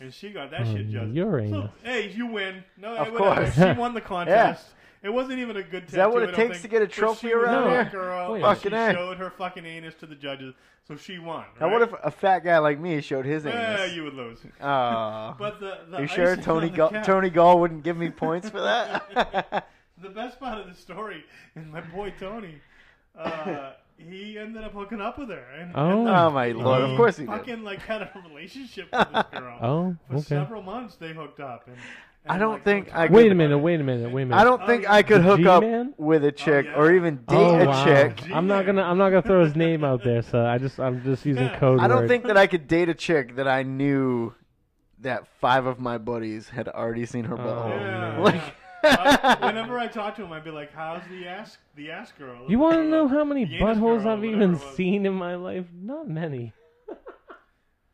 Speaker 3: and she got that
Speaker 1: On
Speaker 3: shit judged.
Speaker 1: your
Speaker 3: So,
Speaker 1: anus.
Speaker 3: hey, you win. No,
Speaker 2: Of
Speaker 3: hey, whatever.
Speaker 2: course.
Speaker 3: she won the contest. It wasn't even a good tattoo.
Speaker 2: Is that what
Speaker 3: I
Speaker 2: it
Speaker 3: don't
Speaker 2: takes
Speaker 3: think,
Speaker 2: to get a
Speaker 3: but
Speaker 2: trophy
Speaker 3: she was
Speaker 2: around
Speaker 3: a
Speaker 1: here?
Speaker 3: Girl,
Speaker 1: Oh,
Speaker 3: and
Speaker 1: yeah.
Speaker 2: Fucking
Speaker 3: she
Speaker 2: A.
Speaker 3: showed her fucking anus to the judges, so she won.
Speaker 2: now,
Speaker 3: right?
Speaker 2: what if a fat guy like me showed his
Speaker 3: Yeah,
Speaker 2: anus?
Speaker 3: you would lose.
Speaker 2: Aw.
Speaker 3: But the, the
Speaker 2: you sure
Speaker 3: icing on
Speaker 2: Tony
Speaker 3: the
Speaker 2: Gall,
Speaker 3: cake-
Speaker 2: Tony Gall wouldn't give me points for that?
Speaker 3: The best part of the story is my boy Tony. Uh, he ended up hooking up with her, and
Speaker 1: Oh.
Speaker 3: and
Speaker 2: oh my lord! Of course he did.
Speaker 3: fucking like had a relationship with this girl.
Speaker 1: Oh,
Speaker 3: For
Speaker 1: okay.
Speaker 3: several months they hooked up. And, and,
Speaker 2: I don't
Speaker 3: like,
Speaker 2: think
Speaker 3: hooked
Speaker 2: I
Speaker 3: up.
Speaker 2: could-
Speaker 1: Wait a minute. Wait a minute. Wait a minute.
Speaker 2: I don't
Speaker 3: Oh,
Speaker 2: think
Speaker 3: yeah.
Speaker 2: I could
Speaker 1: The
Speaker 2: hook
Speaker 1: G-Man?
Speaker 2: up with a chick
Speaker 3: yeah.
Speaker 2: or even date
Speaker 1: Oh,
Speaker 2: a
Speaker 1: wow.
Speaker 2: chick.
Speaker 1: I'm not gonna. I'm not gonna throw his name out there. So I just. I'm just using code.
Speaker 2: I don't
Speaker 1: word.
Speaker 2: think that I could date a chick that I knew that five of my buddies had already seen
Speaker 1: Oh,
Speaker 2: her butthole.
Speaker 3: Yeah.
Speaker 1: man.
Speaker 2: Like-
Speaker 3: yeah. I- whenever I talk to him, I'd be like, "How's the ass? The ass girl."
Speaker 1: You want to know how many
Speaker 3: The anus
Speaker 1: buttholes
Speaker 3: girl,
Speaker 1: I've
Speaker 3: whatever
Speaker 1: even
Speaker 3: it was.
Speaker 1: seen in my life? Not many.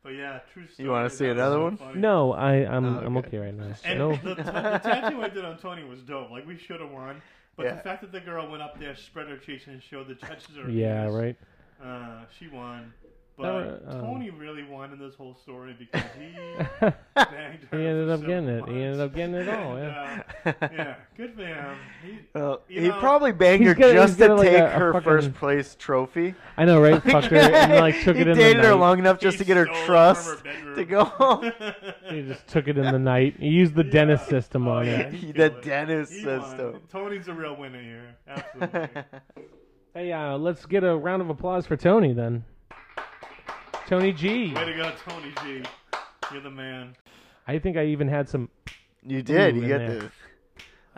Speaker 3: But yeah, true story.
Speaker 2: wanna see
Speaker 3: That was
Speaker 2: another
Speaker 3: so
Speaker 2: one?
Speaker 3: funny.
Speaker 1: No, I. I'm.
Speaker 2: Oh,
Speaker 1: I'm
Speaker 2: okay.
Speaker 1: okay right now.
Speaker 3: And
Speaker 1: No.
Speaker 3: the, the tattoo I did on Tony was dope. Like we should have won, but
Speaker 2: Yeah.
Speaker 3: the fact that the girl went up there, spread her cheeks, and showed the judges her
Speaker 1: Yeah.
Speaker 3: anus,
Speaker 1: Right.
Speaker 3: Uh, she won, but
Speaker 1: were, uh,
Speaker 3: Tony really won in this whole story because he
Speaker 1: he
Speaker 3: banged her.
Speaker 1: ended
Speaker 3: for
Speaker 1: up getting
Speaker 3: several
Speaker 1: it. He ended
Speaker 3: months.
Speaker 1: up getting it all. Yeah.
Speaker 3: And, uh, yeah, good for him. He,
Speaker 2: Well,
Speaker 3: You
Speaker 2: Uh, he
Speaker 3: know-
Speaker 2: probably banged
Speaker 1: He's
Speaker 2: her
Speaker 1: gonna-
Speaker 2: just
Speaker 1: he's
Speaker 2: to
Speaker 1: gonna, like,
Speaker 2: take
Speaker 1: a- a
Speaker 2: her
Speaker 1: fucking-
Speaker 2: first place trophy.
Speaker 1: I know, right? Fucker. And like took
Speaker 2: he
Speaker 1: it in
Speaker 2: dated
Speaker 1: the
Speaker 2: her
Speaker 1: night.
Speaker 2: long enough just to
Speaker 3: he
Speaker 2: get her
Speaker 3: stole it from
Speaker 2: trust
Speaker 3: bedroom.
Speaker 2: to go home.
Speaker 1: He just took it in the night. He used the dentist
Speaker 3: Yeah.
Speaker 1: system
Speaker 3: Oh,
Speaker 1: on
Speaker 3: yeah,
Speaker 1: it.
Speaker 3: he
Speaker 2: The
Speaker 3: killed it.
Speaker 2: dentist
Speaker 3: He
Speaker 2: says
Speaker 3: won.
Speaker 2: so.
Speaker 3: Tony's a real winner here. Absolutely.
Speaker 1: Hey, uh, let's get a round of applause for Tony then. Tony G.
Speaker 3: Way to go, Tony G. You're the man.
Speaker 1: I think I even had some.
Speaker 2: you did.
Speaker 1: Ooh,
Speaker 2: you
Speaker 1: in
Speaker 2: got
Speaker 1: there.
Speaker 2: the.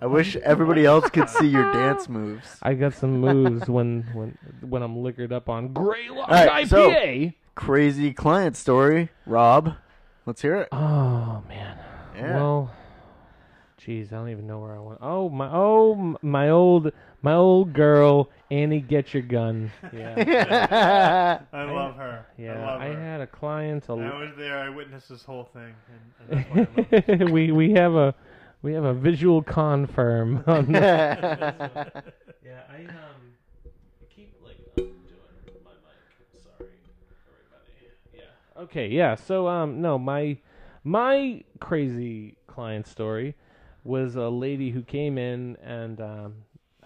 Speaker 2: I wish everybody else could see your dance moves.
Speaker 1: I got some moves when when when I'm liquored up on Grey Lodge
Speaker 2: All right, so-
Speaker 1: IPA.
Speaker 2: Crazy client story, Rob. Let's hear it.
Speaker 1: oh man.
Speaker 2: Yeah.
Speaker 1: Well, jeez, I don't even know where I went. Oh my. Oh m- my old my old girl Annie, get your gun. Yeah.
Speaker 3: I love her. I
Speaker 1: Yeah.
Speaker 3: love
Speaker 1: I,
Speaker 3: her.
Speaker 1: had a client. A,
Speaker 3: I was there. I witnessed this whole thing, and, and that's why I love
Speaker 1: we we have a we have a visual confirm on the Yeah, I um keep like doing my mic. Sorry, everybody. Yeah. Okay. Yeah. So um no my my crazy client story was a lady who came in and um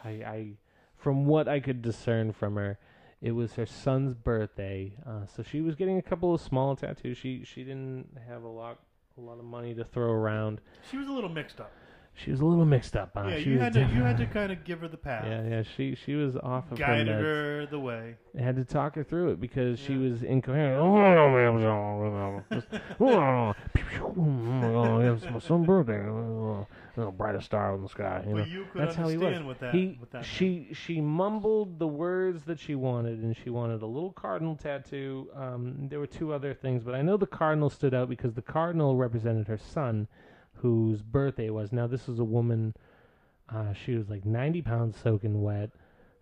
Speaker 1: I I from what I could discern from her it was her son's birthday uh, so she was getting a couple of small tattoos she she didn't have a lot a lot of money to throw around
Speaker 3: She was a little mixed up.
Speaker 1: she was a little mixed up on
Speaker 3: yeah,
Speaker 1: it. Uh, she
Speaker 3: you
Speaker 1: was
Speaker 3: had to you
Speaker 1: definitely-
Speaker 3: had to kind of give her the path.
Speaker 1: yeah, yeah, she she was off of
Speaker 3: Guided
Speaker 1: her meds.
Speaker 3: her the way.
Speaker 1: I had to talk her through it because she
Speaker 3: Yeah.
Speaker 1: was incoherent. Just, it's my son's birthday. Oh, brightest star in the sky. You know?
Speaker 3: But you could
Speaker 1: That's how he
Speaker 3: understand
Speaker 1: was.
Speaker 3: with that.
Speaker 1: He,
Speaker 3: with that
Speaker 1: she, she mumbled the words that she wanted, and she wanted a little cardinal tattoo. Um, there were two other things, but I know the cardinal stood out because the cardinal represented her son, whose birthday was. Now this was a woman. Uh, she was like 90 pounds soaking wet,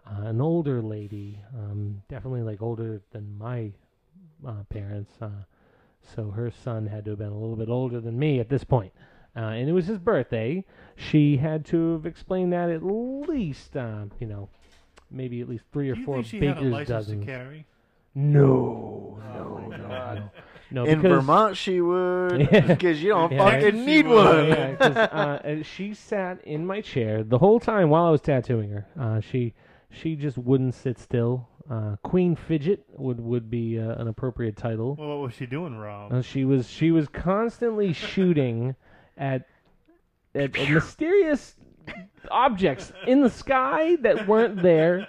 Speaker 1: uh, an older lady, um, definitely like older than my uh, parents. Uh, so her son had to have been a little bit older than me at this point. Uh, and it was his birthday. She had to have explained that at least, um, you know, maybe at least three or
Speaker 3: Do you
Speaker 1: four
Speaker 3: think she
Speaker 1: baker's
Speaker 3: had a license
Speaker 1: dozens.
Speaker 3: to carry? Oh,
Speaker 1: No, no, no,
Speaker 2: God.
Speaker 1: no, no.
Speaker 2: In
Speaker 1: because-
Speaker 2: Vermont, she would,
Speaker 1: Yeah.
Speaker 2: because you don't
Speaker 1: Yeah.
Speaker 2: fucking
Speaker 3: She
Speaker 2: need
Speaker 3: would.
Speaker 2: one.
Speaker 1: Yeah, 'cause, uh, and she sat in my chair the whole time while I was tattooing her. Uh, she she just wouldn't sit still. Uh, Queen Fidget would would be uh, an appropriate title.
Speaker 3: Well, what was she doing, Rob?
Speaker 1: Uh, she was she was constantly shooting at at, at mysterious objects in the sky that weren't there.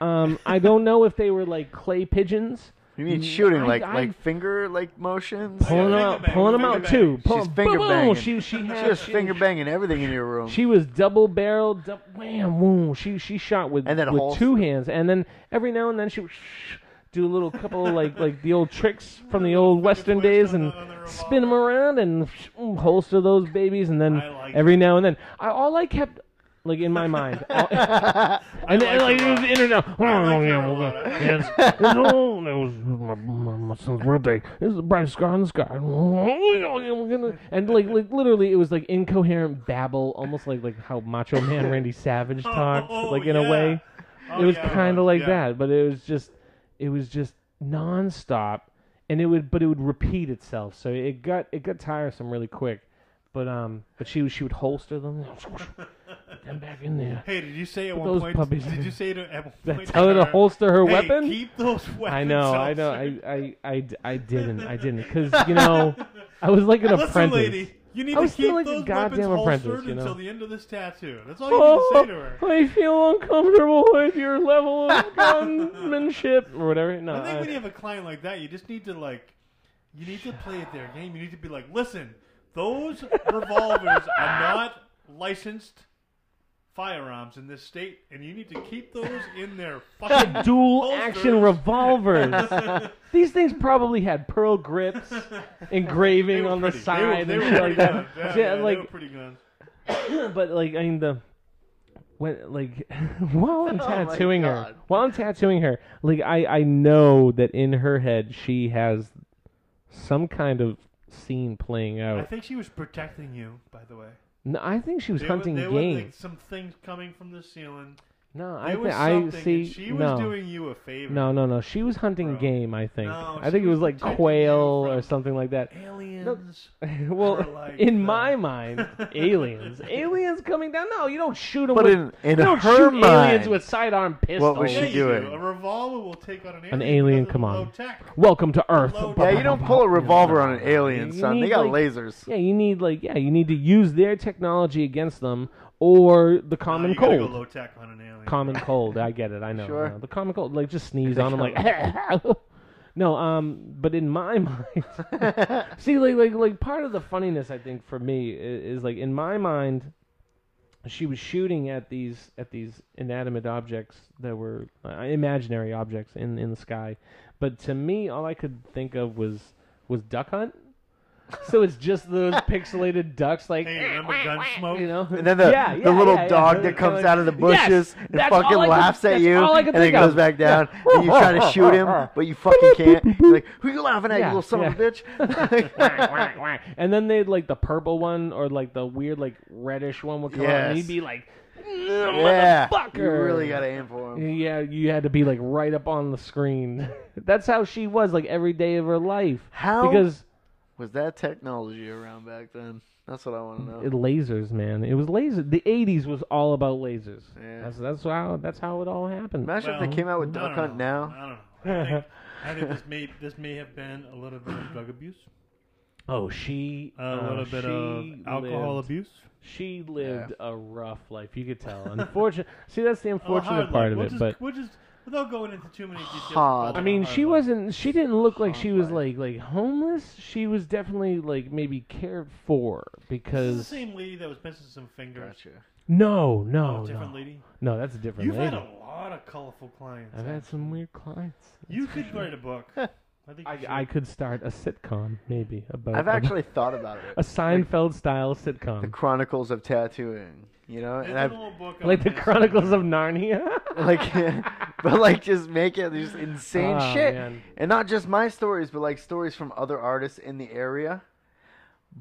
Speaker 1: Um, I don't know if they were like clay pigeons.
Speaker 2: You mean shooting
Speaker 1: I-
Speaker 2: like
Speaker 1: I-
Speaker 2: like finger like motions?
Speaker 1: Pulling them
Speaker 3: Finger
Speaker 1: out,
Speaker 3: bang,
Speaker 1: pulling them
Speaker 3: finger
Speaker 1: out
Speaker 3: bang.
Speaker 1: too. Pull,
Speaker 2: She's finger
Speaker 1: boom,
Speaker 2: banging.
Speaker 1: She she
Speaker 2: She
Speaker 1: had
Speaker 2: was
Speaker 1: she,
Speaker 2: finger banging everything in your room.
Speaker 1: She was double barreled, dou- wham, whoom. She she shot with
Speaker 2: And then
Speaker 1: with
Speaker 2: holster.
Speaker 1: two hands, and then every now and then she would sh- do a little couple of like like the old tricks from the old western
Speaker 3: twist
Speaker 1: days,
Speaker 3: on
Speaker 1: and
Speaker 3: the- on the revolver.
Speaker 1: spin them around and sh- mm, holster those babies, and then
Speaker 3: I like
Speaker 1: every now and then, I, all I kept like in my mind, all- and then like
Speaker 3: like
Speaker 1: it
Speaker 3: her a
Speaker 1: was
Speaker 3: lot.
Speaker 1: the internet.
Speaker 3: like her
Speaker 1: yeah,
Speaker 3: a
Speaker 1: well,
Speaker 3: lot.
Speaker 1: uh, yes. no, that was my, my, my son's birthday. This is the brightest scar in the sky. And like, like literally, it was like incoherent babble, almost like like how Macho Man Randy Savage talks,
Speaker 3: oh,
Speaker 1: like in
Speaker 3: yeah.
Speaker 1: a way.
Speaker 3: Oh,
Speaker 1: it was
Speaker 3: yeah, it
Speaker 1: kind of
Speaker 3: was,
Speaker 1: like
Speaker 3: yeah.
Speaker 1: that, but it was just, it was just nonstop, and it would, but it would repeat itself. So it got it got tiresome really quick. But um, but she she would holster them, put them back in there.
Speaker 3: Hey, did you say at one
Speaker 1: those
Speaker 3: point?
Speaker 1: puppies-
Speaker 3: Did you say to at one point
Speaker 1: Tell her to holster her
Speaker 3: hey,
Speaker 1: weapon.
Speaker 3: Keep those weapons.
Speaker 1: I know, I know,
Speaker 3: elsewhere."
Speaker 1: I, I, I, d- I didn't, I didn't, because you know, I was like an
Speaker 3: Listen,
Speaker 1: apprentice.
Speaker 3: lady, you need
Speaker 1: I
Speaker 3: to
Speaker 1: was still
Speaker 3: keep
Speaker 1: like a
Speaker 3: those
Speaker 1: goddamn
Speaker 3: weapons
Speaker 1: apprentice,
Speaker 3: holstered
Speaker 1: you know?
Speaker 3: until the end of this tattoo. That's all you
Speaker 1: Oh,
Speaker 3: need to say to her.
Speaker 1: I feel uncomfortable with your level of gunmanship or whatever. No,
Speaker 3: I think when you
Speaker 1: I,
Speaker 3: have a client like that, you just need to like, you need to play at their game. You need to be like, listen, those revolvers are not licensed firearms in this state, and you need to keep those in their fucking
Speaker 1: uh, dual
Speaker 3: holsters."
Speaker 1: action revolvers. These things probably had pearl grips,
Speaker 3: They
Speaker 1: engraving
Speaker 3: were
Speaker 1: on
Speaker 3: pretty.
Speaker 1: the side
Speaker 3: They were,
Speaker 1: and
Speaker 3: they
Speaker 1: shit
Speaker 3: were
Speaker 1: like
Speaker 3: pretty
Speaker 1: that.
Speaker 3: guns. Yeah,
Speaker 1: Yeah,
Speaker 3: yeah,
Speaker 1: like,
Speaker 3: they were pretty guns.
Speaker 1: but like I mean the when like while I'm
Speaker 2: Oh my
Speaker 1: tattooing her
Speaker 2: God.
Speaker 1: while I'm tattooing her like I I know that in her head she has some kind of scene playing
Speaker 3: I
Speaker 1: out.
Speaker 3: think she was protecting you, by the way.
Speaker 1: No, I think she was
Speaker 3: There were-
Speaker 1: hunting
Speaker 3: there
Speaker 1: game.
Speaker 3: were like, some things coming from the ceiling.
Speaker 1: no, I
Speaker 3: There
Speaker 1: think
Speaker 3: was something.
Speaker 1: I
Speaker 3: and
Speaker 1: see
Speaker 3: she was
Speaker 1: no.
Speaker 3: doing you a favor.
Speaker 1: no, no, no. She was hunting
Speaker 3: Bro.
Speaker 1: game. I think.
Speaker 3: No,
Speaker 1: I
Speaker 3: she
Speaker 1: think it
Speaker 3: was
Speaker 1: was like
Speaker 3: protecting you
Speaker 1: quail
Speaker 3: from-
Speaker 1: or something like that.
Speaker 3: Aliens.
Speaker 1: well,
Speaker 3: Or, like,
Speaker 1: in
Speaker 3: the-
Speaker 1: my mind, aliens, aliens coming down. No, you don't shoot them.
Speaker 2: But
Speaker 1: with,
Speaker 2: in- in
Speaker 1: you don't
Speaker 2: her
Speaker 1: shoot aliens
Speaker 2: mind,
Speaker 1: with sidearm pistols.
Speaker 2: what was she
Speaker 3: Yeah, you
Speaker 2: doing?
Speaker 3: A revolver will take on an alien.
Speaker 1: An alien,
Speaker 3: because
Speaker 1: come
Speaker 3: it's
Speaker 1: on.
Speaker 3: Low tech.
Speaker 1: Welcome to Earth.
Speaker 3: Low
Speaker 2: yeah, you don't pull a revolver on an alien,
Speaker 1: You
Speaker 2: son. They
Speaker 1: need,
Speaker 2: got
Speaker 1: like-
Speaker 2: lasers.
Speaker 1: Yeah, you need like yeah, you need to use their technology against them or the
Speaker 3: No,
Speaker 1: common
Speaker 3: you gotta go
Speaker 1: cold.
Speaker 3: low tech on an alien.
Speaker 1: Common cold. I get it. I know.
Speaker 2: Sure.
Speaker 1: I know. The common cold. Like just sneeze on them. Like no. Um. But in my mind, see, like like like part of the funniness I think for me i- is, is like in my mind. She was shooting at these at these inanimate objects that were uh, imaginary objects in, in the sky, but to me, all I could think of was was duck hunt. So it's just those pixelated ducks, like
Speaker 3: Hey, remember Gunsmoke?
Speaker 1: you know,
Speaker 2: And then the,
Speaker 1: Yeah,
Speaker 2: the
Speaker 1: yeah,
Speaker 2: little
Speaker 1: yeah, yeah.
Speaker 2: dog that comes out of the bushes
Speaker 1: Yes,
Speaker 2: and
Speaker 1: that's
Speaker 2: fucking
Speaker 1: all I could-
Speaker 2: laughs at
Speaker 1: that's
Speaker 2: you
Speaker 1: all I could
Speaker 2: and then
Speaker 1: think of.
Speaker 2: goes back down
Speaker 1: Yeah.
Speaker 2: and you try to shoot him but you fucking can't. You're like, who you laughing at,
Speaker 1: Yeah,
Speaker 2: you little son of a bitch?
Speaker 1: and then they'd like the purple one or like the weird like reddish one would come out and
Speaker 2: Yes.
Speaker 1: he'd be like,
Speaker 2: yeah, you
Speaker 1: Motherfucker.
Speaker 2: really gotta aim for him.
Speaker 1: yeah, you had to be like right up on the screen. That's how she was like every day of her life.
Speaker 2: How-
Speaker 1: Because
Speaker 2: Was that technology around back then? That's what I want to know.
Speaker 1: it, lasers, man, it was laser. The '80s was all about lasers.
Speaker 2: Yeah.
Speaker 1: That's that's how that's how it all happened.
Speaker 2: Imagine if they came out with
Speaker 3: I
Speaker 2: Duck
Speaker 3: don't
Speaker 2: Hunt
Speaker 3: know.
Speaker 2: now.
Speaker 3: I don't know. I think, I think this may this may have been a little bit of drug abuse,
Speaker 1: Oh, she
Speaker 3: a little bit of alcohol abuse.
Speaker 1: She lived a rough life. You could tell. Unfortunate. see, that's the
Speaker 3: Oh,
Speaker 1: unfortunate
Speaker 3: hard
Speaker 1: part
Speaker 3: luck.
Speaker 1: of
Speaker 3: we'll
Speaker 1: it.
Speaker 3: Just,
Speaker 1: but
Speaker 3: we'll just without going into too many details. we'll
Speaker 2: Hard.
Speaker 3: call it
Speaker 1: I
Speaker 3: a
Speaker 1: mean,
Speaker 3: hard
Speaker 1: she
Speaker 3: luck.
Speaker 1: wasn't. She didn't look like she was
Speaker 2: Hard
Speaker 1: like like homeless. She was definitely like maybe cared for
Speaker 3: This is the
Speaker 1: because
Speaker 3: same lady that was missing some fingers.
Speaker 2: Gotcha.
Speaker 1: no,
Speaker 3: Oh,
Speaker 1: no,
Speaker 3: different
Speaker 1: no.
Speaker 3: lady.
Speaker 1: no. That's a different
Speaker 3: You've had
Speaker 1: lady.
Speaker 3: a lot of colorful clients.
Speaker 1: I've had some weird clients.
Speaker 3: you could write a book. I think you should.
Speaker 1: I, I could start a sitcom maybe about.
Speaker 2: I've
Speaker 1: about-
Speaker 2: actually thought about
Speaker 1: a
Speaker 2: it.
Speaker 1: Seinfeld style
Speaker 2: The
Speaker 1: sitcom,
Speaker 2: Chronicles of Tattooing, you know,
Speaker 3: There's
Speaker 2: and
Speaker 3: a
Speaker 2: I've
Speaker 3: little book on
Speaker 1: like the
Speaker 3: this.
Speaker 1: Chronicles of Narnia.
Speaker 2: like, but like just make it just insane
Speaker 1: Oh,
Speaker 2: shit,
Speaker 1: man.
Speaker 2: and not just my stories, but like stories from other artists in the area.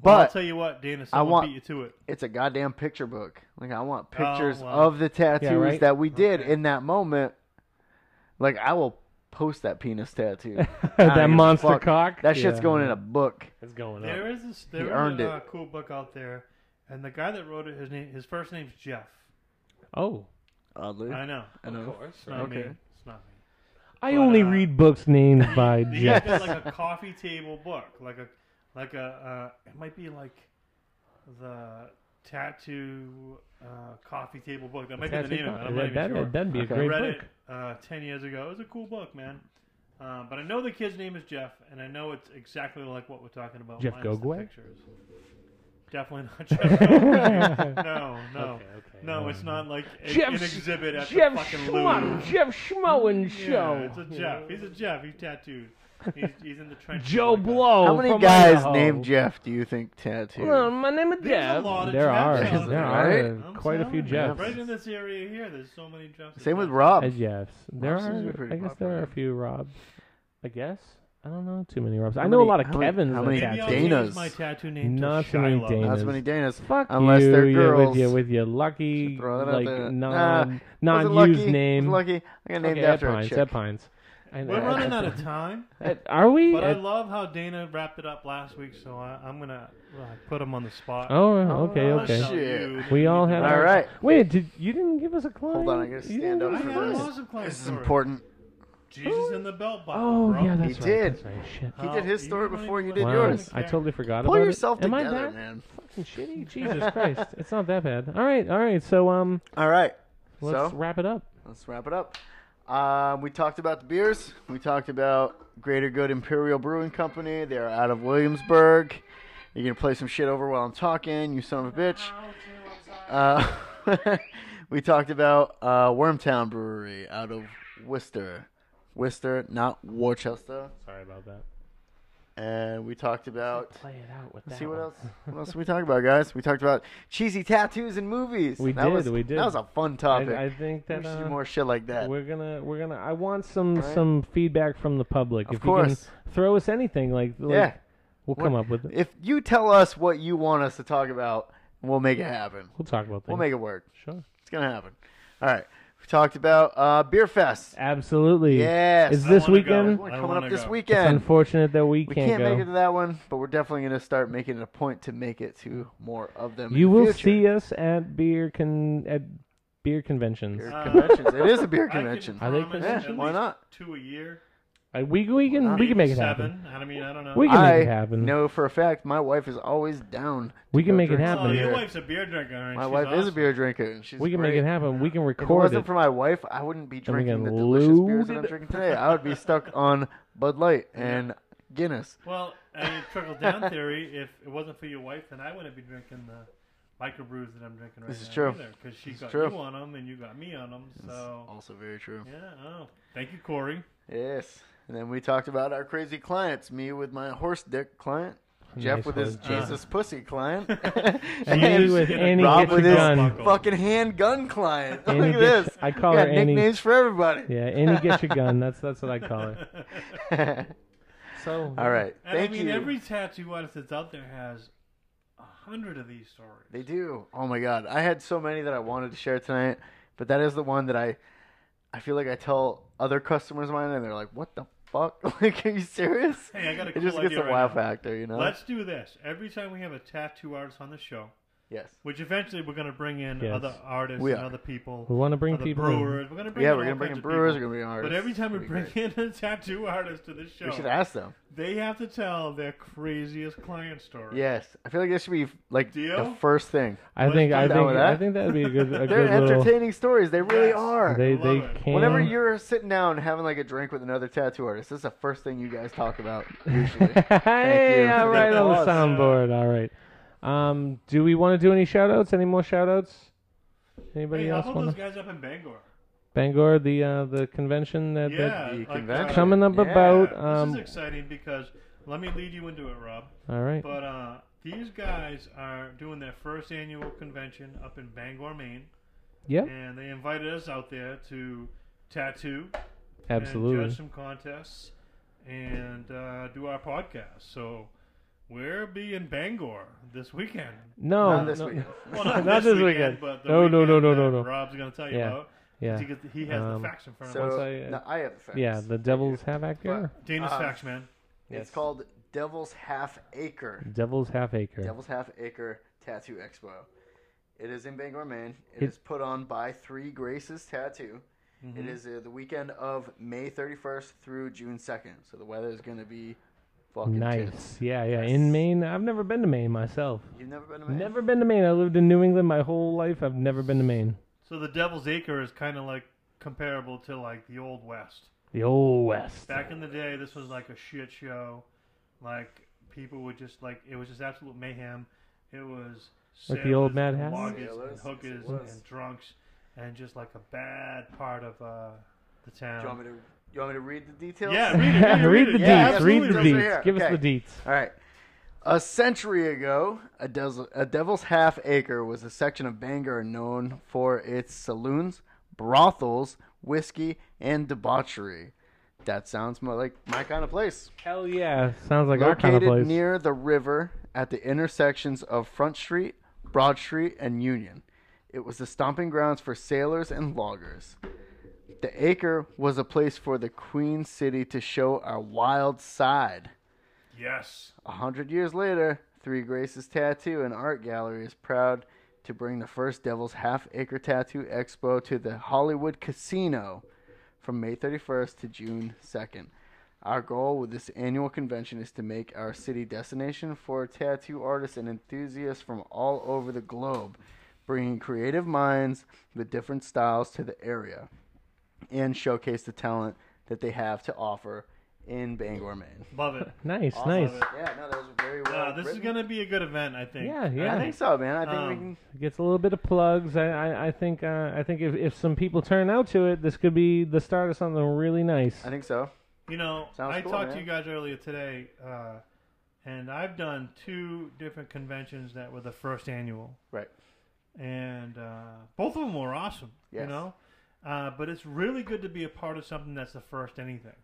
Speaker 3: Well, I'll
Speaker 2: But
Speaker 3: tell you what, Dana, someone
Speaker 2: want-
Speaker 3: beat you to it.
Speaker 2: it's a goddamn picture book. Like I want pictures
Speaker 3: wow.
Speaker 2: of the tattoos
Speaker 1: right?
Speaker 2: that we did
Speaker 3: Okay.
Speaker 2: in that moment. Like I will post that penis tattoo. I don't give a
Speaker 1: that monster
Speaker 2: fuck.
Speaker 1: cock.
Speaker 2: That shit's
Speaker 1: Yeah.
Speaker 2: going in a book.
Speaker 1: It's going up.
Speaker 3: There is this there
Speaker 2: He
Speaker 3: is
Speaker 2: earned
Speaker 3: a
Speaker 2: it.
Speaker 3: uh, cool book out there, and the guy that wrote it, his name, his first name's Jeff.
Speaker 1: Oh,
Speaker 2: Oddly,
Speaker 3: I know,
Speaker 2: I know.
Speaker 3: it's not me.
Speaker 2: Okay.
Speaker 3: It's not me.
Speaker 1: I
Speaker 3: But,
Speaker 1: only
Speaker 3: uh,
Speaker 1: read books named by
Speaker 3: He's
Speaker 1: Jeff.
Speaker 3: got like a coffee table book, like a like a uh, it might be like the tattoo uh, coffee table book. That might be the name of it. I'm not
Speaker 1: That-
Speaker 3: even sure.
Speaker 1: that'd be a
Speaker 2: Okay.
Speaker 3: I
Speaker 1: great
Speaker 3: read
Speaker 1: book.
Speaker 3: it uh, ten years ago. It was a cool book, man. Uh, but I know the kid's name is Jeff, and I know it's exactly like what we're talking about.
Speaker 1: Jeff
Speaker 3: minus the
Speaker 1: Gogwe?
Speaker 3: pictures. Definitely not Jeff. Gogwe. no, no,
Speaker 4: Okay, okay.
Speaker 3: no. It's not like a,
Speaker 1: Jeff
Speaker 3: an
Speaker 1: Sch-
Speaker 3: exhibit at
Speaker 1: Jeff
Speaker 3: the fucking
Speaker 1: Schmo,
Speaker 3: Louvre.
Speaker 1: Jeff Schmoen
Speaker 3: Yeah,
Speaker 1: show.
Speaker 3: it's a Jeff. He's a Jeff. He's tattooed. He's, he's in the trenches.
Speaker 1: Joe
Speaker 3: like that.
Speaker 1: Blow.
Speaker 2: How many
Speaker 1: Oh, from
Speaker 2: guys
Speaker 1: Idaho.
Speaker 2: named Jeff do you think tattooed?
Speaker 1: Well, my name is
Speaker 3: There's a
Speaker 1: Jeff.
Speaker 3: lot of
Speaker 4: There are
Speaker 3: Jeffs out
Speaker 1: there
Speaker 3: there.
Speaker 1: are
Speaker 2: Right?
Speaker 3: I'm
Speaker 1: quite a few
Speaker 3: telling you,
Speaker 1: Jeffs.
Speaker 3: Right in this area here, there's so many Jeffs.
Speaker 2: Same with
Speaker 3: Rob.
Speaker 2: Rob.
Speaker 1: Uh, Jeffs. There
Speaker 2: Robs is
Speaker 1: are,
Speaker 2: pretty
Speaker 1: I guess,
Speaker 2: popular.
Speaker 1: there are a few Robs. I guess I don't know too many Robs.
Speaker 2: How
Speaker 1: I know
Speaker 2: many-
Speaker 1: a lot of
Speaker 2: how many-
Speaker 1: Kevins.
Speaker 2: how
Speaker 1: that
Speaker 2: many
Speaker 1: tattoo.
Speaker 3: Maybe I'll
Speaker 2: Danas?
Speaker 3: change my tattoo name to
Speaker 1: Not so many
Speaker 3: Shiloh.
Speaker 1: Danas.
Speaker 2: Not as many Danas.
Speaker 1: Fuck
Speaker 2: Unless
Speaker 1: you,
Speaker 2: they're
Speaker 1: you
Speaker 2: girls.
Speaker 1: with your with your lucky
Speaker 2: Should throw that out
Speaker 1: like
Speaker 2: there.
Speaker 1: non
Speaker 2: Was it
Speaker 1: non
Speaker 2: lucky?
Speaker 1: used name.
Speaker 2: Was it lucky. I got named
Speaker 1: okay,
Speaker 2: after
Speaker 1: at
Speaker 2: a
Speaker 1: Pines.
Speaker 2: chick.
Speaker 1: At Pines. I know.
Speaker 3: We're running out of time,
Speaker 1: Uh, Are we?
Speaker 3: but I
Speaker 1: At-
Speaker 3: love how Dana wrapped it up last week, so I, I'm gonna uh, put him on the spot.
Speaker 1: oh, okay,
Speaker 2: Oh,
Speaker 1: okay.
Speaker 2: shit.
Speaker 1: We all have.
Speaker 2: All
Speaker 1: our-
Speaker 2: right.
Speaker 1: Wait, did you didn't give us a client?
Speaker 2: on, I gotta
Speaker 1: You
Speaker 2: stand
Speaker 1: didn't
Speaker 2: up
Speaker 1: give
Speaker 3: I
Speaker 1: us a
Speaker 2: for
Speaker 3: had
Speaker 1: client?
Speaker 2: this.
Speaker 3: awesome client
Speaker 2: This is
Speaker 3: story.
Speaker 2: important.
Speaker 3: Jesus in the belt buckle.
Speaker 1: Oh
Speaker 3: bro.
Speaker 1: yeah, that's
Speaker 2: He
Speaker 1: right.
Speaker 2: did.
Speaker 1: That's right. Shit.
Speaker 2: He did his
Speaker 3: Oh,
Speaker 2: story
Speaker 3: you don't
Speaker 2: before
Speaker 3: even
Speaker 2: you
Speaker 3: look
Speaker 2: did
Speaker 1: Wow,
Speaker 2: yours.
Speaker 1: I totally forgot
Speaker 2: Pull
Speaker 1: about
Speaker 2: yourself
Speaker 1: it. Am I
Speaker 2: together,
Speaker 1: that
Speaker 2: man.
Speaker 1: fucking shitty? Jesus Christ, it's not that bad. All right, all right. So um,
Speaker 2: All right.
Speaker 1: let's
Speaker 2: so
Speaker 1: wrap it up.
Speaker 2: let's wrap it up. Uh, we talked about the beers. We talked about Greater Good Imperial Brewing Company. They are out of Williamsburg. You're gonna play some shit over while I'm talking, you son of a bitch. Uh, we talked about uh, Wormtown Brewery out of Worcester, Worcester, not Worcester.
Speaker 1: Sorry about that.
Speaker 2: And we talked about
Speaker 1: Play it out with that.
Speaker 2: Let's see what
Speaker 1: one.
Speaker 2: else. What else did we talk about, guys? We talked about cheesy tattoos and movies.
Speaker 1: We
Speaker 2: that
Speaker 1: did,
Speaker 2: Was,
Speaker 1: we did.
Speaker 2: That was a fun
Speaker 1: I,
Speaker 2: topic.
Speaker 1: I think
Speaker 2: we
Speaker 1: that
Speaker 2: should
Speaker 1: uh,
Speaker 2: do more shit like that.
Speaker 1: we're gonna we're gonna. I want some
Speaker 2: All right.
Speaker 1: some feedback from the public.
Speaker 2: Of
Speaker 1: if
Speaker 2: course.
Speaker 1: you can throw us anything, like, like
Speaker 2: yeah.
Speaker 1: we'll
Speaker 2: What-
Speaker 1: come up with it.
Speaker 2: If you tell us what you want us to talk about, we'll make it happen.
Speaker 1: We'll talk about
Speaker 2: We'll
Speaker 1: things.
Speaker 2: make it work.
Speaker 1: sure.
Speaker 2: It's gonna happen. All right. We talked about uh, beer fest.
Speaker 1: Absolutely.
Speaker 2: Yes.
Speaker 1: Is
Speaker 3: I
Speaker 1: this
Speaker 3: wanna
Speaker 1: weekend?
Speaker 3: go.
Speaker 2: One
Speaker 3: I
Speaker 2: coming
Speaker 3: wanna
Speaker 2: up this
Speaker 3: go.
Speaker 1: It's
Speaker 2: weekend.
Speaker 1: unfortunate that we
Speaker 2: We
Speaker 1: can't,
Speaker 2: can't
Speaker 1: go.
Speaker 2: make it to that one, but we're definitely gonna start making it a point to make it to more of them. in
Speaker 1: you
Speaker 2: the
Speaker 1: will
Speaker 2: future.
Speaker 1: see us at beer con at beer conventions.
Speaker 2: Beer
Speaker 3: Uh,
Speaker 2: conventions. it is a beer
Speaker 3: I can
Speaker 2: convention.
Speaker 1: I think
Speaker 3: promise
Speaker 1: Yeah,
Speaker 3: at
Speaker 2: why
Speaker 3: least
Speaker 2: not?
Speaker 3: Two a year.
Speaker 1: Uh, we we can we
Speaker 3: maybe
Speaker 1: can make it happen.
Speaker 3: seven. I mean, I don't know.
Speaker 1: We can
Speaker 2: I
Speaker 1: make it happen.
Speaker 2: know for a fact my wife is always down. to
Speaker 1: We can
Speaker 2: go
Speaker 1: make it
Speaker 2: drink some
Speaker 3: Oh,
Speaker 1: happen.
Speaker 3: your
Speaker 2: beer.
Speaker 3: wife's a beer drinker. And
Speaker 2: My
Speaker 3: she's
Speaker 2: wife is a
Speaker 3: awesome.
Speaker 2: beer drinker, and she's
Speaker 1: we can
Speaker 2: great.
Speaker 1: make it happen. We can
Speaker 2: If it
Speaker 1: record it.
Speaker 2: wasn't for my wife, I wouldn't be
Speaker 1: Then we
Speaker 2: drinking the
Speaker 1: get
Speaker 2: delicious beers that I'm
Speaker 1: loaded.
Speaker 2: drinking today. I would be stuck on Bud Light and Guinness.
Speaker 3: Well, I mean, trickle down theory. If it wasn't for your wife, then I wouldn't be drinking the microbrews that I'm drinking right
Speaker 2: This is
Speaker 3: now
Speaker 2: true.
Speaker 3: Because she
Speaker 2: This is
Speaker 3: got
Speaker 2: true.
Speaker 3: you on them and you got me on them. So
Speaker 2: Also very true.
Speaker 3: yeah, oh, thank you, Corey.
Speaker 2: Yes. And then we talked about our crazy clients. Me with my horse dick client. Jeff
Speaker 1: Nice
Speaker 2: with his
Speaker 1: horse
Speaker 3: dick.
Speaker 2: Jesus pussy client.
Speaker 1: Annie
Speaker 2: and
Speaker 1: with
Speaker 3: Rob
Speaker 1: Annie
Speaker 2: Rob
Speaker 1: get
Speaker 2: with
Speaker 1: your
Speaker 2: his
Speaker 1: gun.
Speaker 3: buckle.
Speaker 2: fucking handgun client. Look
Speaker 1: Annie
Speaker 2: at
Speaker 1: get-
Speaker 2: this.
Speaker 1: I call
Speaker 2: we
Speaker 1: her
Speaker 2: got
Speaker 1: Annie.
Speaker 2: nicknames for everybody.
Speaker 1: Yeah, Annie get your gun. That's that's what I call her. So
Speaker 2: All right.
Speaker 3: And
Speaker 2: Thank
Speaker 3: I mean,
Speaker 2: you.
Speaker 3: every tattoo artist that's out there has a hundred of these stories.
Speaker 2: They do. Oh my god, I had so many that I wanted to share tonight, but that is the one that I, I feel like I tell other customers of mine, and they're like, "What the fuck? like, are you serious?"
Speaker 3: Hey, I got a
Speaker 2: it just
Speaker 3: cool
Speaker 2: gets
Speaker 3: idea
Speaker 2: a
Speaker 3: right
Speaker 2: wow
Speaker 3: now.
Speaker 2: factor, you know.
Speaker 3: Let's do this. Every time we have a tattoo artist on the show,
Speaker 2: yes.
Speaker 3: which eventually we're going to bring in
Speaker 1: Yes.
Speaker 3: other artists
Speaker 2: We
Speaker 3: and
Speaker 2: are.
Speaker 3: other people.
Speaker 1: we want to bring
Speaker 3: other
Speaker 1: people.
Speaker 3: brewers. We're going to bring
Speaker 2: Yeah,
Speaker 3: in
Speaker 2: we're
Speaker 3: all
Speaker 2: gonna bring in
Speaker 3: kinds of
Speaker 2: brewers.
Speaker 3: people.
Speaker 2: We're gonna bring in artists.
Speaker 3: But every time we
Speaker 2: It'll be
Speaker 3: bring
Speaker 2: great.
Speaker 3: in a tattoo artist to the show,
Speaker 2: we should ask them.
Speaker 3: They have to tell their craziest client story.
Speaker 2: Yes, I feel like that should be like the
Speaker 3: Deal?
Speaker 2: first thing.
Speaker 1: I think I
Speaker 2: Let's do
Speaker 1: think
Speaker 2: that.
Speaker 1: I think that'd be a good a
Speaker 2: They're
Speaker 1: good little.
Speaker 2: entertaining stories. They really
Speaker 3: Yes.
Speaker 2: are.
Speaker 1: They
Speaker 3: Love
Speaker 1: they
Speaker 3: it.
Speaker 1: can.
Speaker 2: Whenever you're sitting down having like a drink with another tattoo artist, this is the first thing you guys talk about usually.
Speaker 1: hey,
Speaker 2: you.
Speaker 1: all right on the
Speaker 3: uh,
Speaker 2: Awesome.
Speaker 1: soundboard. All right. Um, do we want to do any shout outs? Any more shout outs? Anybody
Speaker 3: Hey, how
Speaker 1: else
Speaker 3: about those
Speaker 1: want to?
Speaker 3: guys up in Bangor?
Speaker 1: Bangor, the uh, the convention that, that
Speaker 3: Yeah,
Speaker 2: the
Speaker 3: like, uh,
Speaker 2: convention.
Speaker 1: coming up
Speaker 2: Yeah.
Speaker 1: about.
Speaker 3: Yeah,
Speaker 1: Um,
Speaker 3: this is exciting because let me lead you into it, Rob.
Speaker 1: all right.
Speaker 3: But uh, these guys are doing their first annual convention up in Bangor, Maine,
Speaker 1: Yep.
Speaker 3: and they invited us out there to tattoo, and
Speaker 1: Absolutely.
Speaker 3: judge some contests, and uh, do our podcast. So we'll be in Bangor this weekend.
Speaker 1: Oh, No.
Speaker 2: Not this
Speaker 1: no-
Speaker 2: weekend.
Speaker 3: Well, not,
Speaker 1: Not
Speaker 3: this
Speaker 1: this
Speaker 3: weekend.
Speaker 1: weekend.
Speaker 3: But the
Speaker 1: No, no, no,
Speaker 3: weekend
Speaker 1: no, no,
Speaker 3: that
Speaker 1: no.
Speaker 3: Rob's going to tell you
Speaker 1: Yeah.
Speaker 3: about. 'cause
Speaker 1: Yeah.
Speaker 3: He, gets, he has
Speaker 1: Um,
Speaker 3: the facts in front of him.
Speaker 1: Once
Speaker 2: So
Speaker 1: I-
Speaker 2: no, I have the facts.
Speaker 1: Yeah. The Devil's Half
Speaker 2: But-
Speaker 1: Acre.
Speaker 3: Dana's
Speaker 2: Uh,
Speaker 3: facts, man.
Speaker 1: Yes.
Speaker 2: It's called Devil's Half Acre.
Speaker 1: Devil's Half Acre.
Speaker 2: Devil's Half Acre Tattoo Expo. It is in Bangor, Maine.
Speaker 1: It- Mm-hmm.
Speaker 2: it is put on by Three Graces Tattoo. It is uh, the weekend of May 31st through June 2nd. So the weather is going to be fucking tits.
Speaker 1: Nice. Yeah. Yeah. In Maine, I've never been to Maine myself.
Speaker 2: You've never been to Maine?
Speaker 1: Never been to Maine. I lived in New England my whole life. I've never been to Maine.
Speaker 3: So the Devil's Acre is kind of like comparable to like the Old West.
Speaker 1: The old West.
Speaker 3: Back in the day, this was like a shit show. Like people would just like it was just absolute mayhem. It was
Speaker 1: Like the old
Speaker 3: sailors
Speaker 1: Mad
Speaker 3: and
Speaker 1: Hats?
Speaker 3: loggers
Speaker 2: Yeah, it
Speaker 3: and
Speaker 2: was.
Speaker 3: hookers
Speaker 2: It was.
Speaker 3: and drunks, and just like a bad part of uh, the
Speaker 2: Do
Speaker 3: town.
Speaker 2: you want me to? You want me to read the details?
Speaker 3: Yeah, read it. Read, it,
Speaker 1: read
Speaker 3: it.
Speaker 1: the
Speaker 2: Yeah,
Speaker 1: deets. Read
Speaker 2: absolutely.
Speaker 1: the
Speaker 2: Right
Speaker 1: deets.
Speaker 2: here.
Speaker 1: Give us
Speaker 2: Okay.
Speaker 1: the deets.
Speaker 2: All right. A century ago, a, des- a devil's half acre was a section of Bangor known for its saloons, brothels, whiskey, and debauchery. That sounds more like my kind of place.
Speaker 1: Hell yeah! Sounds like our
Speaker 2: Located
Speaker 1: kind of place.
Speaker 2: near the river at the intersections of Front Street, Broad Street, and Union. It was the stomping grounds for sailors and loggers. The acre was a place for the Queen City to show our wild side.
Speaker 3: Yes.
Speaker 2: A hundred years later, Three Graces Tattoo and Art Gallery is proud to bring the first Devil's Half Acre Tattoo Expo to the Hollywood Casino from May 31st to June 2nd. Our goal with this annual convention is to make our city destination for tattoo artists and enthusiasts from all over the globe, bringing creative minds with different styles to the area and showcase the talent that they have to offer in Bangor, Maine.
Speaker 3: Love it.
Speaker 1: Nice,
Speaker 2: Awesome.
Speaker 1: nice.
Speaker 2: Yeah, no, that was very well.
Speaker 3: Uh, this is
Speaker 2: written.
Speaker 3: gonna be a good event, I think.
Speaker 1: Yeah,
Speaker 2: I
Speaker 1: yeah.
Speaker 2: think so, man. I think we
Speaker 3: Um,
Speaker 2: can.
Speaker 1: Gets a little bit of plugs. I, I, I think, uh, I think if, if some people turn out to it, this could be the start of something really nice.
Speaker 2: I think so.
Speaker 3: You know,
Speaker 2: Sounds
Speaker 3: I
Speaker 2: cool,
Speaker 3: talked
Speaker 2: man.
Speaker 3: to you guys earlier today, uh, and I've done two different conventions that were the first annual.
Speaker 2: Right.
Speaker 3: And uh, both of them were awesome, you
Speaker 2: Yes.
Speaker 3: know? Uh, but it's really good to be a part of something that's the first anything.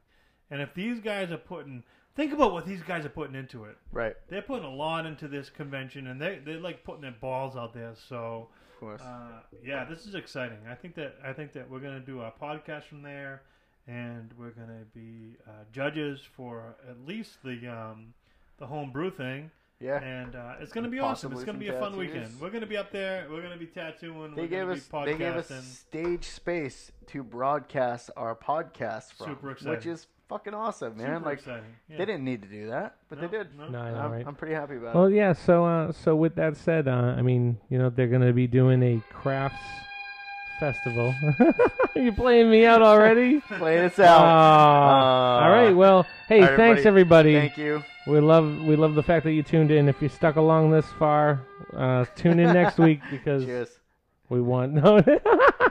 Speaker 3: And if these guys are putting, think about what these guys are putting into it.
Speaker 2: Right. Of
Speaker 3: They're putting a lot into this convention, and they, they're like putting their balls out there. So,
Speaker 2: course.
Speaker 3: uh, yeah, this is exciting. I think that I think that we're gonna do our podcast from there, and we're gonna be uh, judges for at least the um, the home brew thing,
Speaker 2: yeah.
Speaker 3: and uh, it's gonna be awesome.
Speaker 2: Possibly
Speaker 3: It's gonna
Speaker 2: some
Speaker 3: be a fun
Speaker 2: tattoos.
Speaker 3: weekend. We're gonna be up there. We're gonna be tattooing.
Speaker 2: They
Speaker 3: we're
Speaker 2: gave
Speaker 3: gonna
Speaker 2: us.
Speaker 3: be podcasting.
Speaker 2: They gave us stage space to broadcast our podcast from,
Speaker 3: Super exciting.
Speaker 2: which is fucking awesome, man.
Speaker 3: Super
Speaker 2: like
Speaker 3: exciting. Yeah.
Speaker 2: they didn't need to do that, but
Speaker 3: No,
Speaker 2: they did.
Speaker 3: no.
Speaker 1: no, I know,
Speaker 2: I'm,
Speaker 1: right?
Speaker 2: I'm pretty happy about
Speaker 1: Well,
Speaker 2: it.
Speaker 1: yeah. So, uh, so with that said, uh, I mean, you know, they're gonna be doing a crafts festival. you playing me out already?
Speaker 2: Play this
Speaker 1: Oh.
Speaker 2: out.
Speaker 1: all right. Well, hey,
Speaker 2: Uh, All right,
Speaker 1: thanks everybody.
Speaker 2: Thank you.
Speaker 1: We love we love the fact that you tuned in. If you stuck along this far, uh, tune in next week because
Speaker 2: Cheers.
Speaker 1: we want. No,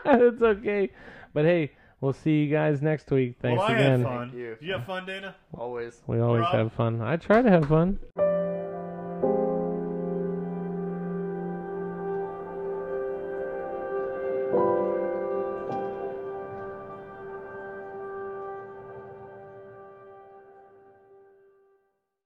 Speaker 1: it's okay. But hey, we'll see you guys next week. Thanks
Speaker 3: well, I
Speaker 1: again.
Speaker 3: had fun.
Speaker 2: Thank you.
Speaker 3: Did you have fun, Dana?
Speaker 2: Always.
Speaker 1: We always
Speaker 3: Rob?
Speaker 1: have fun. I try to have fun.